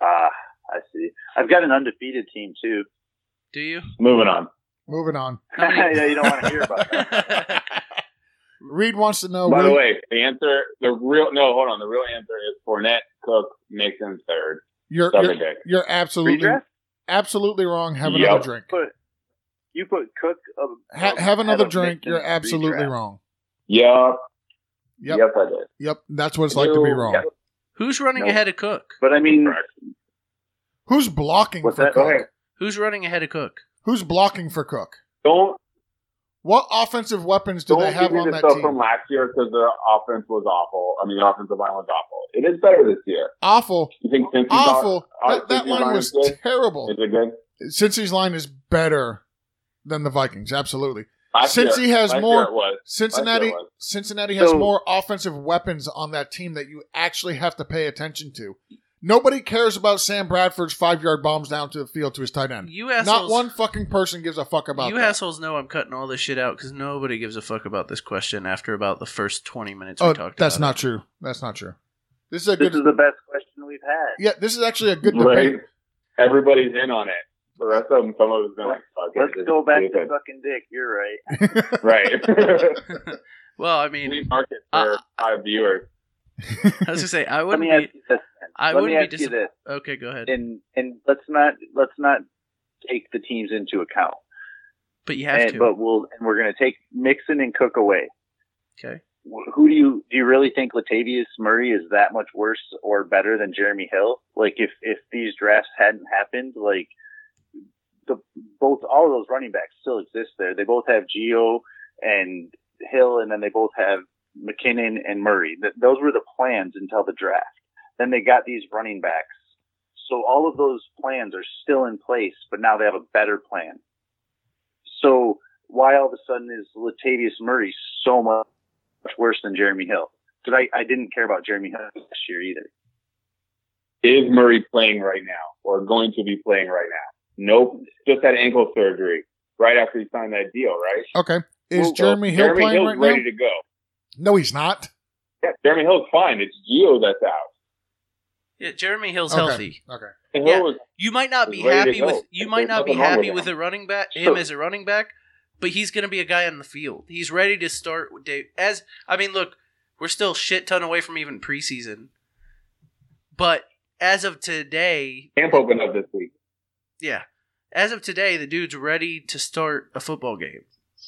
Speaker 4: Ah, I see. I've got an undefeated team too.
Speaker 1: Do you?
Speaker 3: Moving on.
Speaker 2: Moving on.
Speaker 1: How many-
Speaker 4: yeah, you don't want to hear about that.
Speaker 2: Reed wants to know.
Speaker 3: By the
Speaker 2: Reed-
Speaker 3: way, the answer, the real no, hold on. The real answer is Fournette, Cook, Mixon, third.
Speaker 2: You're
Speaker 3: Suck a
Speaker 2: you're,
Speaker 3: dick.
Speaker 2: you're absolutely
Speaker 4: Redraft?
Speaker 2: absolutely wrong. Have
Speaker 3: Yep.
Speaker 2: another drink.
Speaker 4: Put you put Cook. Um,
Speaker 2: Ha-
Speaker 4: um,
Speaker 2: have another
Speaker 4: Adam
Speaker 2: drink.
Speaker 4: Mixon
Speaker 2: You're absolutely
Speaker 4: redraft.
Speaker 2: wrong.
Speaker 3: Yep.
Speaker 2: Yep.
Speaker 3: Yep.
Speaker 2: yep,
Speaker 3: I did.
Speaker 2: That's what it's like to be wrong.
Speaker 3: Yep.
Speaker 1: Who's running
Speaker 4: Nope.
Speaker 1: ahead of Cook?
Speaker 4: But I mean,
Speaker 3: Correct.
Speaker 2: Who's blocking
Speaker 4: What's
Speaker 2: for
Speaker 4: that?
Speaker 2: Cook?
Speaker 3: Okay.
Speaker 1: Who's running ahead of Cook?
Speaker 2: Who's blocking for Cook?
Speaker 3: Don't
Speaker 2: What offensive weapons do
Speaker 3: don't
Speaker 2: they have
Speaker 3: give me
Speaker 2: on
Speaker 3: the
Speaker 2: that
Speaker 3: stuff
Speaker 2: team?
Speaker 3: from last year because their offense was awful. I mean, the offensive line was awful. It is better this year.
Speaker 2: Awful,
Speaker 3: You think since
Speaker 2: awful.
Speaker 3: our
Speaker 2: that that
Speaker 3: offensive
Speaker 2: line
Speaker 3: line
Speaker 2: was
Speaker 3: is good.
Speaker 2: terrible.
Speaker 3: is it good?
Speaker 2: Cincy's line is better than the Vikings. Absolutely.
Speaker 3: Last
Speaker 2: Since
Speaker 3: year-
Speaker 2: he has
Speaker 3: last
Speaker 2: more-
Speaker 3: year it was.
Speaker 2: Cincinnati
Speaker 3: was.
Speaker 2: Cincinnati has
Speaker 4: So-
Speaker 2: more offensive weapons on that team that you actually have to pay attention to. Nobody cares about Sam Bradford's five yard bombs down to the field to his tight end.
Speaker 1: You assholes.
Speaker 2: Not one fucking person gives a fuck about
Speaker 1: you
Speaker 2: that.
Speaker 1: assholes know I'm cutting all this shit out because nobody gives a fuck about this question after about the first 20 minutes we
Speaker 2: oh,
Speaker 1: talked
Speaker 2: that's
Speaker 1: about.
Speaker 2: not true. That's not true. This is a
Speaker 4: this
Speaker 2: good.
Speaker 4: is the best question we've had.
Speaker 2: yeah, this is actually a good
Speaker 3: right?
Speaker 2: debate.
Speaker 3: Everybody's in on it. The rest of them, some of us been like, fuck it,
Speaker 4: Let's
Speaker 3: this
Speaker 4: go
Speaker 3: is
Speaker 4: back to
Speaker 3: stupid.
Speaker 4: fucking Dick. You're right.
Speaker 3: Right.
Speaker 1: not. well, I mean,
Speaker 3: we market for
Speaker 1: Uh,
Speaker 3: five viewers.
Speaker 1: I was going to say, I
Speaker 4: Let
Speaker 1: wouldn't
Speaker 4: me ask
Speaker 1: be.
Speaker 4: you this. Then.
Speaker 1: I
Speaker 4: Let me
Speaker 1: wouldn't
Speaker 4: ask
Speaker 1: be
Speaker 4: you
Speaker 1: disappointed.
Speaker 4: this,
Speaker 1: Okay, go ahead.
Speaker 4: and and let's not let's not take the teams into account.
Speaker 1: But you have
Speaker 4: And,
Speaker 1: to.
Speaker 4: but we'll and we're gonna take Mixon and Cook away.
Speaker 1: okay.
Speaker 4: Wh- who do you do you really think Latavius Murray is that much worse or better than Jeremy Hill? Like if if these drafts hadn't happened, like the both all of those running backs still exist there. They both have Geo and Hill, and then they both have McKinnon and Murray. Th- those were the plans until the draft. Then they got these running backs. So all of those plans are still in place, but now they have a better plan. So why all of a sudden is Latavius Murray so much? much worse than Jeremy Hill. Because I, I didn't care about Jeremy Hill last year either.
Speaker 3: Is Murray playing right now or going to be playing right now? Nope. Just had ankle surgery right after he signed that deal, right?
Speaker 2: Okay. Oh, Is
Speaker 3: Well,
Speaker 2: Jeremy Hill
Speaker 3: Jeremy
Speaker 2: playing
Speaker 3: Hill's
Speaker 2: right
Speaker 3: ready
Speaker 2: now?
Speaker 3: to go.
Speaker 2: No, he's not.
Speaker 3: Yeah, Jeremy Hill's fine. It's Geo that's out.
Speaker 1: Yeah, Jeremy Hill's
Speaker 2: Okay.
Speaker 1: healthy.
Speaker 2: Okay.
Speaker 3: And
Speaker 1: Yeah.
Speaker 3: Hill was-
Speaker 1: You might not be
Speaker 3: He's ready to
Speaker 1: happy
Speaker 3: go.
Speaker 1: with you
Speaker 3: There's
Speaker 1: might not be
Speaker 3: nothing wrong
Speaker 1: happy
Speaker 3: with
Speaker 1: with
Speaker 3: him.
Speaker 1: a running back him
Speaker 4: Sure.
Speaker 1: as a running back, but he's going to be a guy on the field. He's ready to start with Dave. As I mean, look, we're still shit ton away from even preseason, but as of today,
Speaker 3: camp opened up this week.
Speaker 1: yeah, as of today, the dude's ready to start a football game.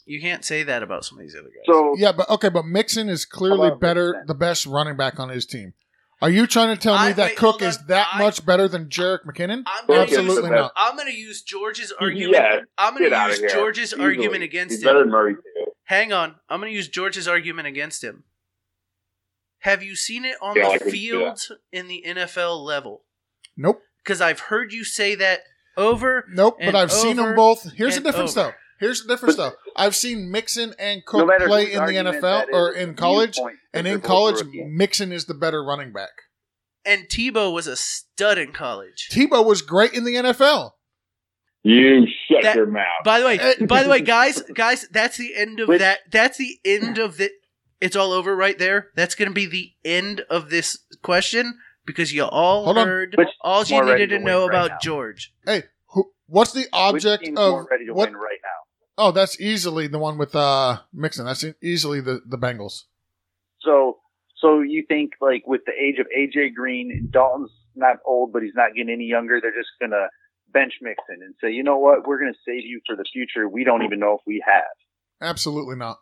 Speaker 1: You can't say that about some of these other guys.
Speaker 4: So
Speaker 2: Yeah, but okay, but Mixon is clearly
Speaker 4: 11%.
Speaker 2: better, the best running back on his team. Are you trying to tell me
Speaker 1: I-
Speaker 2: that
Speaker 1: wait,
Speaker 2: Cook
Speaker 1: hold on.
Speaker 2: is that
Speaker 1: I-
Speaker 2: much better than Jarek McKinnon?
Speaker 1: I'm gonna use,
Speaker 2: Absolutely
Speaker 3: Yeah.
Speaker 2: not.
Speaker 1: I'm going to use George's argument.
Speaker 3: Yeah,
Speaker 1: I'm going
Speaker 3: get
Speaker 1: to
Speaker 3: outta
Speaker 1: use
Speaker 3: here.
Speaker 1: George's
Speaker 3: Easily.
Speaker 1: argument against
Speaker 3: He's
Speaker 1: him.
Speaker 3: better than Murray too.
Speaker 1: Hang on. I'm going to use George's argument against him. Have you seen it on
Speaker 3: Yeah, I
Speaker 1: the
Speaker 3: can see
Speaker 1: field in the NFL level?
Speaker 2: Nope.
Speaker 1: Because I've heard you say that over.
Speaker 2: Nope.
Speaker 1: And
Speaker 2: But I've seen
Speaker 1: over
Speaker 2: them both. Here's the
Speaker 1: and
Speaker 2: difference,
Speaker 1: over.
Speaker 2: though. Here's the difference, though. I've seen Mixon and
Speaker 3: No
Speaker 2: Cook
Speaker 3: matter
Speaker 2: play
Speaker 3: whose
Speaker 2: in the
Speaker 3: argument
Speaker 2: NFL
Speaker 3: that
Speaker 2: or
Speaker 3: is,
Speaker 2: in
Speaker 3: the
Speaker 2: college,
Speaker 3: viewpoint is
Speaker 2: and
Speaker 3: they're
Speaker 2: in
Speaker 3: both
Speaker 2: college,
Speaker 3: rookies.
Speaker 2: Mixon is the better running back.
Speaker 1: And Tebow was a stud in college.
Speaker 2: Tebow was great in the NFL.
Speaker 3: You shut
Speaker 1: That-
Speaker 3: your mouth.
Speaker 1: By the
Speaker 2: Eh.
Speaker 1: way, by the way, guys, guys, that's the end of
Speaker 3: Which-
Speaker 1: that. That's the end of the. It's all over right there. That's going to be the end of this question because you all
Speaker 2: Hold on.
Speaker 1: heard
Speaker 4: Which
Speaker 1: all
Speaker 4: more
Speaker 1: you
Speaker 4: ready
Speaker 1: needed to
Speaker 4: to
Speaker 1: know
Speaker 4: win right
Speaker 1: about
Speaker 4: now?
Speaker 1: George.
Speaker 2: Hey, who, what's the object
Speaker 4: Which team's
Speaker 2: of
Speaker 4: more ready to
Speaker 2: what?
Speaker 4: win right now?
Speaker 2: Oh, that's easily the one with uh, Mixon. That's e- easily the the Bengals.
Speaker 4: So, so you think like with the age of AJ Green, Dalton's not old, but he's not getting any younger. They're just gonna bench Mixon and say, you know what, we're gonna save you for the future. We don't even know if we have.
Speaker 2: Absolutely not.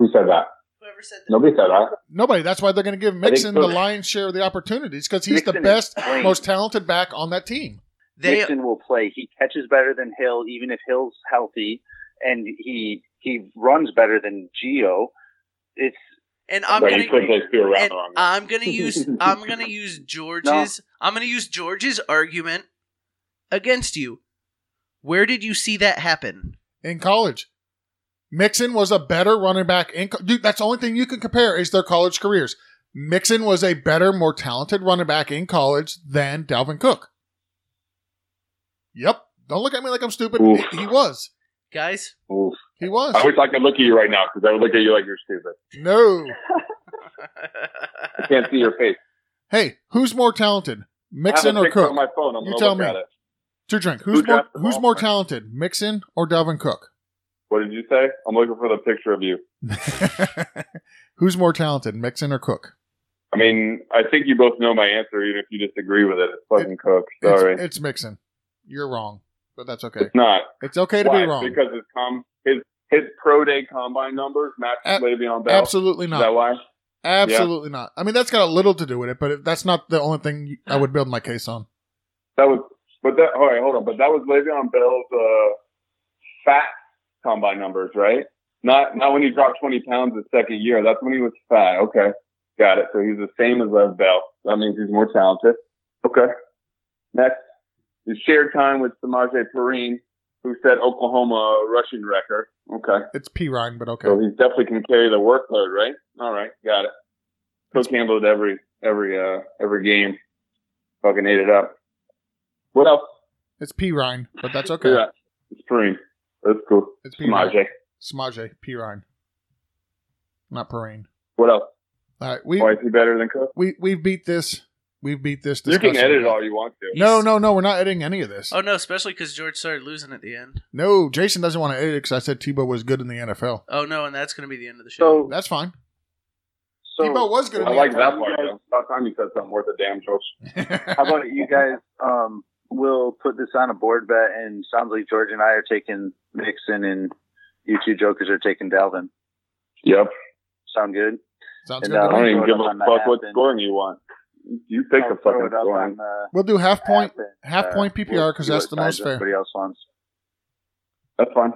Speaker 3: Who said that?
Speaker 1: Whoever said that?
Speaker 3: Nobody said that.
Speaker 2: Nobody. That's why they're going to give Mixon
Speaker 3: so.
Speaker 2: the lion's share of the opportunities because he's the
Speaker 4: Mixon is
Speaker 2: best,
Speaker 4: playing.
Speaker 2: most talented back on that team.
Speaker 1: They
Speaker 4: Mixon will play. He catches better than Hill, even if Hill's healthy, and he he runs better than Geo. It's
Speaker 1: and I'm
Speaker 3: no,
Speaker 1: going
Speaker 3: you
Speaker 1: to.
Speaker 3: couldn't place two around
Speaker 1: And uh,
Speaker 3: on that.
Speaker 1: I'm gonna use I'm gonna use George's I'm gonna use George's argument against you. Where did you see that happen?
Speaker 2: in college. Mixon was a better running back in co- dude. That's the only thing you can compare is their college careers. Mixon was a better, more talented running back in college than Dalvin Cook. Yep. Don't look at me like I'm stupid.
Speaker 3: Oof.
Speaker 2: He, he was.
Speaker 1: Guys,
Speaker 3: Oof.
Speaker 2: He was.
Speaker 3: I wish I could look at you right now because I would look at you like you're stupid.
Speaker 2: No.
Speaker 3: I can't see your face.
Speaker 2: Hey, who's more talented, Mixon
Speaker 3: I have a
Speaker 2: or
Speaker 3: picture
Speaker 2: Cook?
Speaker 3: On my phone. I'm
Speaker 2: You
Speaker 3: gonna
Speaker 2: tell
Speaker 3: look
Speaker 2: me.
Speaker 3: At it.
Speaker 2: to drink.
Speaker 3: Who
Speaker 2: Who's more,
Speaker 3: drafted
Speaker 2: who's
Speaker 3: Hall?
Speaker 2: more talented, Mixon or Dalvin Cook?
Speaker 3: What did you say? I'm looking for the picture of you.
Speaker 2: who's more talented, Mixon or Cook?
Speaker 3: I mean, I think you both know my answer, even if you disagree with it. It's fucking Cook.
Speaker 2: It's-
Speaker 3: Sorry,
Speaker 2: It's,
Speaker 3: it's,
Speaker 2: Mixon. You're wrong, but that's okay.
Speaker 3: not.
Speaker 2: It's okay to
Speaker 3: Why?
Speaker 2: be wrong.
Speaker 3: Because his com his his pro day combine numbers match
Speaker 2: Ab-
Speaker 3: Le'Veon Bell.
Speaker 2: Absolutely
Speaker 3: Is that
Speaker 2: not.
Speaker 3: why?
Speaker 2: Absolutely not. I mean, that's got a little to do with it, but it, that's not the only thing I would build my case on.
Speaker 3: That was, but that. All right, hold on. But that was Le'Veon Bell's uh, fat combine numbers, right? Not not when he dropped 20 pounds his second year. That's when he was fat. Okay, got it. So he's the same as Lev Bell. That means he's more talented. Okay. Next, he shared time with Samaje Perine, who said Oklahoma rushing record. Okay.
Speaker 2: It's P Ryan, but okay.
Speaker 3: So he definitely can carry the workload, right? All right, got it. Coach handled every every uh every game. Fucking ate it up. What else?
Speaker 2: It's P Ryan, but that's okay.
Speaker 3: Yeah, it's Perrine. That's cool.
Speaker 2: It's P Ryan.
Speaker 3: Samaje.
Speaker 2: Samaje, P Ryan, not Perrine.
Speaker 3: What else?
Speaker 2: All right, we
Speaker 3: Why is he better than Cook?
Speaker 2: we we beat this. We beat this.
Speaker 3: You can
Speaker 2: discussion.
Speaker 3: edit all you want to.
Speaker 2: No, no, no. We're not editing any of this.
Speaker 1: oh no, especially because George started losing at the end.
Speaker 2: No, Jason doesn't want to edit it because I said Tebow was good in the NFL.
Speaker 1: Oh no, and that's gonna be the end of the show.
Speaker 4: so.
Speaker 2: That's fine.
Speaker 4: So
Speaker 2: Tebow was good in
Speaker 3: I
Speaker 2: the
Speaker 3: like
Speaker 2: NFL.
Speaker 3: that part. Though. About time you said something worth a damn, George.
Speaker 4: how about you guys? Um, we'll put this on a board bet, and sounds like George and I are taking Mixon, and you two jokers are taking Dalvin.
Speaker 3: Yep.
Speaker 4: Sound good?
Speaker 2: Sounds
Speaker 4: And,
Speaker 2: good.
Speaker 3: I
Speaker 4: uh,
Speaker 2: to
Speaker 3: don't
Speaker 2: me.
Speaker 3: even
Speaker 4: Throw it
Speaker 3: give
Speaker 4: up
Speaker 3: a
Speaker 4: on the
Speaker 3: fuck
Speaker 4: app
Speaker 3: what
Speaker 4: and-
Speaker 3: scoring you want. You pick
Speaker 4: I'll
Speaker 3: the
Speaker 4: throw
Speaker 3: fucking
Speaker 4: it up
Speaker 3: scoring.
Speaker 4: on, uh,
Speaker 2: We'll do half point,
Speaker 4: app and,
Speaker 2: half
Speaker 4: uh,
Speaker 2: point PPR because
Speaker 4: we'll
Speaker 2: that's
Speaker 4: see
Speaker 2: the
Speaker 4: what
Speaker 2: most
Speaker 4: size
Speaker 2: fair.
Speaker 4: Everybody else wants.
Speaker 3: That's fine.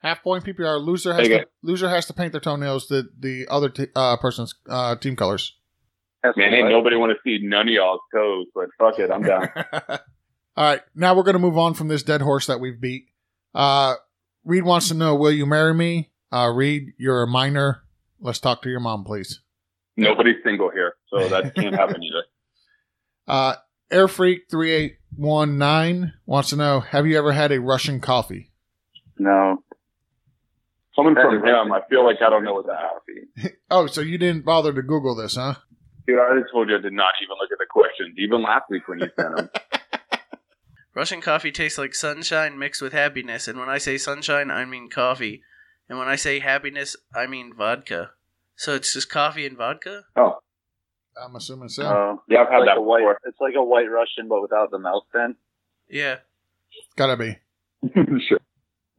Speaker 2: Half point PPR. Loser has
Speaker 3: Okay.
Speaker 2: to loser has to paint their toenails the the other t- uh, person's uh, team colors.
Speaker 4: That's
Speaker 3: Man,
Speaker 4: what
Speaker 3: ain't
Speaker 4: I-
Speaker 3: nobody want to see none of y'all's toes, but fuck it, I'm down.
Speaker 2: All right, now we're going to move on from this dead horse that we've beat. Uh, Reed wants to know, will you marry me? Uh, Reed, you're a minor. Let's talk to your mom, please.
Speaker 3: Nobody's single here, so that can't happen either.
Speaker 2: Uh, Air Freak three eight one nine wants to know, have you ever had a Russian coffee?
Speaker 4: No.
Speaker 3: Coming from him, I feel like I don't know what that is.
Speaker 2: Oh, so you didn't bother to Google this, huh?
Speaker 3: Dude, I already told you I did not even look at the questions, even last week when you sent them.
Speaker 1: Russian coffee tastes like sunshine mixed with happiness, and when I say sunshine, I mean coffee, and when I say happiness, I mean vodka. So it's just coffee and vodka.
Speaker 2: I'm assuming so.
Speaker 1: Uh,
Speaker 4: Oh.
Speaker 3: Yeah, I've had
Speaker 4: like
Speaker 3: that
Speaker 4: a white,
Speaker 3: before.
Speaker 4: It's like a white Russian, but without the milk. Then
Speaker 1: Yeah.
Speaker 2: Gotta be.
Speaker 3: sure.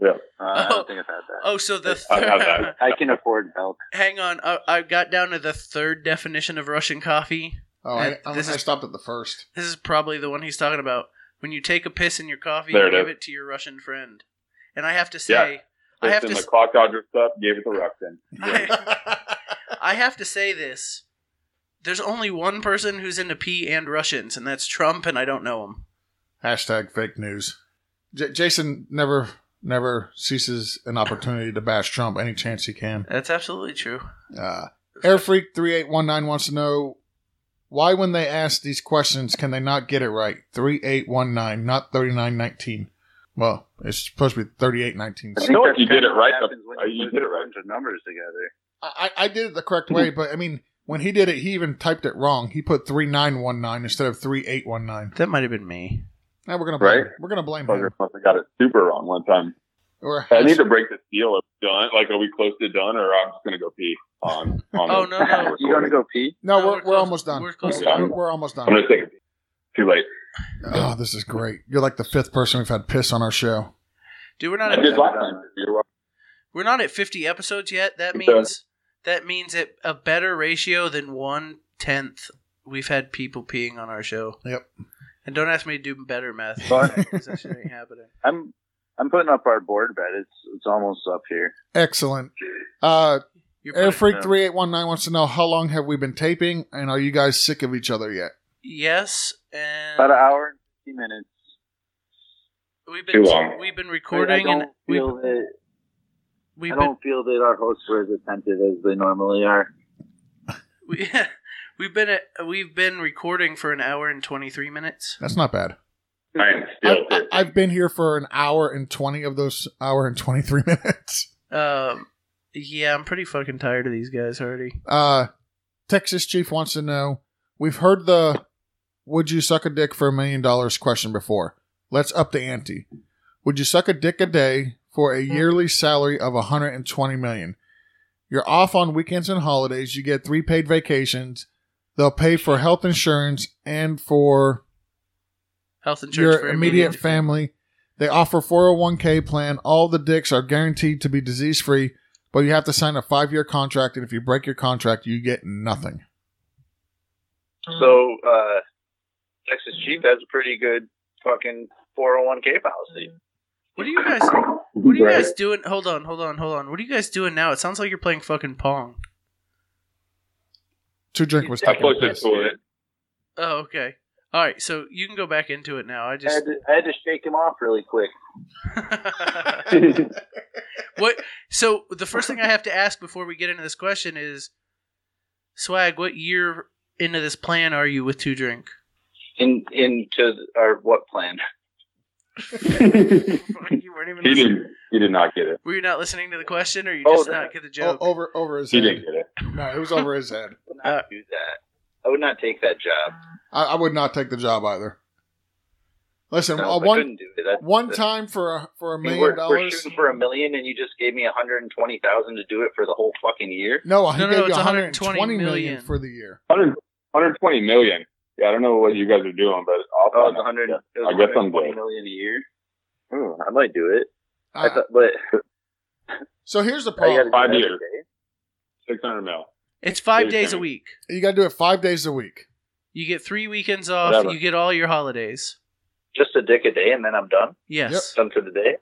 Speaker 4: uh, I
Speaker 1: Oh.
Speaker 4: don't think I've had that.
Speaker 1: Oh, so the
Speaker 3: I have that.
Speaker 4: I can afford milk.
Speaker 1: hang on. I, I got down to the third definition of Russian coffee.
Speaker 2: Oh, I,
Speaker 1: Uh,
Speaker 2: I,
Speaker 1: this
Speaker 2: I
Speaker 1: is-
Speaker 2: stopped at the first.
Speaker 1: This is probably the one he's talking about. When you take a piss in your coffee,
Speaker 3: There
Speaker 1: you
Speaker 3: it
Speaker 1: give
Speaker 3: is.
Speaker 1: it to your Russian friend. And I have to
Speaker 3: Yeah.
Speaker 1: say, I have
Speaker 3: in
Speaker 1: to
Speaker 3: the
Speaker 1: s-
Speaker 3: clock dodger stuff, gave it to Ruxin.
Speaker 1: I, I have to say this. There's only one person who's into pee and Russians, and that's Trump, and I don't know him.
Speaker 2: Hashtag fake news. J- Jason never never ceases an opportunity to bash Trump any chance he can.
Speaker 1: That's absolutely true.
Speaker 2: Uh, Air Freak three eight one nine wants to know why, when they ask these questions, can they not get it right? Three eight one nine, not thirty nine nineteen. Well, it's supposed to be thirty eight nineteen.
Speaker 3: I think
Speaker 4: that's
Speaker 3: you did
Speaker 4: kinda
Speaker 3: it
Speaker 4: what
Speaker 3: right
Speaker 4: happens
Speaker 3: the-
Speaker 4: when
Speaker 3: uh, you
Speaker 4: put
Speaker 3: did it
Speaker 4: a
Speaker 3: right.
Speaker 4: bunch of numbers together.
Speaker 2: I, I I did it the correct way, but I mean, when he did it, he even typed it wrong. He put three nine one nine instead of three eight one nine.
Speaker 1: That might have been me.
Speaker 2: Now we're gonna blame,
Speaker 3: Right.
Speaker 2: we're gonna blame
Speaker 3: Bugger
Speaker 2: him.
Speaker 3: must have got it super wrong one time.
Speaker 2: Or
Speaker 3: I need to break this deal. Of done. Like, are we close to done, or I'm just gonna go pee on? on
Speaker 1: Oh, no, no.
Speaker 4: You gonna go pee?
Speaker 2: no,
Speaker 1: No,
Speaker 2: we're,
Speaker 1: we're
Speaker 2: we're,
Speaker 1: close.
Speaker 2: almost done.
Speaker 1: We're
Speaker 2: We're,
Speaker 1: close
Speaker 3: to done.
Speaker 2: we're, almost
Speaker 3: I'm gonna
Speaker 2: done.
Speaker 3: take a pee. Too late.
Speaker 2: Oh, this is great. You're like the fifth person we've had piss on our show.
Speaker 1: Dude, we're
Speaker 3: I
Speaker 1: not
Speaker 3: did
Speaker 1: at,
Speaker 3: last time. You're welcome.
Speaker 1: we're not at 50 episodes yet. That
Speaker 3: It does.
Speaker 1: means that means it, a better ratio than one tenth. We've had people peeing on our show.
Speaker 2: Yep.
Speaker 1: And don't ask me to do better math
Speaker 4: Sorry.
Speaker 1: because that shit ain't happening.
Speaker 4: I'm I'm putting up our board bet. It's it's almost up here.
Speaker 2: Excellent. Uh,
Speaker 1: You're
Speaker 2: Air
Speaker 1: putting-
Speaker 2: Freak three eight one nine wants to know how long have we been taping, and are you guys sick of each other yet?
Speaker 1: yes, and
Speaker 4: About an hour and fifty minutes.
Speaker 1: we've
Speaker 3: Too
Speaker 1: been
Speaker 3: long.
Speaker 1: we've been
Speaker 4: I
Speaker 1: recording
Speaker 4: don't
Speaker 1: and we've,
Speaker 4: feel that
Speaker 1: we've
Speaker 4: I
Speaker 1: been
Speaker 4: don't feel that our hosts were as attentive as they normally are.
Speaker 1: We, we've been at, we've been recording for an hour and 23 minutes.
Speaker 2: That's not bad.
Speaker 3: I am
Speaker 2: I,
Speaker 3: still.
Speaker 2: I, I've been here for an hour and twenty of those hour and twenty three minutes.
Speaker 1: Um yeah, I'm pretty fucking tired of these guys already.
Speaker 2: Uh, Texas Chief wants to know we've heard the would you suck a dick for a million dollars question before. Let's up the ante. Would you suck a dick a day for a yearly salary of 120 million? You're off on weekends and holidays, you get 3 paid vacations. They'll pay for health insurance and for
Speaker 1: Health insurance
Speaker 2: your
Speaker 1: for
Speaker 2: immediate family. They offer 401k plan. All the dicks are guaranteed to be disease free, but you have to sign a five year contract. And if you break your contract, you get nothing.
Speaker 4: So uh, Texas Chief has a pretty good fucking 401k policy.
Speaker 1: What are you guys What are you guys doing? Hold on, hold on, hold on. What are you guys doing now? It sounds like you're playing fucking pong.
Speaker 2: Two drink was
Speaker 3: I
Speaker 2: taking a
Speaker 3: closed the
Speaker 2: piss.
Speaker 4: Oh,
Speaker 3: toilet.
Speaker 1: Oh, okay. All right, so you can go back into it now. I
Speaker 4: I,
Speaker 1: just
Speaker 4: had to, I had to shake him off really quick.
Speaker 1: What so the first thing I have to ask before we get into this question is Swag, what year into this plan are you with Two Drink?
Speaker 4: In into our what plan?
Speaker 1: you weren't even
Speaker 3: He
Speaker 1: listening.
Speaker 3: didn't. He did not get it.
Speaker 1: Were you not listening to the question, or you
Speaker 4: Oh,
Speaker 1: just
Speaker 4: that-
Speaker 1: not get the
Speaker 2: O-
Speaker 1: joke?
Speaker 2: over, over his
Speaker 3: He
Speaker 2: head.
Speaker 3: didn't get it.
Speaker 2: No, it was over his head.
Speaker 4: I would not do that. I would not take that job.
Speaker 2: I, I would not take the job either. Listen,
Speaker 4: No,
Speaker 2: uh,
Speaker 4: I
Speaker 2: one
Speaker 4: couldn't do it. That's-
Speaker 2: one
Speaker 4: that's-
Speaker 2: time for a for a
Speaker 4: I mean,
Speaker 2: million
Speaker 4: we're, we're
Speaker 2: dollars.
Speaker 4: shooting for a million, and you just gave me one hundred and twenty thousand to do it for the whole fucking year.
Speaker 2: No, I
Speaker 1: No, no,
Speaker 2: gave
Speaker 1: no,
Speaker 2: you
Speaker 1: it's
Speaker 2: 120 million,
Speaker 1: million.
Speaker 2: for the year.
Speaker 3: 100, 120 million. Yeah, I don't know what you guys are doing, but I'll
Speaker 4: Oh,
Speaker 3: find
Speaker 4: it's
Speaker 3: out.
Speaker 4: 100, it
Speaker 3: I
Speaker 4: was
Speaker 3: guess I'm
Speaker 4: 120
Speaker 3: good.
Speaker 4: million a year. Hmm, I might do it. I
Speaker 1: Ah.
Speaker 2: I-
Speaker 4: thought, but
Speaker 2: so here's the
Speaker 4: I gotta do
Speaker 2: problem:
Speaker 3: Five
Speaker 4: it every
Speaker 3: years.
Speaker 4: day.
Speaker 3: 600 mil.
Speaker 1: it's five
Speaker 3: Please
Speaker 1: days
Speaker 3: tell
Speaker 1: a
Speaker 3: me.
Speaker 1: week.
Speaker 2: you got to do it five days a week.
Speaker 1: You get three weekends off.
Speaker 3: Whatever.
Speaker 1: You get all your holidays.
Speaker 4: Just a dick a day, and then I'm done.
Speaker 1: Yes.
Speaker 4: Done for the day.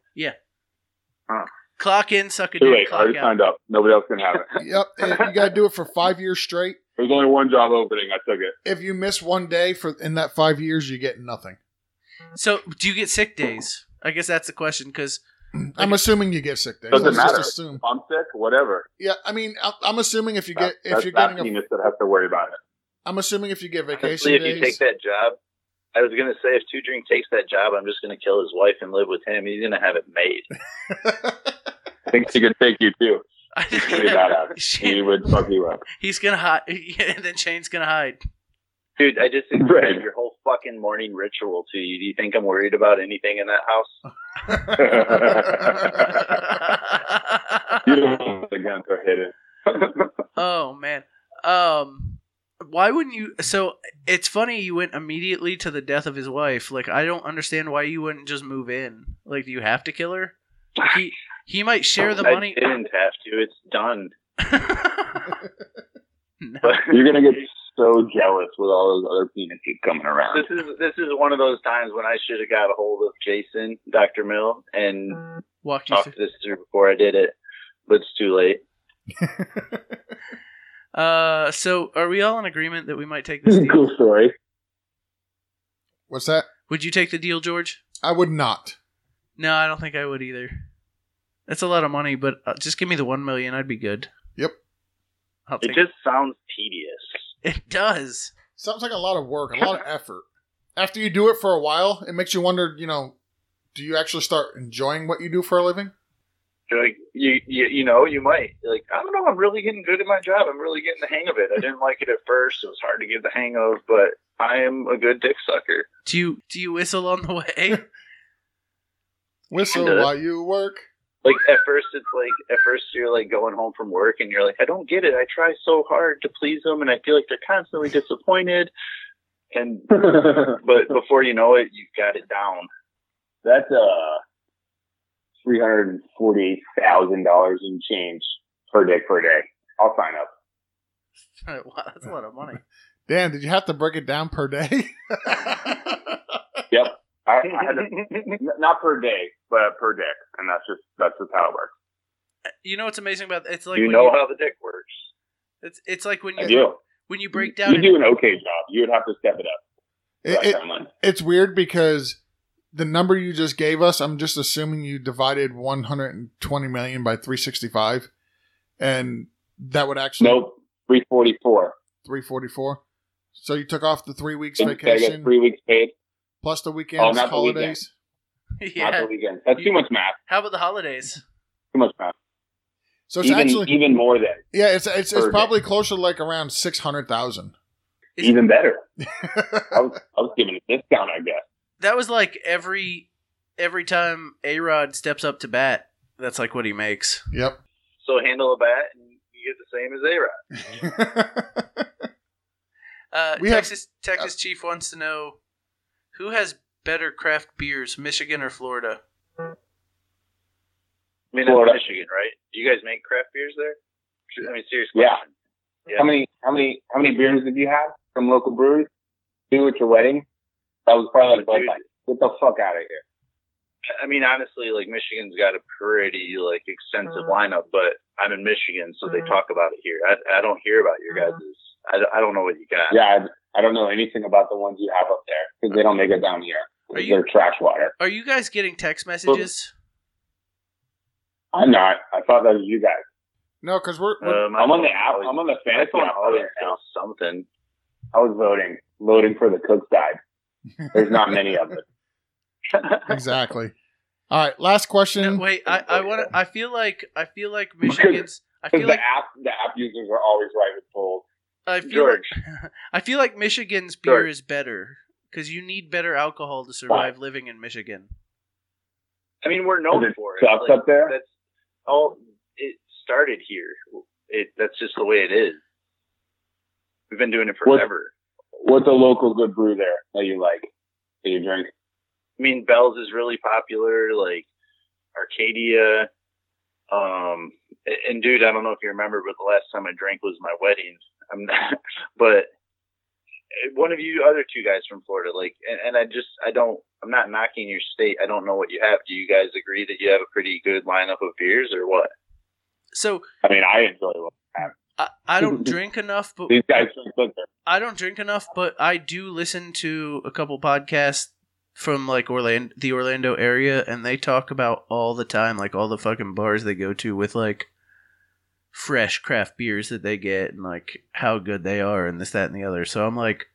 Speaker 1: Clock in, suck a
Speaker 3: Too
Speaker 1: dick.
Speaker 3: late. I
Speaker 1: Clock
Speaker 3: already
Speaker 1: out.
Speaker 3: signed up. Nobody else can have it.
Speaker 2: Yep, and you got to do it for five years straight.
Speaker 3: There's only one job opening. I took it.
Speaker 2: If you miss one day for in that five years, you get nothing.
Speaker 1: So, do you get sick days? I guess that's the question because
Speaker 2: I'm assuming you get sick days.
Speaker 3: Doesn't
Speaker 2: Let's
Speaker 3: matter.
Speaker 2: Just assume.
Speaker 3: If I'm sick, whatever.
Speaker 2: Yeah, I mean, I- I'm assuming if you get
Speaker 3: That-
Speaker 2: if you're
Speaker 3: that's
Speaker 2: getting a,
Speaker 3: penis that has to worry about it.
Speaker 2: I'm assuming if you get vacation
Speaker 4: Honestly, if you
Speaker 2: days.
Speaker 4: take that job, I was gonna say if Two Drink takes that job, I'm just gonna kill his wife and live with him. He's gonna have it made.
Speaker 3: I think she could take you too.
Speaker 1: I
Speaker 3: She's pretty badass. She
Speaker 1: Shit,
Speaker 3: would fuck you up.
Speaker 1: he's gonna hide, yeah, and then Shane's gonna hide.
Speaker 4: Dude, I just
Speaker 3: Right.
Speaker 4: explained your whole fucking morning ritual to you. Do you think I'm worried about anything in that house?
Speaker 3: You don't know the guns are hidden.
Speaker 1: oh man, um, why wouldn't you? So it's funny you went immediately to the death of his wife. Like I don't understand why you wouldn't just move in. Like, do you have to kill her? He he might share the
Speaker 4: I
Speaker 1: money.
Speaker 4: didn't have to. It's done.
Speaker 1: no.
Speaker 4: But
Speaker 3: You're gonna get so jealous with all those other penises coming around.
Speaker 4: This is this is one of those times when I should have got a hold of Jason, Doctor Mill, and
Speaker 1: Mm. Walked you
Speaker 4: talked
Speaker 1: through.
Speaker 4: this through before I did it, but it's too late.
Speaker 1: Uh, so are we all in agreement that we might take this deal?
Speaker 3: cool story.
Speaker 2: What's that?
Speaker 1: Would you take the deal, George?
Speaker 2: I would not.
Speaker 1: No, I don't think I would either. That's a lot of money, but uh, just give me the one million. I'd be good.
Speaker 2: Yep.
Speaker 1: I'll take
Speaker 4: It
Speaker 1: it.
Speaker 4: just sounds tedious.
Speaker 1: it does.
Speaker 2: Sounds like a lot of work, a lot of effort. After you do it for a while, it makes you wonder, you know, do you actually start enjoying what you do for a living?
Speaker 4: You're like you, you, you know, you might You're like. I don't know. I'm really getting good at my job. I'm really getting the hang of it. I didn't like it at first. It was hard to get the hang of, but I am a good dick sucker.
Speaker 1: Do you do you whistle on the way?
Speaker 2: Whistle
Speaker 4: Kinda.
Speaker 2: while you work.
Speaker 4: Like at first, it's like at first you're like going home from work and you're like, I don't get it. I try so hard to please them, and I feel like they're constantly disappointed. And but before you know it, you've got it down.
Speaker 3: That's uh three hundred and forty eight thousand dollars in change per dick per day. I'll sign up.
Speaker 1: Wow, That's a lot of money.
Speaker 2: Dan, did you have to break it down per day?
Speaker 3: I, I had to, not per day, but per dick, and that's just that's just how it works.
Speaker 1: You know what's amazing about it's like
Speaker 4: you
Speaker 1: when
Speaker 4: know
Speaker 1: you-
Speaker 4: how the dick works.
Speaker 1: it's it's like when
Speaker 3: I
Speaker 1: you
Speaker 3: do.
Speaker 1: when you break down.
Speaker 3: You do an okay job. You would have to step it up.
Speaker 2: It-
Speaker 3: That
Speaker 2: it-
Speaker 3: kind of money.
Speaker 2: it's weird because the number you just gave us, I'm just assuming you divided 120 million by 365, and that would actually
Speaker 3: nope. Three forty four.
Speaker 2: 344. So you took off the three weeks
Speaker 3: I get
Speaker 2: vacation
Speaker 3: three weeks paid.
Speaker 2: plus the weekends,
Speaker 3: not the weekend.
Speaker 2: holidays.
Speaker 3: Not
Speaker 1: yeah.
Speaker 3: the weekend. That's too much math.
Speaker 1: How about the holidays?
Speaker 3: Too much math.
Speaker 2: So it's
Speaker 3: Even
Speaker 2: actually
Speaker 3: even more than
Speaker 2: yeah, it's it's, it's
Speaker 3: per day.
Speaker 2: probably closer to like around 600,000.
Speaker 1: Is-
Speaker 3: even better. I was I was given a discount, I guess.
Speaker 1: That was like every every time A Rod steps up to bat. That's like what he makes.
Speaker 2: yep.
Speaker 4: So handle a bat and you get the same as A Rod.
Speaker 1: Uh,
Speaker 2: We have-
Speaker 1: Texas Texas Chief wants to know who has better craft beers, Michigan or Florida?
Speaker 4: I mean,
Speaker 3: Florida.
Speaker 4: that's Michigan, right? Do you guys make craft beers there? I mean, serious
Speaker 3: Yeah.
Speaker 4: question. Yeah.
Speaker 3: How many how many how many beers did you have from local breweries? Two at your wedding? That was probably like,
Speaker 4: Dude.
Speaker 3: like get the fuck out of here.
Speaker 4: I mean, honestly, like Michigan's got a pretty like extensive lineup, but I'm in Michigan, so they talk about it here. I, I don't hear about your guys's. I, don't- I don't know what you got.
Speaker 3: Yeah, I, I don't know anything about the ones you have up there because they don't make it down here.
Speaker 1: Are you-
Speaker 3: They're trash water.
Speaker 1: Are you guys getting text messages?
Speaker 3: I'm not. I thought that was you guys.
Speaker 2: no, cuz we're, we're
Speaker 4: Um,
Speaker 3: I'm on the
Speaker 4: app.
Speaker 3: app. I'm on the
Speaker 4: I
Speaker 3: fantasy
Speaker 4: phone
Speaker 3: app.
Speaker 4: always
Speaker 3: right now.
Speaker 4: does something.
Speaker 3: I was voting, loading for the cook side. There's not many of them. Uh.
Speaker 2: exactly. All right, last question.
Speaker 1: No, wait, I, I want to. I feel like I feel like
Speaker 3: Because-
Speaker 1: Michigan's. I feel
Speaker 3: Because
Speaker 1: like
Speaker 3: the app, the app users are always right with polls.
Speaker 1: I feel
Speaker 4: George,
Speaker 1: like I feel like Michigan's beer
Speaker 4: George.
Speaker 1: is better because you need better alcohol to survive living in Michigan.
Speaker 4: I mean, we're
Speaker 3: Is
Speaker 4: known
Speaker 3: it
Speaker 4: for it.
Speaker 3: Sucks
Speaker 4: Like,
Speaker 3: up there.
Speaker 4: that's all. It started here. It that's just the way it is. We've been doing it
Speaker 3: What-
Speaker 4: forever.
Speaker 3: What's a local good brew there that you like? That you drink?
Speaker 4: I mean, Bell's is really popular, like Arcadia. Um, a- and dude, I don't know if you remember, but the last time I drank was my wedding. I'm not, but eh, one of you other two guys from Florida, like, and, and I just, I don't, I'm not knocking your state. I don't know what you have. Do you guys agree that you have a pretty good lineup of beers or what?
Speaker 1: So
Speaker 3: I mean, I enjoy them.
Speaker 1: I, I don't drink enough, but
Speaker 3: These guys drink liquor.
Speaker 1: I don't drink enough, but I do listen to a couple podcasts from like Orlando, the Orlando area, and they talk about all the time, like all the fucking bars they go to with like fresh craft beers that they get and like how good they are and this, that, and the other. So I'm like,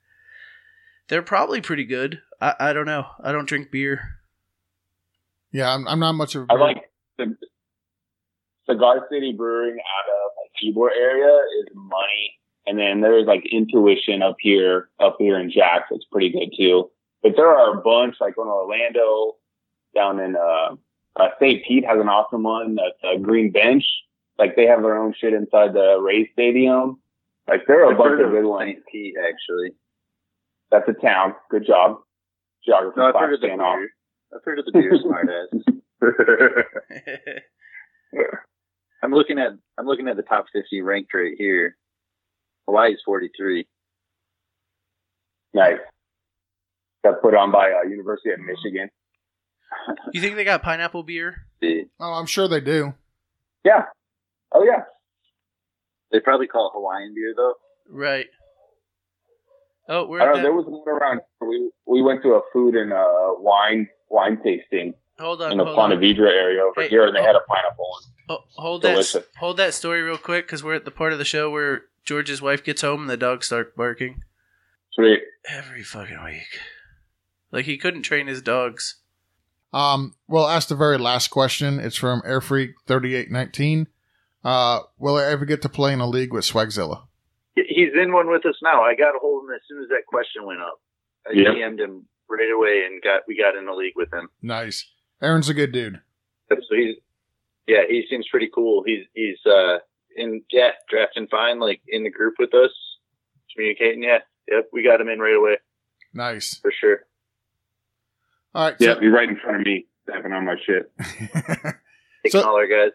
Speaker 1: they're probably pretty good. I, I don't know. I don't drink beer.
Speaker 2: yeah, I'm, I'm not much of a
Speaker 3: I
Speaker 2: beer-
Speaker 3: like the Cigar City Brewing out of like Ybor area is money, and then there's like Intuition up here, up here in Jacks. It's pretty good too. But there are a bunch like in Orlando, down in uh, uh St. Pete has an awesome one. That's uh, Green Bench. Like they have their own shit inside the Ray Stadium. Like there are a bunch of good ones.
Speaker 4: St. Pete, actually.
Speaker 3: That's a town. Good job. Geography
Speaker 4: No, I've
Speaker 3: class
Speaker 4: heard of the
Speaker 3: paying off.
Speaker 4: beer. I've heard of the beer, smartass. I'm looking at, I'm looking at the top 50 ranked right here. Hawaii's 43.
Speaker 3: Nice. Got put on by uh, University of Michigan.
Speaker 1: You think they got pineapple beer?
Speaker 2: Oh, I'm sure they do.
Speaker 3: Yeah. Oh yeah.
Speaker 4: They probably call it Hawaiian beer though.
Speaker 1: Right. Oh, we're
Speaker 3: I
Speaker 1: at
Speaker 3: don't know,
Speaker 1: that-
Speaker 3: there was one around. We we went to a food and uh, wine wine tasting
Speaker 1: hold on,
Speaker 3: in the
Speaker 1: hold on.
Speaker 3: Ponte Vedra area over
Speaker 1: Hey.
Speaker 3: here, and they had a pineapple one.
Speaker 1: Oh, hold that,
Speaker 3: Delicious.
Speaker 1: hold that story real quick, because we're at the part of the show where George's wife gets home and the dogs start barking
Speaker 3: Sweet.
Speaker 1: every fucking week. Like he couldn't train his dogs.
Speaker 2: Um, we'll ask the very last question. It's from Airfreak thirty eight nineteen. Uh, will I ever get to play in a league with Swagzilla?
Speaker 4: He's in one with us now. I got a hold of him as soon as that question went up. I
Speaker 3: Yeah.
Speaker 4: DM'd him right away and got we got in the league with him.
Speaker 2: Nice. Aaron's a good dude.
Speaker 4: So he's yeah, he seems pretty cool. He's he's uh in yeah, drafting fine, like in the group with us, communicating, yeah. Yep, we got him in right away
Speaker 2: Nice.
Speaker 4: for sure.
Speaker 2: All right.
Speaker 3: Yeah, you're right in front of me, stepping on my shit.
Speaker 2: So,
Speaker 4: Taking
Speaker 2: So-
Speaker 4: all our guys.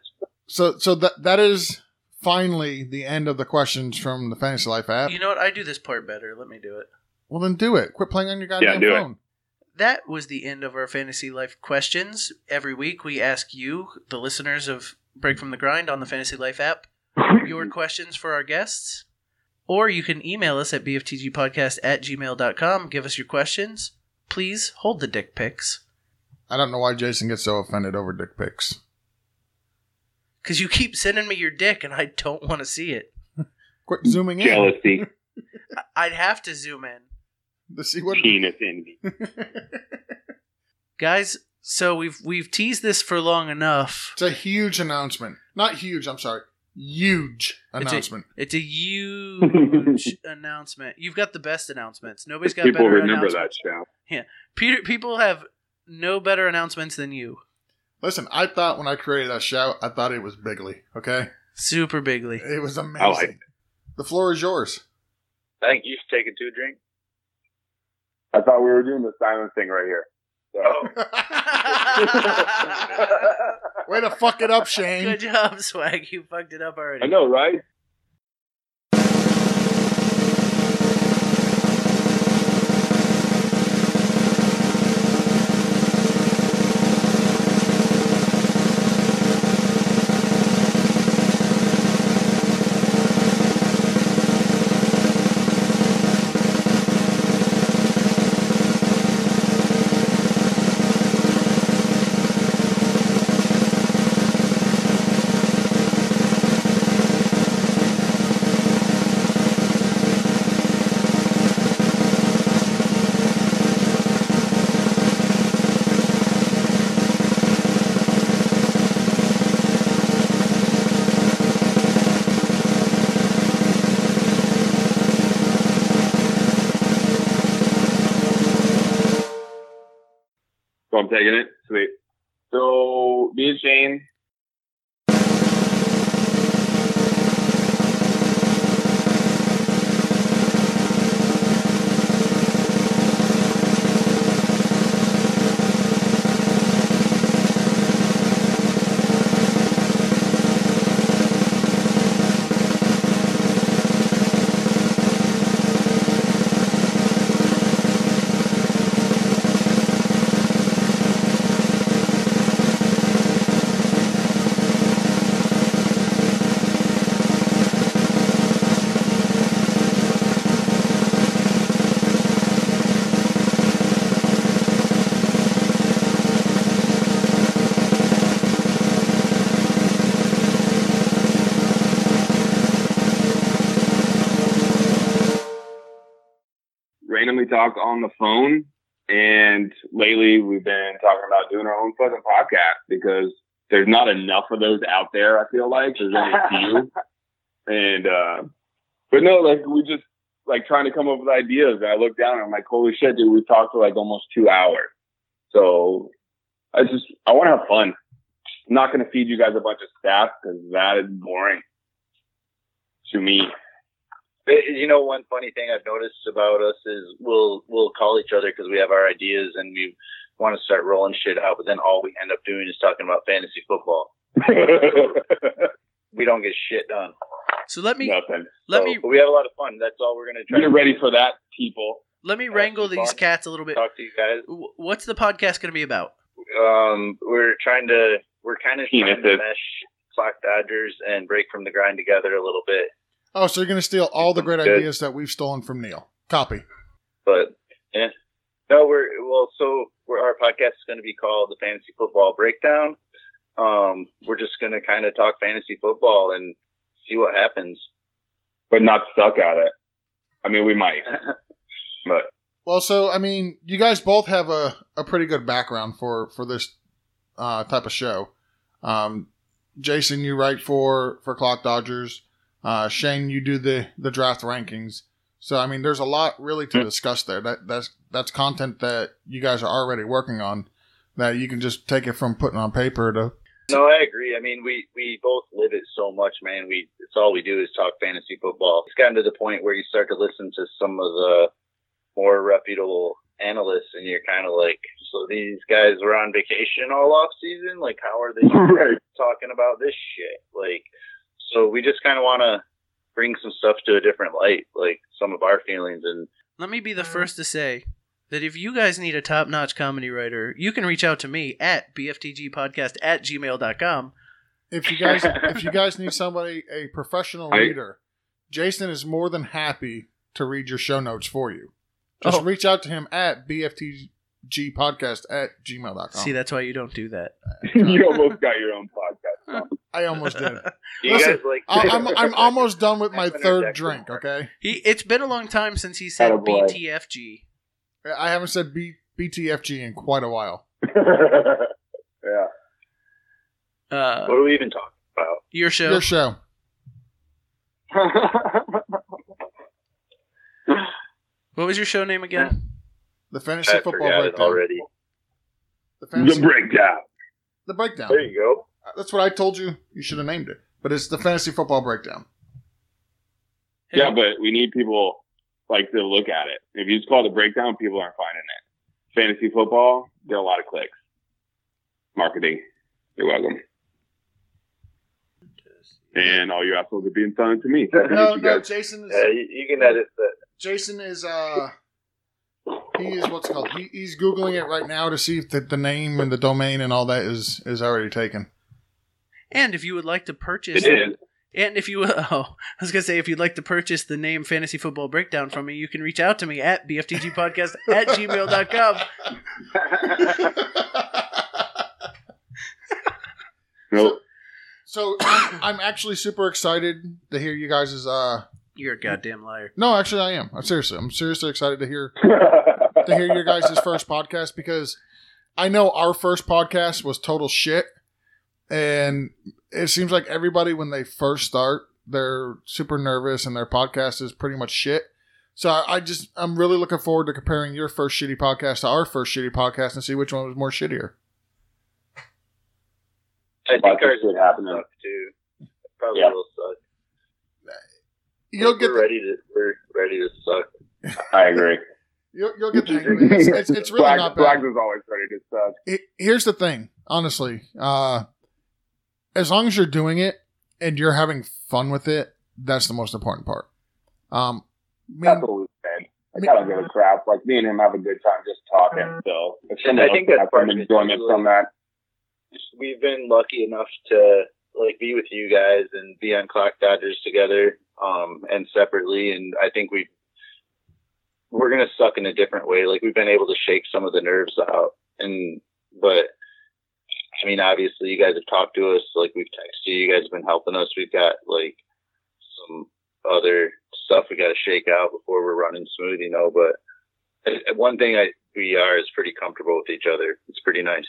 Speaker 2: so, so that that is finally the end of the questions from the Fantasy Life app.
Speaker 1: You know what? I do this part better. Let me do it.
Speaker 2: Well, then do it. Quit playing on your goddamn
Speaker 3: do it.
Speaker 2: phone.
Speaker 1: That was the end of our fantasy life questions. Every week we ask you, the listeners of Break from the Grind on the Fantasy Life app, your questions for our guests. Or you can email us at bftgpodcast at gmail.com. Give us your questions. Please hold the dick pics.
Speaker 2: I don't know why Jason gets so offended over dick pics.
Speaker 1: Because you keep sending me your dick and I don't want to see it.
Speaker 2: Quit zooming in
Speaker 3: Jealousy,
Speaker 1: I'd have to zoom in.
Speaker 2: to see what.
Speaker 3: penis envy.
Speaker 1: Guys, so we've we've teased this for long enough.
Speaker 2: It's a huge announcement. Not huge. I'm sorry. Huge
Speaker 1: It's a-
Speaker 2: announcement.
Speaker 1: It's a huge announcement. You've got the best announcements. Nobody's got
Speaker 3: People
Speaker 1: better
Speaker 3: remember
Speaker 1: announcements.
Speaker 3: that show.
Speaker 1: Peter, people have no better announcements than you.
Speaker 2: Listen, I thought when I created that shout, I thought it was bigly. Okay,
Speaker 1: Super bigly.
Speaker 2: it was amazing.
Speaker 3: I like it.
Speaker 2: The floor is yours.
Speaker 4: I think you've taken two drinks.
Speaker 3: I thought we were doing the silent thing right here. So.
Speaker 2: Way to fuck it up, Shane.
Speaker 1: Good job, Swag. You fucked it up already.
Speaker 3: I know, right? So I'm taking it. Sweet. So me and Shane. randomly talk on the phone. And lately, we've been talking about doing our own fucking podcast because there's not enough of those out there. I feel like there's only a few. And uh, but no, like we just like trying to come up with ideas. And I look down and I'm like, holy shit, dude, we talked for like almost two hours. So I just I want to have fun. I'm not going to feed you guys a bunch of stats because that is boring to me.
Speaker 4: But, You know, one funny thing I've noticed about us is we'll we'll call each other because we have our ideas and we want to start rolling shit out, but then all we end up doing is talking about fantasy football. We don't get shit done.
Speaker 1: So let me
Speaker 3: Nothing.
Speaker 1: let
Speaker 4: So-
Speaker 1: me
Speaker 4: But we have a lot of fun. That's all we're gonna try.
Speaker 3: Get ready for that, people.
Speaker 1: let me
Speaker 4: Uh,
Speaker 1: wrangle
Speaker 4: keep
Speaker 1: these
Speaker 4: on.
Speaker 1: cats a little bit.
Speaker 4: Talk to you guys.
Speaker 1: Wh- What's the podcast going to be about?
Speaker 4: um, we're trying to we're kind of trying to
Speaker 3: Penises.
Speaker 4: mesh Clock Dodgers and break from the grind together a little bit,
Speaker 2: Oh, so you're going to steal all the great
Speaker 4: Good.
Speaker 2: ideas that we've stolen from Neil. Copy.
Speaker 4: but eh. no, we're well. So we're, our podcast is going to be called the Fantasy Football Breakdown. Um, we're just going to kind of talk fantasy football and see what happens.
Speaker 3: but not stuck at it. I mean, we might, but
Speaker 2: Well, so I mean, you guys both have a, a pretty good background for for this uh, type of show. Um, Jason, you write for for Clock Dodgers. Uh, Shane, you do the the draft rankings. So I mean, there's a lot really to discuss there. That that's that's content that you guys are already working on. That you can just take it from putting on paper to.
Speaker 4: No, I agree. I mean, we we both live it so much, man. We it's all we do is talk fantasy football. It's gotten to the point where you start to listen to some of the more reputable analysts, and you're kind of like, so these guys were on vacation all off season. Like, how are they
Speaker 3: Right.
Speaker 4: talking about this shit? Like, so we just kind of want to bring some stuff to a different light, like some of our feelings and
Speaker 1: Let me be the first to say that if you guys need a top notch comedy writer, you can reach out to me at bftgpodcast at gmail.com.
Speaker 2: If you guys if you guys need somebody a professional
Speaker 3: I-
Speaker 2: reader, Jason is more than happy to read your show notes for you. Just
Speaker 1: Oh.
Speaker 2: reach out to him at bftgpodcast at gmail.com.
Speaker 3: Oh.
Speaker 1: See, that's why you don't do that.
Speaker 3: you almost got your own podcast.
Speaker 2: I almost did.
Speaker 4: do you
Speaker 2: Listen,
Speaker 4: guys like.
Speaker 2: I, I'm, I'm almost done with my
Speaker 4: That's an
Speaker 2: third
Speaker 4: exact
Speaker 2: drink,
Speaker 4: remark.
Speaker 2: okay?
Speaker 1: he, it's been a long time since he said
Speaker 3: Attaboy.
Speaker 1: BTFG.
Speaker 2: I haven't said B, BTFG in quite a while.
Speaker 3: yeah.
Speaker 1: Uh,
Speaker 4: What are we even talking about?
Speaker 1: your show.
Speaker 2: Your show.
Speaker 1: What was your show name again?
Speaker 2: The fantasy
Speaker 4: I
Speaker 2: football
Speaker 4: forgot it
Speaker 2: breakdown.
Speaker 4: already.
Speaker 2: The,
Speaker 3: the
Speaker 2: fantasy,
Speaker 3: breakdown.
Speaker 2: the breakdown.
Speaker 4: There you go.
Speaker 2: That's what I told you. You should have named it. But it's the fantasy football breakdown.
Speaker 1: Hey,
Speaker 3: Yeah, but we need people like to look at it. If you just call it a breakdown, people aren't finding it. Fantasy football get a lot of clicks. Marketing, you're welcome. And all your assholes are being sent to me. That's
Speaker 2: No,
Speaker 3: what you
Speaker 2: no,
Speaker 3: guys-
Speaker 2: Jason is
Speaker 4: Yeah, you, you can edit that.
Speaker 2: Jason is uh he is what's it called he, he's googling it right now to see if the, the name and the domain and all that is is already taken.
Speaker 1: And if you would like to purchase
Speaker 3: It is.
Speaker 1: And if you, oh, I was gonna say, if you'd like to purchase the name Fantasy Football Breakdown from me, you can reach out to me at bftgpodcast at gmail.com.
Speaker 3: Nope.
Speaker 2: So I'm, I'm actually super excited to hear you guys' uh
Speaker 1: You're a goddamn liar.
Speaker 2: no, actually I am. I'm seriously I'm seriously excited to hear to hear your guys' first podcast because I know our first podcast was total shit. And it seems like everybody, when they first start, they're super nervous and their podcast is pretty much shit. So I, I just, I'm really looking forward to comparing your first shitty podcast to our first shitty podcast and see which one was more shittier.
Speaker 4: I think
Speaker 3: Lots of
Speaker 4: ours
Speaker 3: shit
Speaker 4: would
Speaker 3: happening.
Speaker 4: suck too. Probably
Speaker 3: Yeah.
Speaker 4: will suck.
Speaker 2: You'll get
Speaker 4: we're
Speaker 2: the,
Speaker 4: ready to we're ready to suck.
Speaker 3: I agree.
Speaker 2: you'll, you'll get the hang of it. It's, it's, it's really
Speaker 3: Flags-
Speaker 2: not bad.
Speaker 3: Flags is always ready to suck.
Speaker 2: it, here's the thing, honestly. Uh, as long as you're doing it and you're having fun with it, that's the most important part. Um, me-
Speaker 3: That's what we said. I gotta give a crap. Like me and him have a good time just talking.
Speaker 2: Mm-hmm.
Speaker 3: So if
Speaker 4: And
Speaker 3: someone
Speaker 4: I think
Speaker 3: else can
Speaker 4: that's
Speaker 3: have
Speaker 4: part
Speaker 3: some
Speaker 4: of it,
Speaker 3: enjoyment
Speaker 4: too,
Speaker 3: from that.
Speaker 4: We've been lucky enough to like be with you guys and be on Clock Dodgers together, um, and separately. And I think we we're gonna suck in a different way. Like we've been able to shake some of the nerves out. And but I mean, obviously, you guys have talked to us. Like we've texted you. You guys have been helping us. We've got like some other stuff we got to shake out before we're running smooth, you know. But uh, one thing I we are is pretty comfortable with each other. It's pretty nice.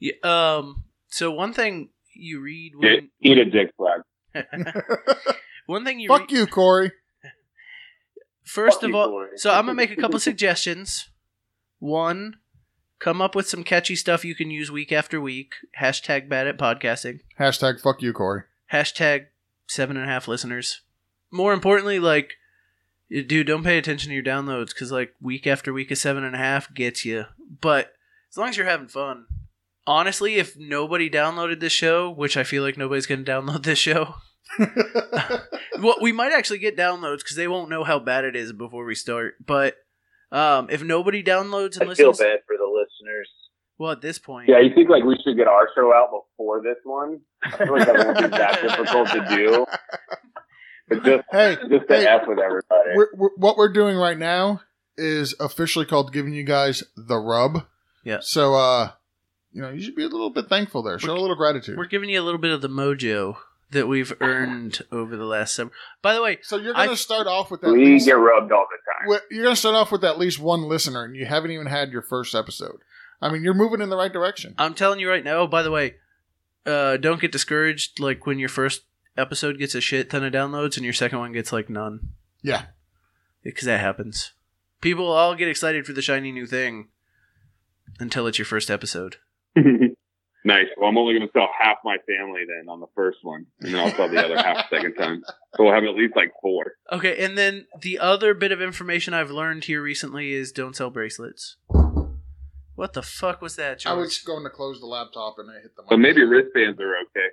Speaker 1: Yeah, um, so one thing you read
Speaker 3: Eat
Speaker 1: when
Speaker 3: eat a dick flag.
Speaker 1: one thing you
Speaker 2: fuck
Speaker 1: read,
Speaker 2: you, Corey.
Speaker 1: first
Speaker 3: Fuck
Speaker 1: of
Speaker 3: you,
Speaker 1: all,
Speaker 3: Corey.
Speaker 1: so I'm gonna make a couple suggestions. One, come up with some catchy stuff you can use week after week. Hashtag bad at podcasting.
Speaker 2: Hashtag fuck you, Corey.
Speaker 1: Hashtag seven and a half listeners. More importantly, like, dude, don't pay attention to your downloads because, like, week after week of seven and a half gets you. But as long as you're having fun, honestly, if nobody downloaded this show, which I feel like nobody's going to download this show, well, we might actually get downloads because they won't know how bad it is before we start. But um, if nobody downloads and
Speaker 4: I feel
Speaker 1: listens,
Speaker 4: bad for the listeners.
Speaker 1: well, at this point,
Speaker 3: Yeah, you think like we should get our show out before this one? I feel like that won't be that difficult to do. But just
Speaker 2: hey,
Speaker 3: just to
Speaker 2: hey.
Speaker 3: f with everybody.
Speaker 2: we're, we're, what we're doing right now is officially called giving you guys the rub.
Speaker 1: Yeah.
Speaker 2: So, uh, you know, you should be a little bit thankful there. Show a little gratitude.
Speaker 1: we're giving you a little bit of the mojo that we've earned over the last summer. By the way,
Speaker 2: So you're going
Speaker 1: I-
Speaker 2: to start off with that.
Speaker 3: we get rubbed all the time.
Speaker 2: You're going to start off with at least one listener, and you haven't even had your first episode. I mean, you're moving in the right direction.
Speaker 1: I'm telling you right now. By the way, uh, don't get discouraged. Like when your first episode gets a shit ton of downloads and your second one gets like none,
Speaker 2: Yeah.
Speaker 1: because that happens. People all get excited for the shiny new thing until it's your first episode.
Speaker 3: nice. Well, I'm only going to tell half my family then on the first one, and then I'll tell the other half the second time. So we'll have at least like four.
Speaker 1: Okay, and then the other bit of information I've learned here recently is don't sell bracelets. What the fuck was that,
Speaker 2: I
Speaker 1: George?
Speaker 2: was going to close the laptop and I hit the mic.
Speaker 3: But maybe wristbands are okay.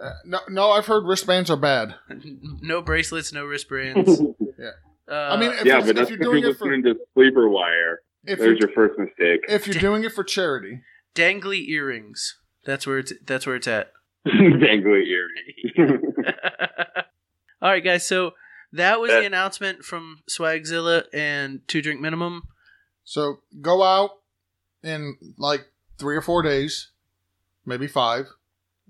Speaker 2: Uh, no, no, I've heard wristbands are bad.
Speaker 1: no bracelets, no wristbands. Uh,
Speaker 2: I mean, if,
Speaker 3: yeah,
Speaker 2: it's-
Speaker 3: but
Speaker 2: if
Speaker 3: that's
Speaker 2: you're
Speaker 3: if
Speaker 2: doing
Speaker 3: you're
Speaker 2: it for
Speaker 3: listening to Sleeper Wire.
Speaker 2: if you're,
Speaker 3: There's your first mistake.
Speaker 2: if you're doing it for charity,
Speaker 1: dangly earrings. That's where it's. That's where it's at.
Speaker 3: Dangly earring.
Speaker 1: All right, guys. So that was the
Speaker 4: Yeah.
Speaker 1: announcement from Swagzilla and Two Drink Minimum.
Speaker 2: So go out in like three or four days, maybe five,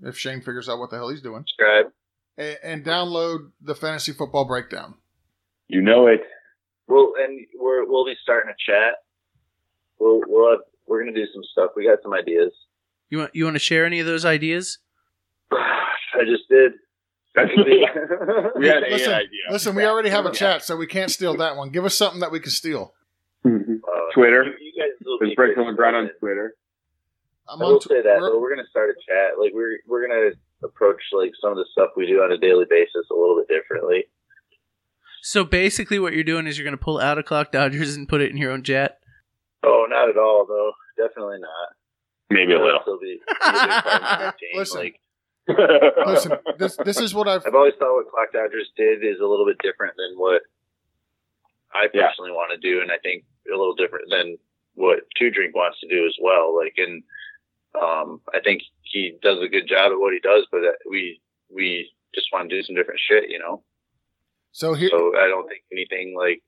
Speaker 2: if Shane figures out what the hell he's doing,
Speaker 4: Subscribe.
Speaker 2: and, and download the fantasy football breakdown.
Speaker 3: you know it.
Speaker 4: Well, and we're, we'll be starting a chat. We'll, we'll have, we're gonna do some stuff. We got some ideas.
Speaker 1: You want you want to share any of those ideas?
Speaker 4: I just did.
Speaker 3: That's we had
Speaker 2: Listen,
Speaker 3: an idea.
Speaker 2: Listen, we already have a chat, so we can't steal that one. Give us something that we can steal.
Speaker 3: Mhm.
Speaker 4: Uh,
Speaker 3: Twitter.
Speaker 4: You, you guys will
Speaker 3: There's
Speaker 4: be
Speaker 3: Brett
Speaker 4: good.
Speaker 3: Hillenbrand on Twitter.
Speaker 2: I'm
Speaker 4: I will
Speaker 2: tw-
Speaker 4: say that
Speaker 2: we're-
Speaker 4: though, we're gonna start a chat. Like we're we're gonna approach like some of the stuff we do on a daily basis a little bit differently.
Speaker 1: So basically, what you're doing is you're going to pull out a clock Dodgers and put it in your own chat.
Speaker 4: Oh, not at all though. Definitely not.
Speaker 3: Maybe a little.
Speaker 4: Still be, still be a big part of my team.
Speaker 2: Listen.
Speaker 4: Like,
Speaker 2: Listen, this this is what I've
Speaker 4: I've always thought what Clock Dodgers did is a little bit different than what I
Speaker 3: Yeah.
Speaker 4: personally want to do, and I think a little different than what Two Drink wants to do as well. Like, and um, I think he does a good job at what he does, but that we we just want to do some different shit, you know.
Speaker 2: so here.
Speaker 4: So I don't think anything like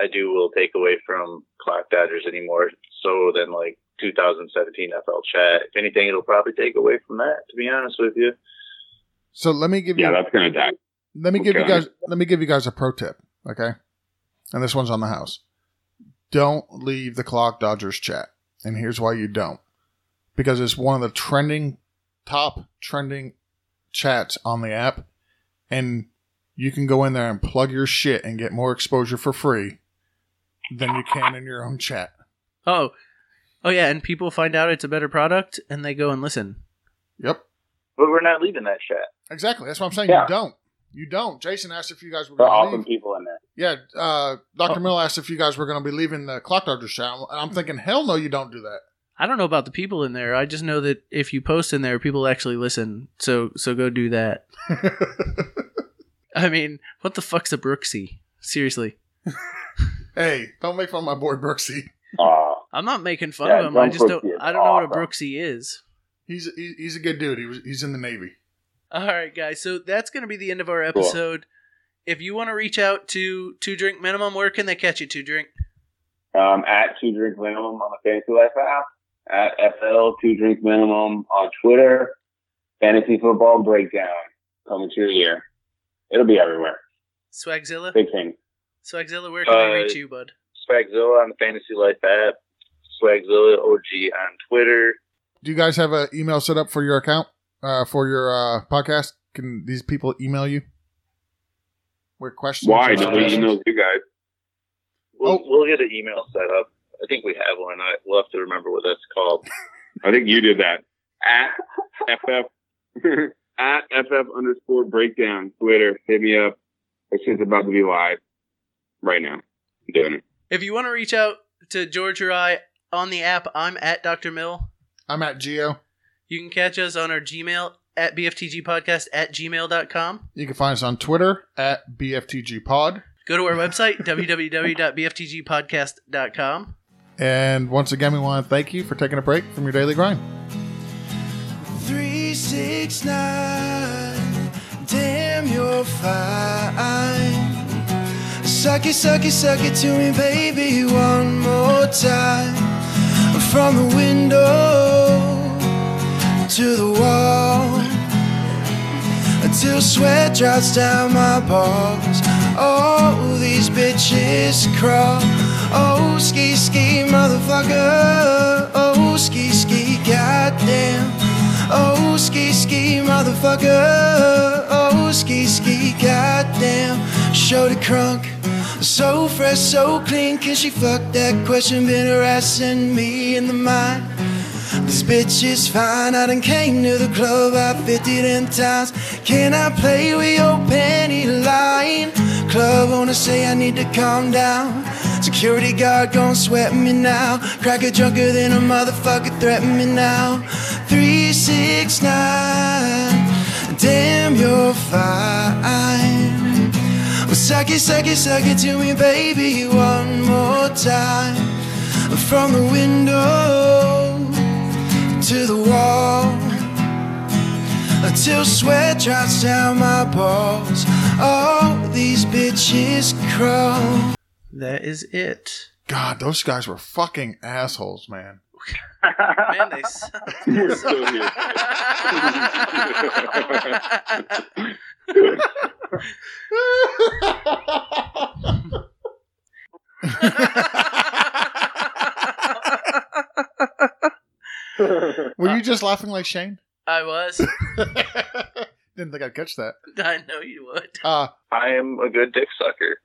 Speaker 4: I do will take away from Clock Dodgers anymore. So than like 2017 FL chat. If anything, it'll probably take away from that. To be honest with you,
Speaker 2: So let me give you
Speaker 3: yeah, that's gonna die.
Speaker 2: let me give you
Speaker 3: okay.
Speaker 2: guys let me give you guys a pro tip, okay? And this one's on the house. Don't leave the clock Dodgers chat, and here's why you don't, because it's one of the trending top trending chats on the app, and you can go in there and plug your shit and get more exposure for free than you can in your own chat.
Speaker 1: Oh, oh yeah, and people find out it's a better product and they go and listen.
Speaker 2: Yep,
Speaker 4: but we're not leaving that chat.
Speaker 2: exactly. That's what I'm saying.
Speaker 3: Yeah.
Speaker 2: You don't. You don't. Jason asked if you guys were
Speaker 3: There
Speaker 2: going
Speaker 3: are
Speaker 2: to
Speaker 3: awesome people in there.
Speaker 2: Yeah, uh, Dr. Mill asked if you guys were going to be leaving the Clock Dodgers chat, and I'm thinking, hell no, you don't do that.
Speaker 1: I don't know about the people in there. I just know that if you post in there, people actually listen. So so go do that. I mean, what the fuck's a Brooksy? Seriously,
Speaker 2: Hey, don't make fun of my boy Brooksy.
Speaker 3: Uh,
Speaker 1: I'm not making fun
Speaker 3: Yeah,
Speaker 1: of him. I
Speaker 3: John
Speaker 1: just don't.
Speaker 3: Brooksy is
Speaker 1: I don't know what a
Speaker 3: awesome.
Speaker 1: Brooksy is.
Speaker 2: He's he- he's a good dude. He was he's in the Navy.
Speaker 1: All right, guys. So that's going to be the end of our
Speaker 3: Cool.
Speaker 1: episode. If you want to reach out to Two Drink Minimum, where can they catch you? Two Drink.
Speaker 3: um, at Two Drink Minimum on the Fantasy Life app, at FL Two Drink Minimum on Twitter, Fantasy Football Breakdown coming to your ear. It'll be everywhere.
Speaker 1: Swagzilla.
Speaker 3: Big thing.
Speaker 1: Swagzilla, where can they
Speaker 4: Uh,
Speaker 1: reach you, bud?
Speaker 4: Swagzilla on the Fantasy Life app, Swagzilla OG on Twitter.
Speaker 2: Do you guys have an email set up for your account uh, for your uh, podcast? Can these people email you? Weird questions.
Speaker 3: Why
Speaker 2: or
Speaker 3: do we
Speaker 2: suggestions?
Speaker 3: email you guys?
Speaker 4: We'll,
Speaker 2: Oh.
Speaker 4: we'll get an email set up. I think we have one. I, we'll have to remember what that's called.
Speaker 3: I think you did that. At FF at FF underscore breakdown Twitter. Hit me up. This shit's about to be live right now. I'm doing it.
Speaker 1: If you want to reach out to George or I on the app, I'm at Dr. Mill.
Speaker 2: I'm at Geo.
Speaker 1: You can catch us on our Gmail, at bftgpodcast at gmail.com.
Speaker 2: You can find us on Twitter at BFTG Pod.
Speaker 1: Go to our website, www.bftgpodcast.com.
Speaker 2: And once again, we want to thank you for taking a break from your daily grind.
Speaker 6: 369. Damn, you're fine. Suck it, suck it, suck it to me, baby, one more time. From the window to the wall. Until sweat drops down my balls. All these bitches crawl. Oh, ski, ski, motherfucker. Oh, ski, ski, goddamn. Oh, ski ski, motherfucker. Oh, ski ski, goddamn. Showed a crunk. So fresh, so clean. Can she fuck that question? Been harassing me in the mind. This bitch is fine. I done came to the club about 50 them times. Can I play with your penny line? Club owner say I need to calm down. Security guard gon' sweat me now. Cracker drunker than a motherfucker threaten me now. 369. Damn, you're fine. Well, suck it, suck it, suck it to me, baby, one more time. From the window to the wall until sweat drops down my balls. All these bitches crawl.
Speaker 1: That is it.
Speaker 2: God, those guys were fucking assholes, man.
Speaker 1: Man, they suck.
Speaker 3: We're still here.
Speaker 2: Were you just laughing like Shane?
Speaker 1: I was.
Speaker 2: Didn't think I'd catch that.
Speaker 1: I know you would.
Speaker 2: Uh,
Speaker 4: I am a good dick sucker.